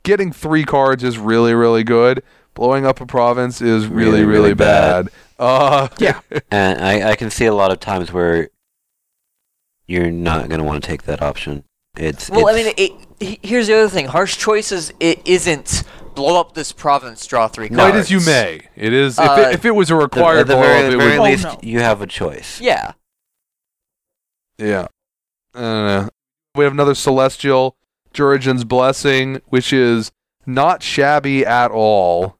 [SPEAKER 1] Getting three cards is really, really good. Blowing up a province is really, really,
[SPEAKER 3] Really, really
[SPEAKER 1] bad.
[SPEAKER 3] bad.
[SPEAKER 1] Uh,
[SPEAKER 2] Yeah.
[SPEAKER 3] And I, I can see a lot of times where you're not going to want to take that option. It's
[SPEAKER 5] Well, I
[SPEAKER 3] it's-
[SPEAKER 5] mean, it, he- here's the other thing. Harsh choices. It isn't blow up this province, draw three cards.
[SPEAKER 1] Right as you may. It is. If,
[SPEAKER 5] Uh,
[SPEAKER 1] it, if it was a
[SPEAKER 3] the-
[SPEAKER 1] required
[SPEAKER 3] at the
[SPEAKER 1] blow
[SPEAKER 3] very,
[SPEAKER 1] up, it
[SPEAKER 3] very
[SPEAKER 1] would.
[SPEAKER 2] Oh,
[SPEAKER 3] least
[SPEAKER 2] no.
[SPEAKER 3] you have a choice.
[SPEAKER 5] Yeah.
[SPEAKER 1] Yeah. I don't know. We have another celestial, Jurigen's Blessing, which is not shabby at all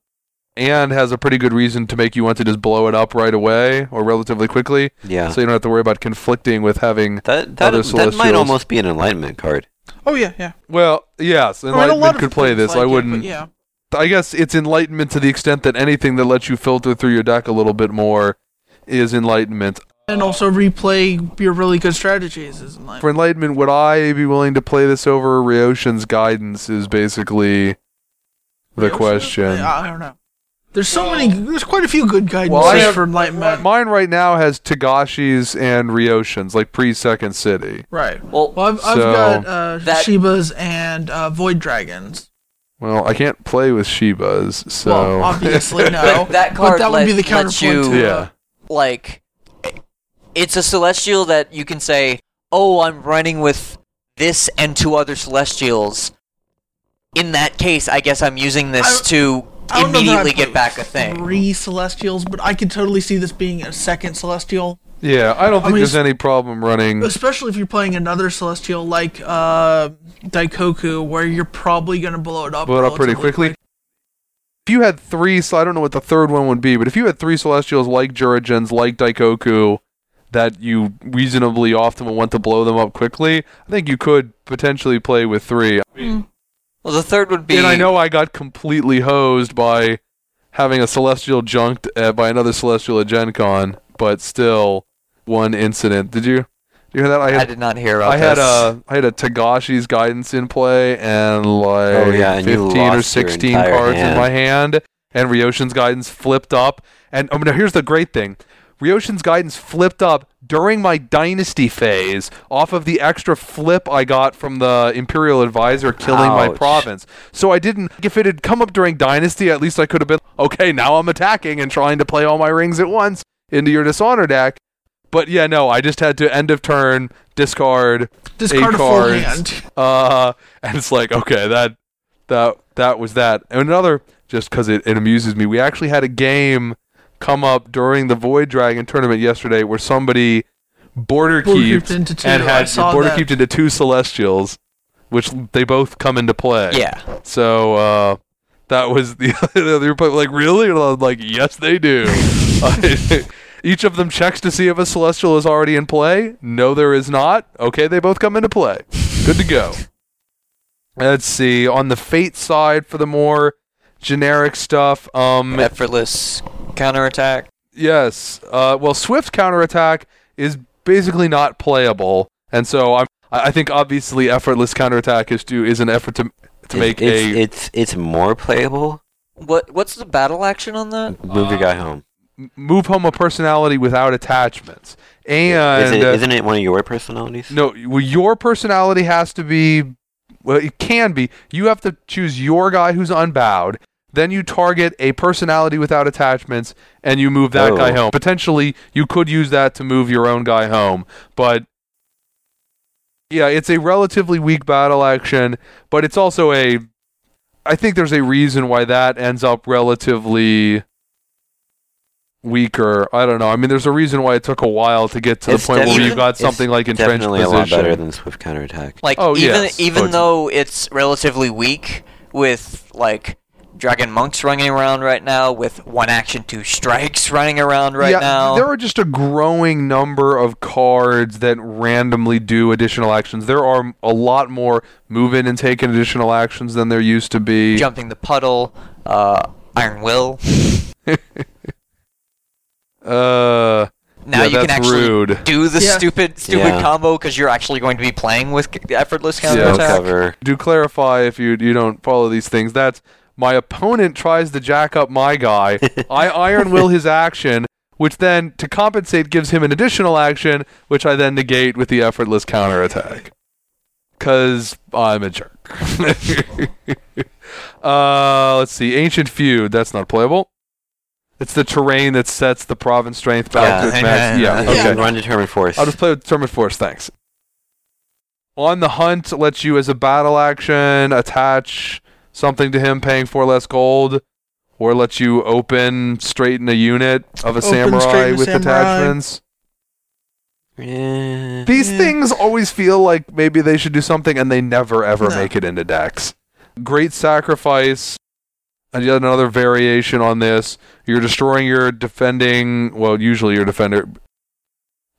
[SPEAKER 1] and has a pretty good reason to make you want to just blow it up right away or relatively quickly
[SPEAKER 3] Yeah.
[SPEAKER 1] so you don't have to worry about conflicting with having
[SPEAKER 3] that that,
[SPEAKER 1] other
[SPEAKER 3] that
[SPEAKER 1] Celestials.
[SPEAKER 3] might almost be an enlightenment card.
[SPEAKER 2] Oh yeah, yeah.
[SPEAKER 1] well yes
[SPEAKER 2] I mean, a
[SPEAKER 1] enlightenment
[SPEAKER 2] lot of
[SPEAKER 1] could play this
[SPEAKER 2] things like it,
[SPEAKER 1] i
[SPEAKER 2] but
[SPEAKER 1] wouldn't
[SPEAKER 2] yeah.
[SPEAKER 1] i guess it's enlightenment to the extent that anything that lets you filter through your deck a little bit more is enlightenment
[SPEAKER 2] And also replay your really good strategies is Enlightenment.
[SPEAKER 1] for enlightenment would i be willing to play this over Ryoshin's guidance is basically the
[SPEAKER 2] Yoshi?
[SPEAKER 1] question
[SPEAKER 2] I, I don't know. There's so many. There's quite a few good guidances
[SPEAKER 1] Well, I have-
[SPEAKER 2] for Enlightenment.
[SPEAKER 1] Mine right now has Tagashi's and Ryoshin's, like pre Second City.
[SPEAKER 2] right.
[SPEAKER 5] Well,
[SPEAKER 2] Well, I've, I've
[SPEAKER 1] So-
[SPEAKER 2] got uh,
[SPEAKER 5] That-
[SPEAKER 2] Shibas and uh, Void Dragons.
[SPEAKER 1] Well, I can't play with Shiba's, so
[SPEAKER 2] Well,
[SPEAKER 1] <laughs>
[SPEAKER 2] obviously no.
[SPEAKER 5] But that
[SPEAKER 2] but
[SPEAKER 5] card
[SPEAKER 2] that would be the
[SPEAKER 5] let-
[SPEAKER 2] counterpoint
[SPEAKER 5] lets you-
[SPEAKER 2] to. uh,
[SPEAKER 1] yeah,
[SPEAKER 5] like, it's a celestial that you can say, "Oh, I'm running with this and two other celestials." In that case, I guess I'm using this
[SPEAKER 2] I-
[SPEAKER 5] to
[SPEAKER 2] I don't know that I'd
[SPEAKER 5] immediately
[SPEAKER 2] play
[SPEAKER 5] get back a
[SPEAKER 2] with
[SPEAKER 5] thing.
[SPEAKER 2] Three Celestials, but I could totally see this being a second Celestial,
[SPEAKER 1] yeah. I don't think
[SPEAKER 2] mean,
[SPEAKER 1] there's
[SPEAKER 2] it's-
[SPEAKER 1] any problem running.
[SPEAKER 2] especially if you're playing another Celestial like uh, Daikoku, where you're probably going to blow it up.
[SPEAKER 1] Blow it up pretty
[SPEAKER 2] relatively
[SPEAKER 1] quickly. If you had three, so I don't know what the third one would be, but if you had three Celestials like Jurigens, like Daikoku, that you reasonably often will want to blow them up quickly, I think you could potentially play with three.
[SPEAKER 4] Well, the third would be.
[SPEAKER 1] And I know I got completely hosed by having a celestial junked uh, by another celestial at Gen Con, but still one incident. Did you, did you hear that? I
[SPEAKER 4] I
[SPEAKER 1] had,
[SPEAKER 4] did not hear about
[SPEAKER 1] I had uh,
[SPEAKER 4] this.
[SPEAKER 1] a I had a Tagashi's guidance in play and like
[SPEAKER 3] Oh, yeah, and you
[SPEAKER 1] fifteen or
[SPEAKER 3] lost your
[SPEAKER 1] sixteen
[SPEAKER 3] entire
[SPEAKER 1] cards in
[SPEAKER 3] hand.
[SPEAKER 1] my hand, and Ryoshin's guidance flipped up. And oh, now here's the great thing: Ryoshin's guidance flipped up during my dynasty phase off of the extra flip I got from the Imperial Advisor killing my
[SPEAKER 3] Ouch.
[SPEAKER 1] province. So I didn't. If it had come up during dynasty, at least I could have been okay. Now I'm attacking and trying to play all my rings at once into your dishonor deck. But yeah, no, I just had to end of turn, discard,
[SPEAKER 2] Discard
[SPEAKER 1] eight
[SPEAKER 2] a full
[SPEAKER 1] cards.
[SPEAKER 2] hand.
[SPEAKER 1] Uh, and it's like, okay, that that that was that. And another, just because it, it amuses me, we actually had a game come up during the Void Dragon tournament yesterday where somebody border
[SPEAKER 2] Border keeped
[SPEAKER 1] keeped
[SPEAKER 2] into two.
[SPEAKER 1] and
[SPEAKER 2] I
[SPEAKER 1] had
[SPEAKER 2] saw
[SPEAKER 1] border
[SPEAKER 2] that.
[SPEAKER 1] keeped into two Celestials, which they both come into play.
[SPEAKER 4] Yeah.
[SPEAKER 1] So uh, that was the <laughs> other part. Like, really? And I'm like, yes, they do. <laughs> Each of them checks to see if a celestial is already in play. No, there is not. Okay, they both come into play. Good to go. Let's see. On the fate side, for the more generic stuff, um,
[SPEAKER 4] Effortless counterattack.
[SPEAKER 1] Yes. Uh, well, Swift counterattack is basically not playable, and so I'm. I I think obviously effortless counterattack is to is an effort to to make
[SPEAKER 3] it's,
[SPEAKER 1] a
[SPEAKER 3] it's it's more playable.
[SPEAKER 4] What What's the battle action on that?
[SPEAKER 3] Move your
[SPEAKER 1] Uh,
[SPEAKER 3] guy home.
[SPEAKER 1] m- move home a personality without attachments. And uh,
[SPEAKER 3] Is it, isn't it one of your personalities?
[SPEAKER 1] no, well, your personality has to be. Well, it can be. You have to choose your guy who's unbowed. Then you target a personality without attachments, and you move that
[SPEAKER 3] Oh.
[SPEAKER 1] guy home. Potentially, you could use that to move your own guy home, but yeah, it's a relatively weak battle action. But it's also a. I think there's a reason why that ends up relatively weaker. I don't know. I mean, there's a reason why it took a while to get to
[SPEAKER 3] It's
[SPEAKER 1] the point where
[SPEAKER 3] definitely-
[SPEAKER 1] you got
[SPEAKER 3] it's
[SPEAKER 1] something like entrenched
[SPEAKER 3] Definitely
[SPEAKER 1] position.
[SPEAKER 3] a lot better than Swift counterattack.
[SPEAKER 4] Like
[SPEAKER 1] Oh,
[SPEAKER 4] even
[SPEAKER 1] yes. Oh,
[SPEAKER 4] even
[SPEAKER 1] it's-
[SPEAKER 4] though it's relatively weak with like dragon monks running around right now, with one action two strikes running around right
[SPEAKER 1] yeah,
[SPEAKER 4] now.
[SPEAKER 1] There are just a growing number of cards that randomly do additional actions. There are a lot more move in and take in additional actions than there used to be.
[SPEAKER 4] jumping the puddle, uh, Iron Will.
[SPEAKER 1] <laughs> Uh,
[SPEAKER 4] Now
[SPEAKER 1] yeah,
[SPEAKER 4] you can
[SPEAKER 1] that's
[SPEAKER 4] actually
[SPEAKER 1] rude.
[SPEAKER 4] do the
[SPEAKER 2] Yeah.
[SPEAKER 4] stupid stupid
[SPEAKER 3] Yeah.
[SPEAKER 4] combo because you're actually going to be playing with c- effortless
[SPEAKER 1] Yeah.
[SPEAKER 3] No
[SPEAKER 4] counterattack.
[SPEAKER 3] cover.
[SPEAKER 1] do clarify if you you don't follow these things. That's my opponent tries to jack up my guy. <laughs> I iron will his action, which then to compensate gives him an additional action, which I then negate with the effortless counterattack. Cause I'm a jerk. <laughs> uh, let's see. Ancient feud. That's not playable. It's the terrain that sets the province strength back
[SPEAKER 3] Yeah.
[SPEAKER 1] to its max.
[SPEAKER 4] Yeah.
[SPEAKER 3] <laughs>
[SPEAKER 1] Yeah.
[SPEAKER 3] You
[SPEAKER 1] Okay.
[SPEAKER 3] can run determined force.
[SPEAKER 1] I'll just play with Determined Force, thanks. On the Hunt lets you, as a battle action, attach something to him, paying four less gold, or lets you open, straighten a unit of a
[SPEAKER 2] Open,
[SPEAKER 1] samurai
[SPEAKER 2] straighten a
[SPEAKER 1] with
[SPEAKER 2] samurai.
[SPEAKER 1] attachments.
[SPEAKER 3] Yeah.
[SPEAKER 1] These
[SPEAKER 2] Yeah.
[SPEAKER 1] things always feel like maybe they should do something, and they never ever
[SPEAKER 2] No.
[SPEAKER 1] make it into decks. Great sacrifice. And yet another variation on this: you're destroying your defending. Well, usually your defender.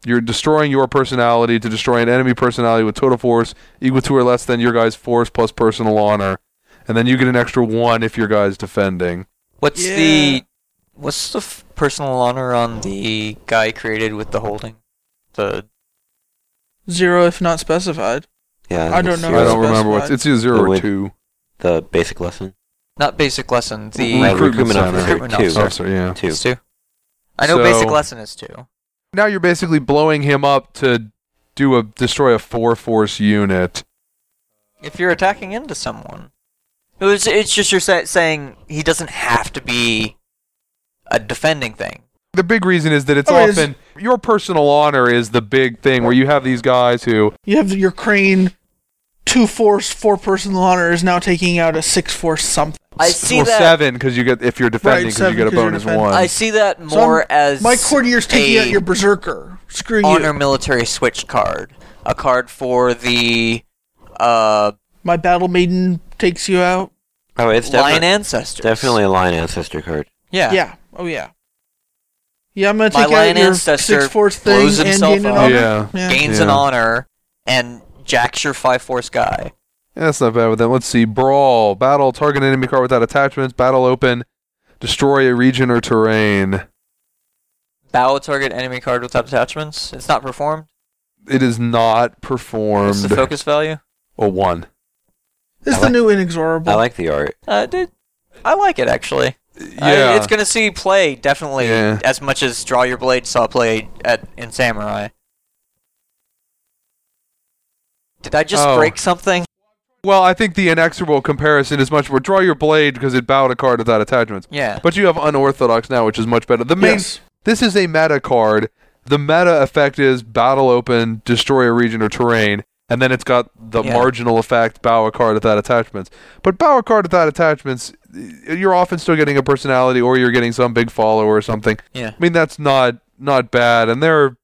[SPEAKER 1] You're destroying your personality to destroy an enemy personality with total force equal to or less than your guy's force plus personal honor, and then you get an extra one if your guy's defending.
[SPEAKER 4] What's
[SPEAKER 2] Yeah.
[SPEAKER 4] the what's the f- personal honor on the guy created with the holding? The
[SPEAKER 2] Zero if not specified.
[SPEAKER 3] Yeah.
[SPEAKER 2] I don't
[SPEAKER 3] that's
[SPEAKER 2] know.
[SPEAKER 1] I
[SPEAKER 3] your-
[SPEAKER 2] that's
[SPEAKER 1] don't remember what's
[SPEAKER 2] specified.
[SPEAKER 1] it's either zero or
[SPEAKER 3] Wait.
[SPEAKER 1] two.
[SPEAKER 3] The basic lesson.
[SPEAKER 4] not basic lesson. The
[SPEAKER 1] Recruitment center.
[SPEAKER 4] Recruitment
[SPEAKER 3] Two.
[SPEAKER 4] officer.
[SPEAKER 1] Oh, sorry, yeah.
[SPEAKER 3] Two.
[SPEAKER 4] It's two. I know basic
[SPEAKER 1] So-
[SPEAKER 4] lesson is two.
[SPEAKER 1] now you're basically blowing him up to do a destroy a four force unit.
[SPEAKER 4] If you're attacking into someone, it was, it's just you're sa- saying he doesn't have to be a defending thing.
[SPEAKER 1] The big reason is that it's
[SPEAKER 2] Oh, it is-
[SPEAKER 1] often your personal honor is the big thing where you have these guys who
[SPEAKER 2] You have your crane, two force, four personal honor is now taking out a six force something.
[SPEAKER 4] I see
[SPEAKER 1] well,
[SPEAKER 4] that.
[SPEAKER 1] seven because you get if you're defending because
[SPEAKER 2] seven
[SPEAKER 1] you get a
[SPEAKER 2] 'cause you're
[SPEAKER 1] bonus
[SPEAKER 2] defending.
[SPEAKER 1] one.
[SPEAKER 4] I see that
[SPEAKER 2] So I'm-
[SPEAKER 4] more as
[SPEAKER 2] My courtier's taking
[SPEAKER 4] a
[SPEAKER 2] out your berserker. Screw
[SPEAKER 4] honor
[SPEAKER 2] you.
[SPEAKER 4] military switch card, a card for the uh,
[SPEAKER 2] My battle maiden takes you out.
[SPEAKER 3] Oh, it's
[SPEAKER 4] lion
[SPEAKER 3] definitely
[SPEAKER 4] ancestors.
[SPEAKER 3] definitely a lion ancestor card.
[SPEAKER 4] Yeah.
[SPEAKER 2] Yeah. Oh yeah. Yeah, I'm gonna take
[SPEAKER 5] My
[SPEAKER 2] out your
[SPEAKER 5] Lionancestor
[SPEAKER 2] six force thing
[SPEAKER 5] blows
[SPEAKER 2] and
[SPEAKER 5] himself
[SPEAKER 2] gain an
[SPEAKER 5] up.
[SPEAKER 2] honor.
[SPEAKER 1] Yeah.
[SPEAKER 2] Yeah.
[SPEAKER 5] Gains an
[SPEAKER 1] Yeah.
[SPEAKER 5] honor and jacks your five force guy.
[SPEAKER 1] Yeah, that's not bad with them. Let's see. Brawl. Battle. Target an enemy card without attachments. Battle open. Destroy a region or terrain.
[SPEAKER 5] Battle target enemy card without attachments. It's not performed.
[SPEAKER 1] It is not performed.
[SPEAKER 5] What's the focus value?
[SPEAKER 1] a one.
[SPEAKER 2] This is the
[SPEAKER 3] I like-
[SPEAKER 2] new inexorable.
[SPEAKER 3] I like the art.
[SPEAKER 5] Uh, dude, I like it actually. I-
[SPEAKER 1] Yeah.
[SPEAKER 5] it's gonna see play definitely
[SPEAKER 1] Yeah.
[SPEAKER 5] as much as Draw Your Blade saw play at in Samurai. Did I just
[SPEAKER 1] Oh.
[SPEAKER 5] break something?
[SPEAKER 1] well, I think the inexorable comparison is much more draw your blade because it bowed a card without attachments.
[SPEAKER 5] Yeah.
[SPEAKER 1] But you have unorthodox now, which is much better. The main
[SPEAKER 2] Yes.
[SPEAKER 1] this is a meta card. The meta effect is battle open, destroy a region or terrain, and then it's got the
[SPEAKER 5] Yeah.
[SPEAKER 1] marginal effect, bow a card without attachments. But bow a card without attachments, y- you're often still getting a personality or you're getting some big follower or something. <laughs>
[SPEAKER 5] Yeah.
[SPEAKER 1] I mean that's not not bad, and there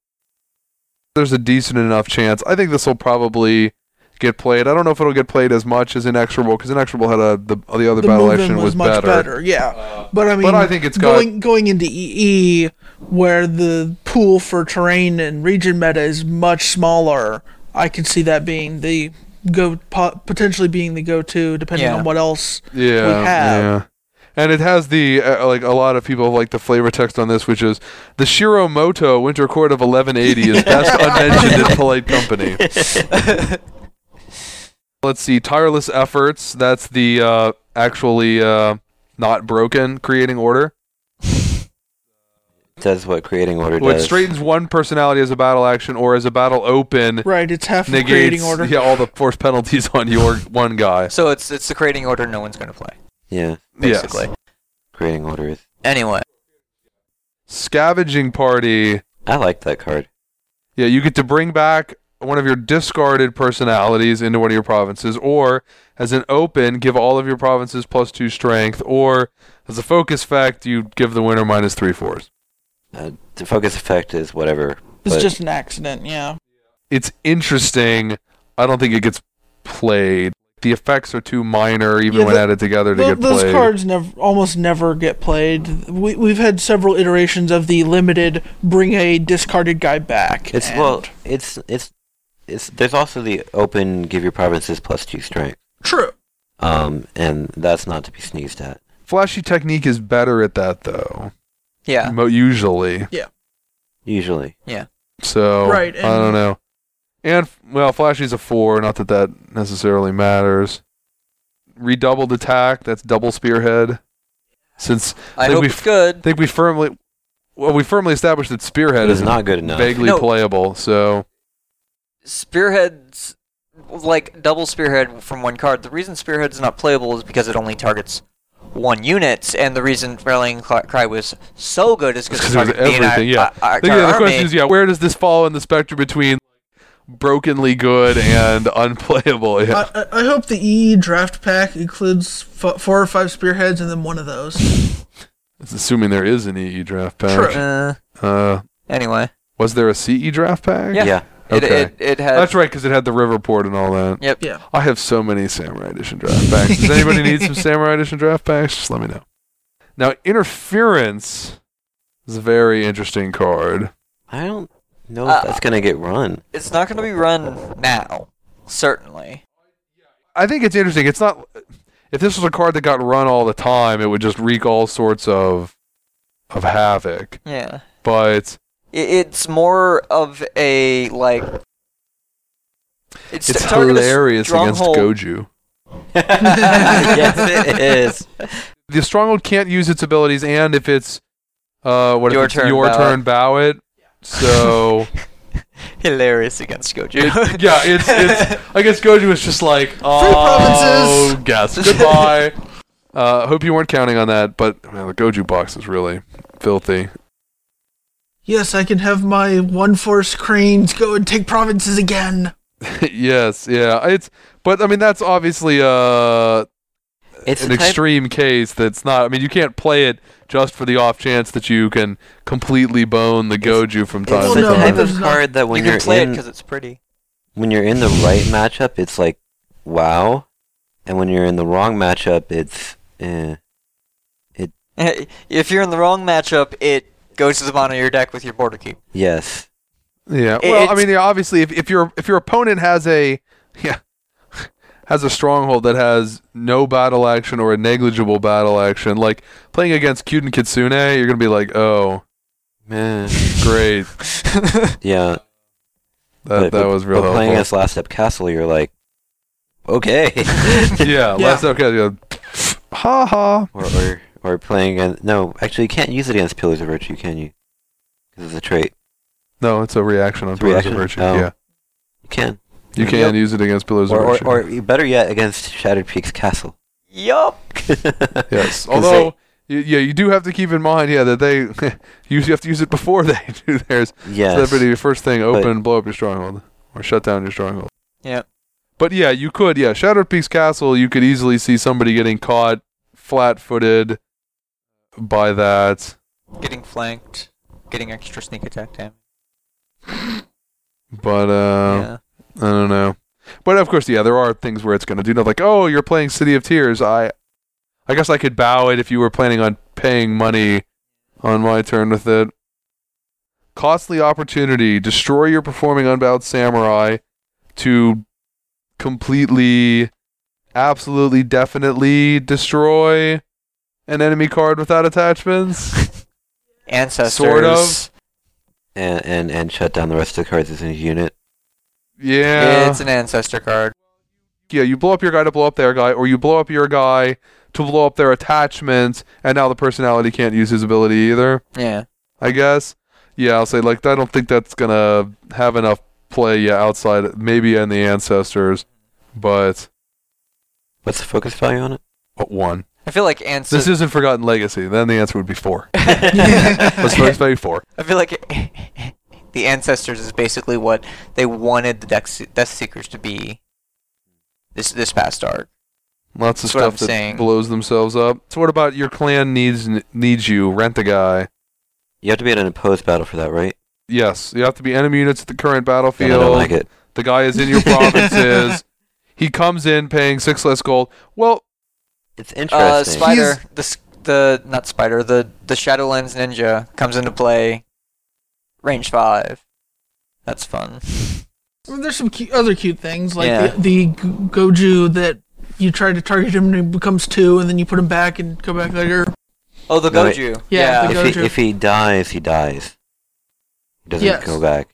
[SPEAKER 1] there's a decent enough chance. I think this will probably get played. I don't know if it'll get played as much as Inexorable because Inexorable had a the, the other
[SPEAKER 2] the
[SPEAKER 1] battle
[SPEAKER 2] move-in
[SPEAKER 1] action
[SPEAKER 2] was,
[SPEAKER 1] was,
[SPEAKER 2] much better.
[SPEAKER 1] better. Uh,
[SPEAKER 2] Yeah, but I mean,
[SPEAKER 1] I think it's got-
[SPEAKER 2] going going into EE where the pool for terrain and region meta is much smaller. I could see that being the go po- potentially being the go to depending
[SPEAKER 5] Yeah.
[SPEAKER 2] on what else.
[SPEAKER 1] Yeah,
[SPEAKER 2] have.
[SPEAKER 1] yeah. And it has the uh, like a lot of people like the flavor text on this, which is the Shiromoto Winter Court of 1180
[SPEAKER 2] <laughs>
[SPEAKER 1] is best unmentioned in polite company. <laughs> Let's see, tireless efforts. That's the uh, actually uh, not broken creating order.
[SPEAKER 3] Does what creating order
[SPEAKER 1] Well, it
[SPEAKER 3] does.
[SPEAKER 1] straightens one personality as a battle action or as a battle open
[SPEAKER 2] Right, it's half of
[SPEAKER 1] negates
[SPEAKER 2] creating order.
[SPEAKER 1] yeah all the force penalties on your one guy.
[SPEAKER 5] So it's it's the creating order no one's gonna play
[SPEAKER 3] yeah,
[SPEAKER 1] Yes.
[SPEAKER 5] basically.
[SPEAKER 3] creating order is.
[SPEAKER 5] Anyway,
[SPEAKER 1] Scavenging party.
[SPEAKER 3] I like that card.
[SPEAKER 1] Yeah, you get to bring back one of your discarded personalities into one of your provinces, or as an open, give all of your provinces plus two strength, or as a focus fact, you give the winner minus three force.
[SPEAKER 3] Uh, the focus effect is whatever.
[SPEAKER 2] It's
[SPEAKER 3] but
[SPEAKER 2] just an accident. Yeah,
[SPEAKER 1] It's interesting. I don't think it gets played. The effects are too minor, even
[SPEAKER 2] Yeah,
[SPEAKER 1] when
[SPEAKER 2] tho-
[SPEAKER 1] added together, to
[SPEAKER 2] Tho-
[SPEAKER 1] get
[SPEAKER 2] those
[SPEAKER 1] played.
[SPEAKER 2] cards never almost never get played. We we've had several iterations of the limited bring a discarded guy back.
[SPEAKER 3] it's
[SPEAKER 2] and-
[SPEAKER 3] well, it's it's it's. There's also the open give your provinces plus two strength.
[SPEAKER 2] true.
[SPEAKER 3] Um, and that's not to be sneezed at.
[SPEAKER 1] Flashy technique is better at that, though.
[SPEAKER 5] yeah.
[SPEAKER 1] Mo- usually,
[SPEAKER 3] Usually,
[SPEAKER 1] so
[SPEAKER 2] Right,
[SPEAKER 1] I don't
[SPEAKER 2] and-
[SPEAKER 1] know. And f- well, Flashy's a four. Not that that necessarily matters. Redoubled attack. That's double spearhead. Since
[SPEAKER 5] I
[SPEAKER 1] Think
[SPEAKER 5] hope
[SPEAKER 1] we-
[SPEAKER 5] it's good.
[SPEAKER 1] I think we firmly, well, we firmly established that spearhead
[SPEAKER 3] it
[SPEAKER 1] is
[SPEAKER 3] is not good enough.
[SPEAKER 1] vaguely
[SPEAKER 5] No.
[SPEAKER 1] playable. So
[SPEAKER 5] Spearheads like double spearhead from one card. The reason spearhead's not playable is because it only targets one unit, and the reason Rallying Cl- Cry was so good is because
[SPEAKER 1] because
[SPEAKER 5] it
[SPEAKER 1] it was
[SPEAKER 5] targeted the entire,
[SPEAKER 1] everything. Yeah.
[SPEAKER 5] uh,
[SPEAKER 1] I think,
[SPEAKER 5] entire
[SPEAKER 1] yeah, the
[SPEAKER 5] army.
[SPEAKER 1] question is, yeah, where does this fall in the spectrum between brokenly good and <laughs> unplayable? Yeah.
[SPEAKER 2] I, I- I hope the EE draft pack includes f- four or five spearheads and then one of those.
[SPEAKER 1] It's assuming there is an EE draft pack.
[SPEAKER 2] True.
[SPEAKER 5] Uh,
[SPEAKER 1] Uh,
[SPEAKER 5] anyway,
[SPEAKER 1] was there a CE draft pack?
[SPEAKER 5] Yeah.
[SPEAKER 3] yeah.
[SPEAKER 5] it,
[SPEAKER 1] Okay.
[SPEAKER 5] it, it had
[SPEAKER 1] That's right, because it had the Riverport and all that.
[SPEAKER 5] Yep.
[SPEAKER 2] Yeah.
[SPEAKER 1] I have so many Samurai Edition draft packs. Does anybody need
[SPEAKER 5] <laughs>
[SPEAKER 1] some Samurai Edition draft packs? Just let me know. Now, Interference is a very interesting card.
[SPEAKER 3] I don't know
[SPEAKER 5] Uh,
[SPEAKER 3] if that's gonna get run.
[SPEAKER 5] It's not going to be run now, certainly.
[SPEAKER 1] I think it's interesting. It's not. If this was a card that got run all the time, it would just wreak all sorts of of havoc.
[SPEAKER 5] Yeah.
[SPEAKER 1] But
[SPEAKER 5] I- It's more of a like.
[SPEAKER 1] it's
[SPEAKER 5] targeted
[SPEAKER 1] hilarious against
[SPEAKER 5] stronghold.
[SPEAKER 1] Goju.
[SPEAKER 5] <laughs>
[SPEAKER 3] yes, it is.
[SPEAKER 1] The stronghold can't use its abilities, and if it's uh, what
[SPEAKER 5] Your
[SPEAKER 1] if it's
[SPEAKER 5] turn,
[SPEAKER 1] your
[SPEAKER 5] bow
[SPEAKER 1] turn, bow
[SPEAKER 5] <laughs>
[SPEAKER 1] it. So
[SPEAKER 5] Hilarious against Gojo.
[SPEAKER 1] it- <laughs> yeah,
[SPEAKER 5] <laughs>
[SPEAKER 1] it's it's. I guess Goju was just like oh,
[SPEAKER 2] provinces!"
[SPEAKER 1] guess
[SPEAKER 3] <laughs>
[SPEAKER 1] goodbye. uh, hope you weren't counting on that, but man, the Goju box is really filthy. <laughs>
[SPEAKER 2] Yes, I can have my one force cranes go and take provinces again.
[SPEAKER 1] yes, yeah. It's but I mean that's obviously uh
[SPEAKER 3] It's
[SPEAKER 1] an
[SPEAKER 3] the type-
[SPEAKER 1] extreme case that's not I mean you can't play it just for the off chance that you can completely bone the Goju from time
[SPEAKER 3] It's
[SPEAKER 2] Well,
[SPEAKER 1] to
[SPEAKER 3] the
[SPEAKER 2] no,
[SPEAKER 1] time.
[SPEAKER 3] type
[SPEAKER 2] but
[SPEAKER 3] of
[SPEAKER 2] there's not-
[SPEAKER 3] card that when
[SPEAKER 5] you
[SPEAKER 3] you
[SPEAKER 5] can
[SPEAKER 3] are
[SPEAKER 5] play it
[SPEAKER 3] in
[SPEAKER 5] because it's pretty. <laughs>
[SPEAKER 3] when you're in the right matchup, it's like wow, and when you're in the wrong matchup, it's eh.
[SPEAKER 5] If you're in the wrong matchup, it goes to the bottom of your deck with your border keep.
[SPEAKER 3] Yes.
[SPEAKER 1] Yeah. Well, I
[SPEAKER 5] it's-
[SPEAKER 1] mean, yeah, obviously, if, if your if your opponent has a <laughs> yeah has a stronghold that has no battle action or a negligible battle action, like playing against Kyuden Kitsune, you're gonna be like, oh,
[SPEAKER 3] Meh.
[SPEAKER 1] great,
[SPEAKER 3] yeah.
[SPEAKER 1] that, that was real
[SPEAKER 3] but playing
[SPEAKER 1] helpful.
[SPEAKER 3] as Last Step Castle, you're like, okay.
[SPEAKER 1] <laughs>
[SPEAKER 3] <laughs>
[SPEAKER 1] yeah,
[SPEAKER 2] Yeah.
[SPEAKER 1] Last okay, yeah. ha ha.
[SPEAKER 3] or, or or playing against no, actually you can't use it against Pillars of Virtue, can you? Because it's a trait.
[SPEAKER 1] No, it's a reaction on
[SPEAKER 3] It's a
[SPEAKER 1] Pillars of Virtue.
[SPEAKER 3] reaction? Oh.
[SPEAKER 1] Yeah,
[SPEAKER 3] You can.
[SPEAKER 1] you can use it against Pillars
[SPEAKER 3] Or,
[SPEAKER 1] of
[SPEAKER 3] or,
[SPEAKER 1] Virtue.
[SPEAKER 3] or better yet, against Shattered Peaks Castle.
[SPEAKER 5] <laughs> Yup.
[SPEAKER 1] <laughs> yes,
[SPEAKER 3] <laughs> 'Cause
[SPEAKER 1] although. y yeah, you do have to keep in mind, yeah, that they <laughs> you have to use it before they <laughs> do theirs.
[SPEAKER 3] they- yes.
[SPEAKER 1] So that'd be the first thing.
[SPEAKER 3] But-
[SPEAKER 1] Open, blow up your stronghold, or shut down your stronghold.
[SPEAKER 5] Yeah.
[SPEAKER 1] But yeah, you could. Yeah, Shattered Peaks Castle. You could easily see somebody getting caught flat-footed by that.
[SPEAKER 5] Getting flanked. Getting extra sneak attack damage.
[SPEAKER 1] But uh,
[SPEAKER 5] yeah.
[SPEAKER 1] I don't know. But of course, yeah, there are things where it's going to do nothing. Like, oh, you're playing City of Tears. I, I guess I could bow it if you were planning on paying money on my turn with it. Costly opportunity. Destroy your performing unbowed samurai to completely, absolutely, definitely destroy an enemy card without attachments.
[SPEAKER 5] Ancestors.
[SPEAKER 1] of.
[SPEAKER 3] and, and and shut down the rest of the cards as a unit.
[SPEAKER 1] Yeah.
[SPEAKER 5] It's an ancestor card.
[SPEAKER 1] yeah, you blow up your guy to blow up their guy, or you blow up your guy to blow up their attachment, and now the personality can't use his ability either.
[SPEAKER 5] Yeah.
[SPEAKER 1] I guess. Yeah, I'll say like I don't think that's gonna have enough play yeah, outside maybe in the ancestors, but
[SPEAKER 3] What's the focus value on it?
[SPEAKER 1] but one.
[SPEAKER 5] I feel like ancestors.
[SPEAKER 1] <laughs> This isn't Forgotten Legacy. Then the answer would be four. Let's
[SPEAKER 5] <laughs> I
[SPEAKER 1] first play four.
[SPEAKER 5] feel like <laughs> the ancestors is basically what they wanted the Death, Se- Death Seekers to be. This this past arc.
[SPEAKER 1] Lots of
[SPEAKER 5] That's what I'm
[SPEAKER 1] stuff that
[SPEAKER 5] saying.
[SPEAKER 1] blows themselves up. So what about your clan needs needs you? Rent a guy.
[SPEAKER 3] You have to be in an opposed battle for that, right?
[SPEAKER 1] Yes, you have to be enemy units at the current
[SPEAKER 3] And
[SPEAKER 1] battlefield.
[SPEAKER 3] I don't like it.
[SPEAKER 1] The guy is
[SPEAKER 2] <laughs>
[SPEAKER 1] in your provinces. He comes in paying six less gold. Well,
[SPEAKER 3] It's
[SPEAKER 5] Uh,
[SPEAKER 3] interesting.
[SPEAKER 5] spider. The s- the not spider. The the Shadowlands ninja comes into play. Range five. That's fun.
[SPEAKER 2] I mean, there's some cu other cute things like
[SPEAKER 5] Yeah.
[SPEAKER 2] the, the G- Goju that you try to target him and he becomes two, and then you put him back and go back later.
[SPEAKER 5] Oh, the
[SPEAKER 3] No, wait.
[SPEAKER 5] Goju.
[SPEAKER 2] Yeah, the
[SPEAKER 3] if,
[SPEAKER 2] Gojo.
[SPEAKER 3] he, if he dies, he dies. He doesn't
[SPEAKER 2] Yes.
[SPEAKER 3] go back.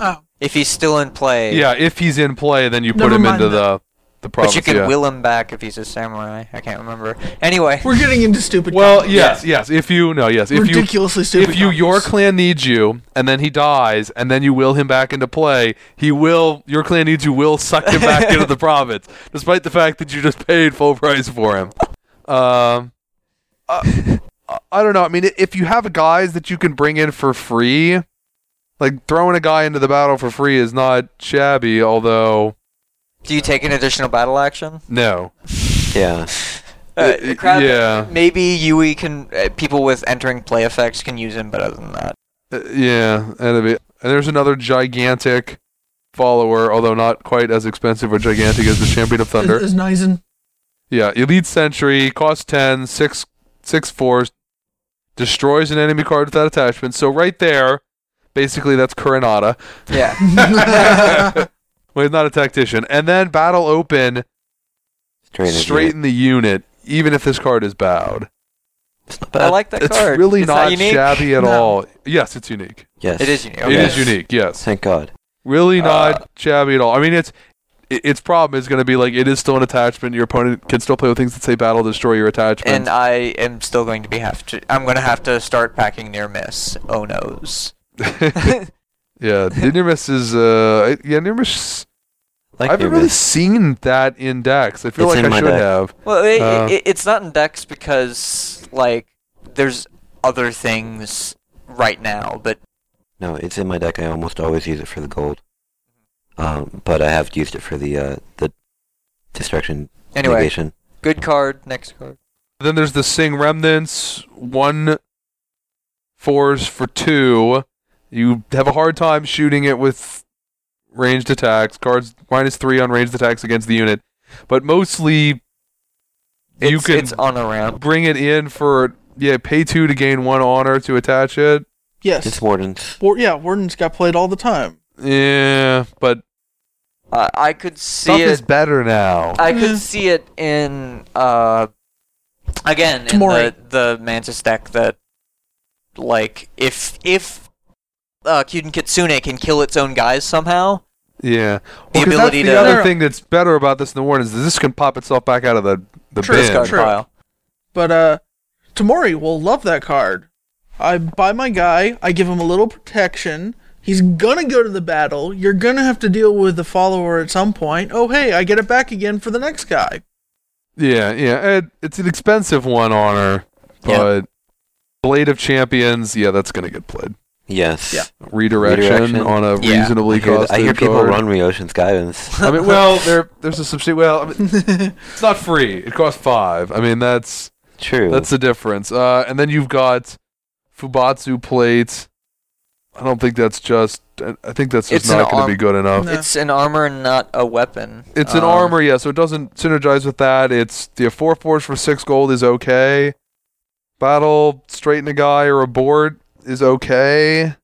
[SPEAKER 2] Oh,
[SPEAKER 5] If he's still in play.
[SPEAKER 1] yeah, if he's in play, then you put
[SPEAKER 2] Never
[SPEAKER 1] him
[SPEAKER 2] mind
[SPEAKER 1] into
[SPEAKER 2] that.
[SPEAKER 1] the the province.
[SPEAKER 5] But you can
[SPEAKER 1] yeah.
[SPEAKER 5] will him back if he's a samurai. I can't remember. Anyway.
[SPEAKER 2] we're getting into stupid.
[SPEAKER 1] well,
[SPEAKER 2] combos.
[SPEAKER 1] yes, yes. If you no, yes. If you
[SPEAKER 2] ridiculously stupid.
[SPEAKER 1] if you your
[SPEAKER 2] combos.
[SPEAKER 1] clan needs you, and then he dies, and then you will him back into play, he will your clan needs you will suck him back into the province, despite the fact that you just paid full price for him. Um, uh, I- I don't know. I mean, i- if you have guys that you can bring in for free, like throwing a guy into the battle for free is not shabby. Although,
[SPEAKER 5] Do you take an additional battle action?
[SPEAKER 1] no,
[SPEAKER 3] Yeah.
[SPEAKER 5] Uh,
[SPEAKER 1] Uh,
[SPEAKER 5] crab,
[SPEAKER 1] yeah.
[SPEAKER 5] Maybe Yui can. Uh, people with entering play effects can use him, but other than that,
[SPEAKER 1] Uh, yeah, and, if it- and there's another gigantic follower, although not quite as expensive or gigantic as the Champion of Thunder.
[SPEAKER 2] is, is Nizen.
[SPEAKER 1] Yeah, Elite Sentry, cost 10, 6, 6 fours, destroys an enemy card without attachment. So right there, basically that's Coronada. <laughs>
[SPEAKER 5] yeah.
[SPEAKER 1] Well, he's not a tactician. And then Battle Open,
[SPEAKER 3] Straight. in the
[SPEAKER 1] straighten the unit, even if this card is bowed.
[SPEAKER 3] It's not
[SPEAKER 5] <laughs> I
[SPEAKER 3] bad.
[SPEAKER 5] like that
[SPEAKER 1] it's
[SPEAKER 5] card.
[SPEAKER 1] really
[SPEAKER 5] It's
[SPEAKER 1] not,
[SPEAKER 5] unique.
[SPEAKER 1] shabby at
[SPEAKER 2] No.
[SPEAKER 1] all. Yes, it's unique.
[SPEAKER 3] yes.
[SPEAKER 5] It is unique.
[SPEAKER 1] It
[SPEAKER 5] okay.
[SPEAKER 1] is unique, yes.
[SPEAKER 3] Thank God.
[SPEAKER 1] Really not
[SPEAKER 5] Uh,
[SPEAKER 1] shabby at all. I mean, it's i- its problem is going to be like it is still an attachment. Your opponent can still play with things that say battle, destroy your attachment.
[SPEAKER 5] And I am still going to be have to. I'm going to have to start packing near miss. Oh no's.
[SPEAKER 1] <laughs> yeah, the near miss is uh yeah near miss.
[SPEAKER 3] Like
[SPEAKER 1] I haven't
[SPEAKER 3] Nubis.
[SPEAKER 1] really seen that in decks. I feel
[SPEAKER 3] It's
[SPEAKER 1] like
[SPEAKER 3] in
[SPEAKER 1] I
[SPEAKER 3] my
[SPEAKER 1] should
[SPEAKER 3] deck.
[SPEAKER 1] have.
[SPEAKER 5] Well, it,
[SPEAKER 1] Uh,
[SPEAKER 5] it, it's not in Dex because like there's other things right now, but
[SPEAKER 3] No, it's in my deck. I almost always use it for the gold.
[SPEAKER 1] Mm-hmm.
[SPEAKER 3] Um, but I have used it for the uh, the distraction
[SPEAKER 5] anyway,
[SPEAKER 3] negation.
[SPEAKER 5] good card. Next card.
[SPEAKER 1] Then there's the Sing Remnants one fours for two. You have a hard time shooting it with ranged attacks. Cards minus three on ranged attacks against the unit, but mostly
[SPEAKER 5] It's,
[SPEAKER 1] you can
[SPEAKER 5] it's on a ramp.
[SPEAKER 1] bring it in for yeah, pay two to gain one honor to attach it.
[SPEAKER 2] Yes.
[SPEAKER 3] It's wardens.
[SPEAKER 2] War- yeah, Warden's got played all the time.
[SPEAKER 1] Yeah, but
[SPEAKER 5] Uh, I could see
[SPEAKER 1] stuff is
[SPEAKER 5] it.
[SPEAKER 1] better now.
[SPEAKER 5] I could
[SPEAKER 2] Mm.
[SPEAKER 5] see it in uh, again in
[SPEAKER 2] Tomorrow.
[SPEAKER 5] the the Mantis deck that like if if uh, Kyuden Kitsune can kill its own guys somehow.
[SPEAKER 1] yeah,
[SPEAKER 5] The
[SPEAKER 1] Well, 'cause
[SPEAKER 5] ability
[SPEAKER 1] that's the
[SPEAKER 5] to-
[SPEAKER 1] other
[SPEAKER 2] No.
[SPEAKER 1] thing that's better about this in the Warden is that this can pop itself back out of the the
[SPEAKER 2] True,
[SPEAKER 1] bin.
[SPEAKER 5] discard
[SPEAKER 2] True.
[SPEAKER 5] pile.
[SPEAKER 2] But uh Tamori will love that card. I buy my guy, I give him a little protection. He's gonna go to the battle. You're gonna have to deal with the follower at some point. Oh hey, I get it back again for the next guy. <laughs>
[SPEAKER 1] Yeah, yeah. It, it's an expensive one honor,
[SPEAKER 5] Yeah.
[SPEAKER 1] but Blade of Champions, yeah, that's gonna get played.
[SPEAKER 3] Yes.
[SPEAKER 2] Yeah.
[SPEAKER 1] Redirection,
[SPEAKER 3] Redirection.
[SPEAKER 1] on a
[SPEAKER 5] Yeah.
[SPEAKER 1] reasonably
[SPEAKER 3] I hear,
[SPEAKER 1] costed
[SPEAKER 3] I hear people
[SPEAKER 1] card.
[SPEAKER 3] run Ryotion's guidance. <laughs>
[SPEAKER 1] I mean, well, there there's a subsidy. Well, I mean, it's not free. It costs five. I mean, that's
[SPEAKER 3] True.
[SPEAKER 1] that's the difference. Uh, and then you've got Fubatsu plate. I don't think that's just. I I think that's just
[SPEAKER 5] It's an
[SPEAKER 1] not going
[SPEAKER 5] arm-
[SPEAKER 1] to be good enough.
[SPEAKER 2] No.
[SPEAKER 5] It's an armor, and not a weapon.
[SPEAKER 1] It's an
[SPEAKER 5] Um,
[SPEAKER 1] armor, yeah, so it doesn't synergize with that. It's the four forge for six gold is okay. Battle straighten a guy or abort is okay,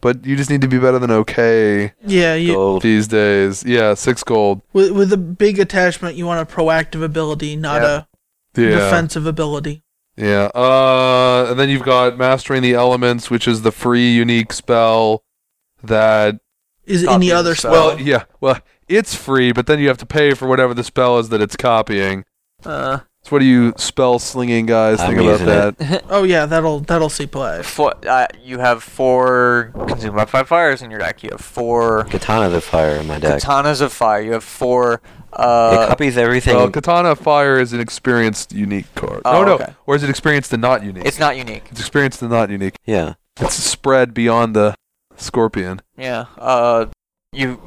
[SPEAKER 1] but you just need to be better than okay
[SPEAKER 2] Yeah, you,
[SPEAKER 3] Gold.
[SPEAKER 1] these days. Yeah, six gold.
[SPEAKER 2] with with a big attachment, you want a proactive ability, not
[SPEAKER 5] Yeah.
[SPEAKER 2] a
[SPEAKER 1] Yeah,
[SPEAKER 2] defensive ability.
[SPEAKER 1] yeah. Uh, and then you've got mastering the elements, which is the free unique spell that
[SPEAKER 2] Is
[SPEAKER 5] Copy
[SPEAKER 2] any
[SPEAKER 5] the
[SPEAKER 2] other
[SPEAKER 5] spell.
[SPEAKER 2] spell?
[SPEAKER 1] well, yeah, well, it's free, but then you have to pay for whatever the spell is that it's copying.
[SPEAKER 5] Uh,
[SPEAKER 1] So, what do you spell slinging guys
[SPEAKER 3] I'm
[SPEAKER 1] think about
[SPEAKER 3] using it.
[SPEAKER 1] that?
[SPEAKER 2] oh yeah, that'll that'll see play.
[SPEAKER 5] four, uh, you have four consumed by five fires in your deck. You have four
[SPEAKER 3] Katana's a fire in my deck.
[SPEAKER 5] katanas of fire. You have four.
[SPEAKER 3] it
[SPEAKER 5] Uh,
[SPEAKER 3] copies everything.
[SPEAKER 1] Well, Katana Fire is an experienced unique card.
[SPEAKER 5] Oh,
[SPEAKER 1] no, no.
[SPEAKER 5] okay.
[SPEAKER 1] Or is it experienced and not unique?
[SPEAKER 5] it's not unique.
[SPEAKER 1] It's experienced and not unique.
[SPEAKER 3] yeah.
[SPEAKER 1] It's spread beyond the scorpion.
[SPEAKER 5] Yeah. Uh, you. <laughs>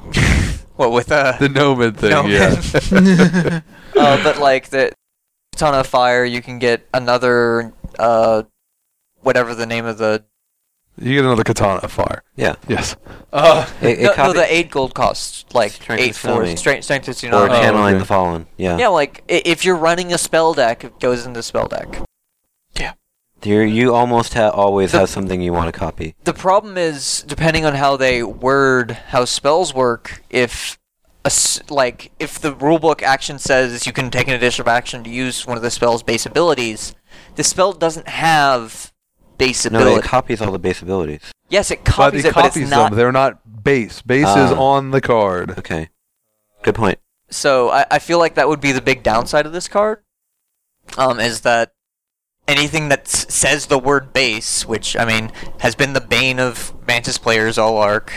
[SPEAKER 5] what with uh,
[SPEAKER 1] The gnomad thing,
[SPEAKER 5] Gnomad. <laughs>
[SPEAKER 1] yeah. <laughs>
[SPEAKER 5] uh, but like the ton of fire, you can get another uh, whatever the name of the
[SPEAKER 1] you get another Katana Fire.
[SPEAKER 3] Yeah.
[SPEAKER 1] Yes. Uh,
[SPEAKER 3] It, it
[SPEAKER 5] no, no,
[SPEAKER 3] copies
[SPEAKER 5] the eight gold costs like
[SPEAKER 3] Strength
[SPEAKER 5] eight
[SPEAKER 3] of
[SPEAKER 5] four
[SPEAKER 3] Tsunami.
[SPEAKER 5] strength strength of
[SPEAKER 3] or
[SPEAKER 5] tsunami.
[SPEAKER 1] Oh, channel.
[SPEAKER 3] channeling
[SPEAKER 1] okay.
[SPEAKER 3] the fallen.
[SPEAKER 1] Oh.
[SPEAKER 3] Yeah.
[SPEAKER 5] Yeah, like i- if you're running a spell deck, it goes into spell deck.
[SPEAKER 3] You you almost ha- always
[SPEAKER 5] The-
[SPEAKER 3] have something you want to copy.
[SPEAKER 5] The problem is depending on how they word how spells work. If a s like if the rulebook action says you can take an additional action to use one of the spell's base abilities, the spell doesn't have base
[SPEAKER 3] No,
[SPEAKER 5] ability.
[SPEAKER 3] it copies all the base abilities.
[SPEAKER 5] yes, it
[SPEAKER 1] but
[SPEAKER 5] copies
[SPEAKER 1] it
[SPEAKER 5] it, but
[SPEAKER 1] copies
[SPEAKER 5] it's not
[SPEAKER 1] them. They're not base. Base is
[SPEAKER 3] Ah.
[SPEAKER 1] on the card.
[SPEAKER 3] Okay. Good point.
[SPEAKER 5] So I, I feel like that would be the big downside of this card. Um, is that anything that s- says the word base, which I mean has been the bane of Mantis players all arc.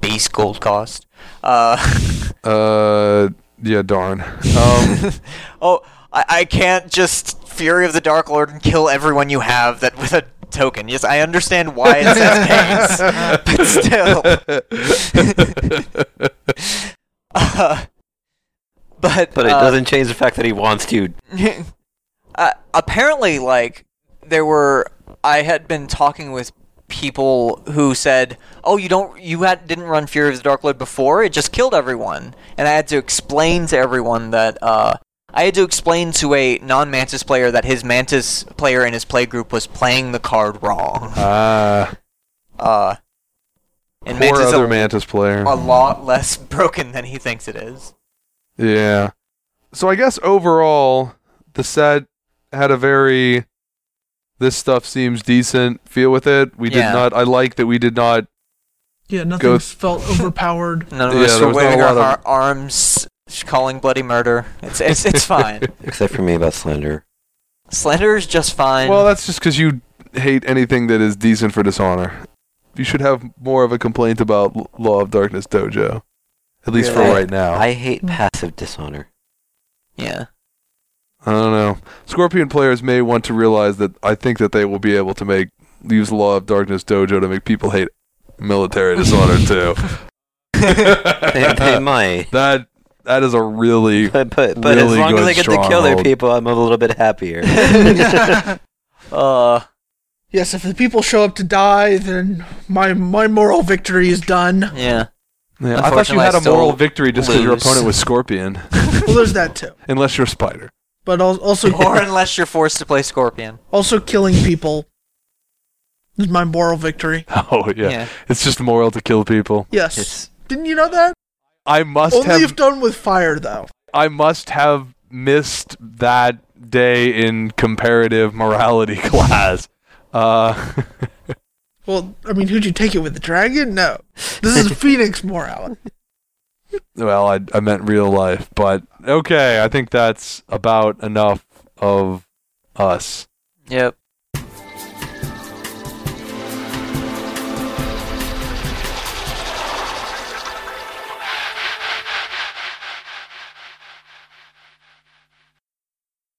[SPEAKER 5] base gold cost. Uh, <laughs>
[SPEAKER 1] Uh, yeah, darn. Um,
[SPEAKER 5] oh, I, I can't just Fury of the Dark Lord and kill everyone you have that with a token. Yes, I understand why it says base, but still. <laughs> Uh, but
[SPEAKER 3] But it
[SPEAKER 5] uh,
[SPEAKER 3] doesn't change the fact that he wants to.
[SPEAKER 5] <laughs> uh, apparently, like there were, I had been talking with people who said, "Oh, you don't, you had didn't run Fury of the Dark Lord before; it just killed everyone." And I had to explain to everyone that uh, I had to explain to a non-Mantis player that his Mantis player in his play group was playing the card wrong.
[SPEAKER 1] ah,
[SPEAKER 5] Uh, and
[SPEAKER 1] poor
[SPEAKER 5] Mantis
[SPEAKER 1] other
[SPEAKER 5] a,
[SPEAKER 1] Mantis player.
[SPEAKER 5] a lot less <laughs> broken than he thinks it is.
[SPEAKER 1] Yeah. So I guess overall, the set had a very this stuff seems decent feel with it. We
[SPEAKER 5] Yeah.
[SPEAKER 1] did not. I like that we did not.
[SPEAKER 2] Yeah, nothing
[SPEAKER 1] Go-
[SPEAKER 2] felt overpowered.
[SPEAKER 5] None of
[SPEAKER 1] Yeah,
[SPEAKER 5] us
[SPEAKER 1] there
[SPEAKER 5] were
[SPEAKER 1] was not a
[SPEAKER 5] waving our
[SPEAKER 1] lot
[SPEAKER 5] har- arms, calling bloody murder. It's it's,
[SPEAKER 1] <laughs>
[SPEAKER 5] it's fine.
[SPEAKER 3] Except for me about Slender.
[SPEAKER 5] Slender's just fine.
[SPEAKER 1] Well, that's just because you hate anything that is decent for Dishonor. You should have more of a complaint about L- Law of Darkness Dojo, at least
[SPEAKER 5] Really?
[SPEAKER 1] for right now. I,
[SPEAKER 3] I hate passive <laughs> dishonor.
[SPEAKER 5] yeah.
[SPEAKER 1] don't know. Scorpion players may want to realize that I think that they will be able to make use Law of Darkness Dojo to make people hate military Dishonor too.
[SPEAKER 3] they, they might.
[SPEAKER 1] That that is a really
[SPEAKER 3] But but, but as
[SPEAKER 1] Really
[SPEAKER 3] long as
[SPEAKER 1] good
[SPEAKER 3] I get to kill their
[SPEAKER 1] stronghold.
[SPEAKER 3] people, I'm a little bit happier.
[SPEAKER 5] Uh,
[SPEAKER 2] Yes, if the people show up to die, then my my moral victory is done.
[SPEAKER 5] yeah. <laughs>
[SPEAKER 1] Yeah, I thought you
[SPEAKER 5] Unfortunately,
[SPEAKER 1] had
[SPEAKER 5] I
[SPEAKER 1] a moral
[SPEAKER 5] still
[SPEAKER 1] victory just because your
[SPEAKER 7] <laughs>
[SPEAKER 5] lose.
[SPEAKER 1] opponent was Scorpion,
[SPEAKER 2] Well, there's that too.
[SPEAKER 1] unless you're Spider.
[SPEAKER 2] but al- also
[SPEAKER 5] <laughs> or unless you're forced to play Scorpion.
[SPEAKER 2] <laughs> also killing people is my moral victory.
[SPEAKER 7] Oh yeah.
[SPEAKER 5] Yeah.
[SPEAKER 7] it's just moral to kill people.
[SPEAKER 2] Yes.
[SPEAKER 5] It's
[SPEAKER 2] Didn't you know that?
[SPEAKER 7] I must
[SPEAKER 2] Only
[SPEAKER 7] have
[SPEAKER 2] if done with fire, though.
[SPEAKER 7] I must have missed that day in comparative morality <laughs> class. Uh, <laughs>
[SPEAKER 2] Well, I mean, who'd you take it with? The dragon? No. This is Phoenix morality.
[SPEAKER 7] well, I, I meant real life, but okay. I think that's about enough of us.
[SPEAKER 5] yep.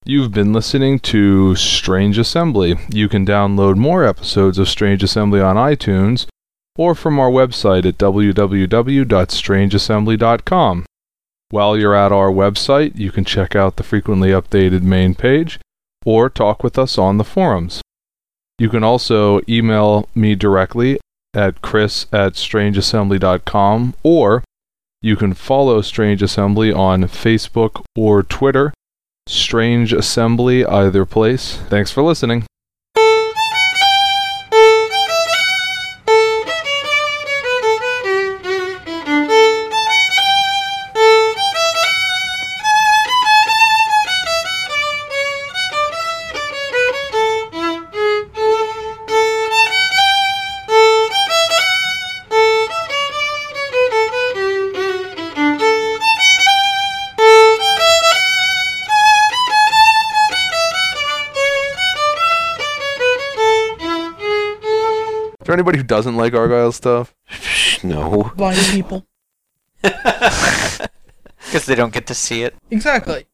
[SPEAKER 7] You've been listening to Strange Assembly. You can download more episodes of Strange Assembly on iTunes or from our website at www.strangeassembly.com. While you're at our website, you can check out the frequently updated main page or talk with us on the forums. You can also email me directly at chris at strangeassembly.com or you can follow Strange Assembly on Facebook or Twitter strange assembly either place. Thanks for listening. Is there anybody who doesn't like Argyle stuff?
[SPEAKER 3] <laughs> Psh, No.
[SPEAKER 2] Blind people.
[SPEAKER 5] Because they don't get to see it.
[SPEAKER 2] Exactly.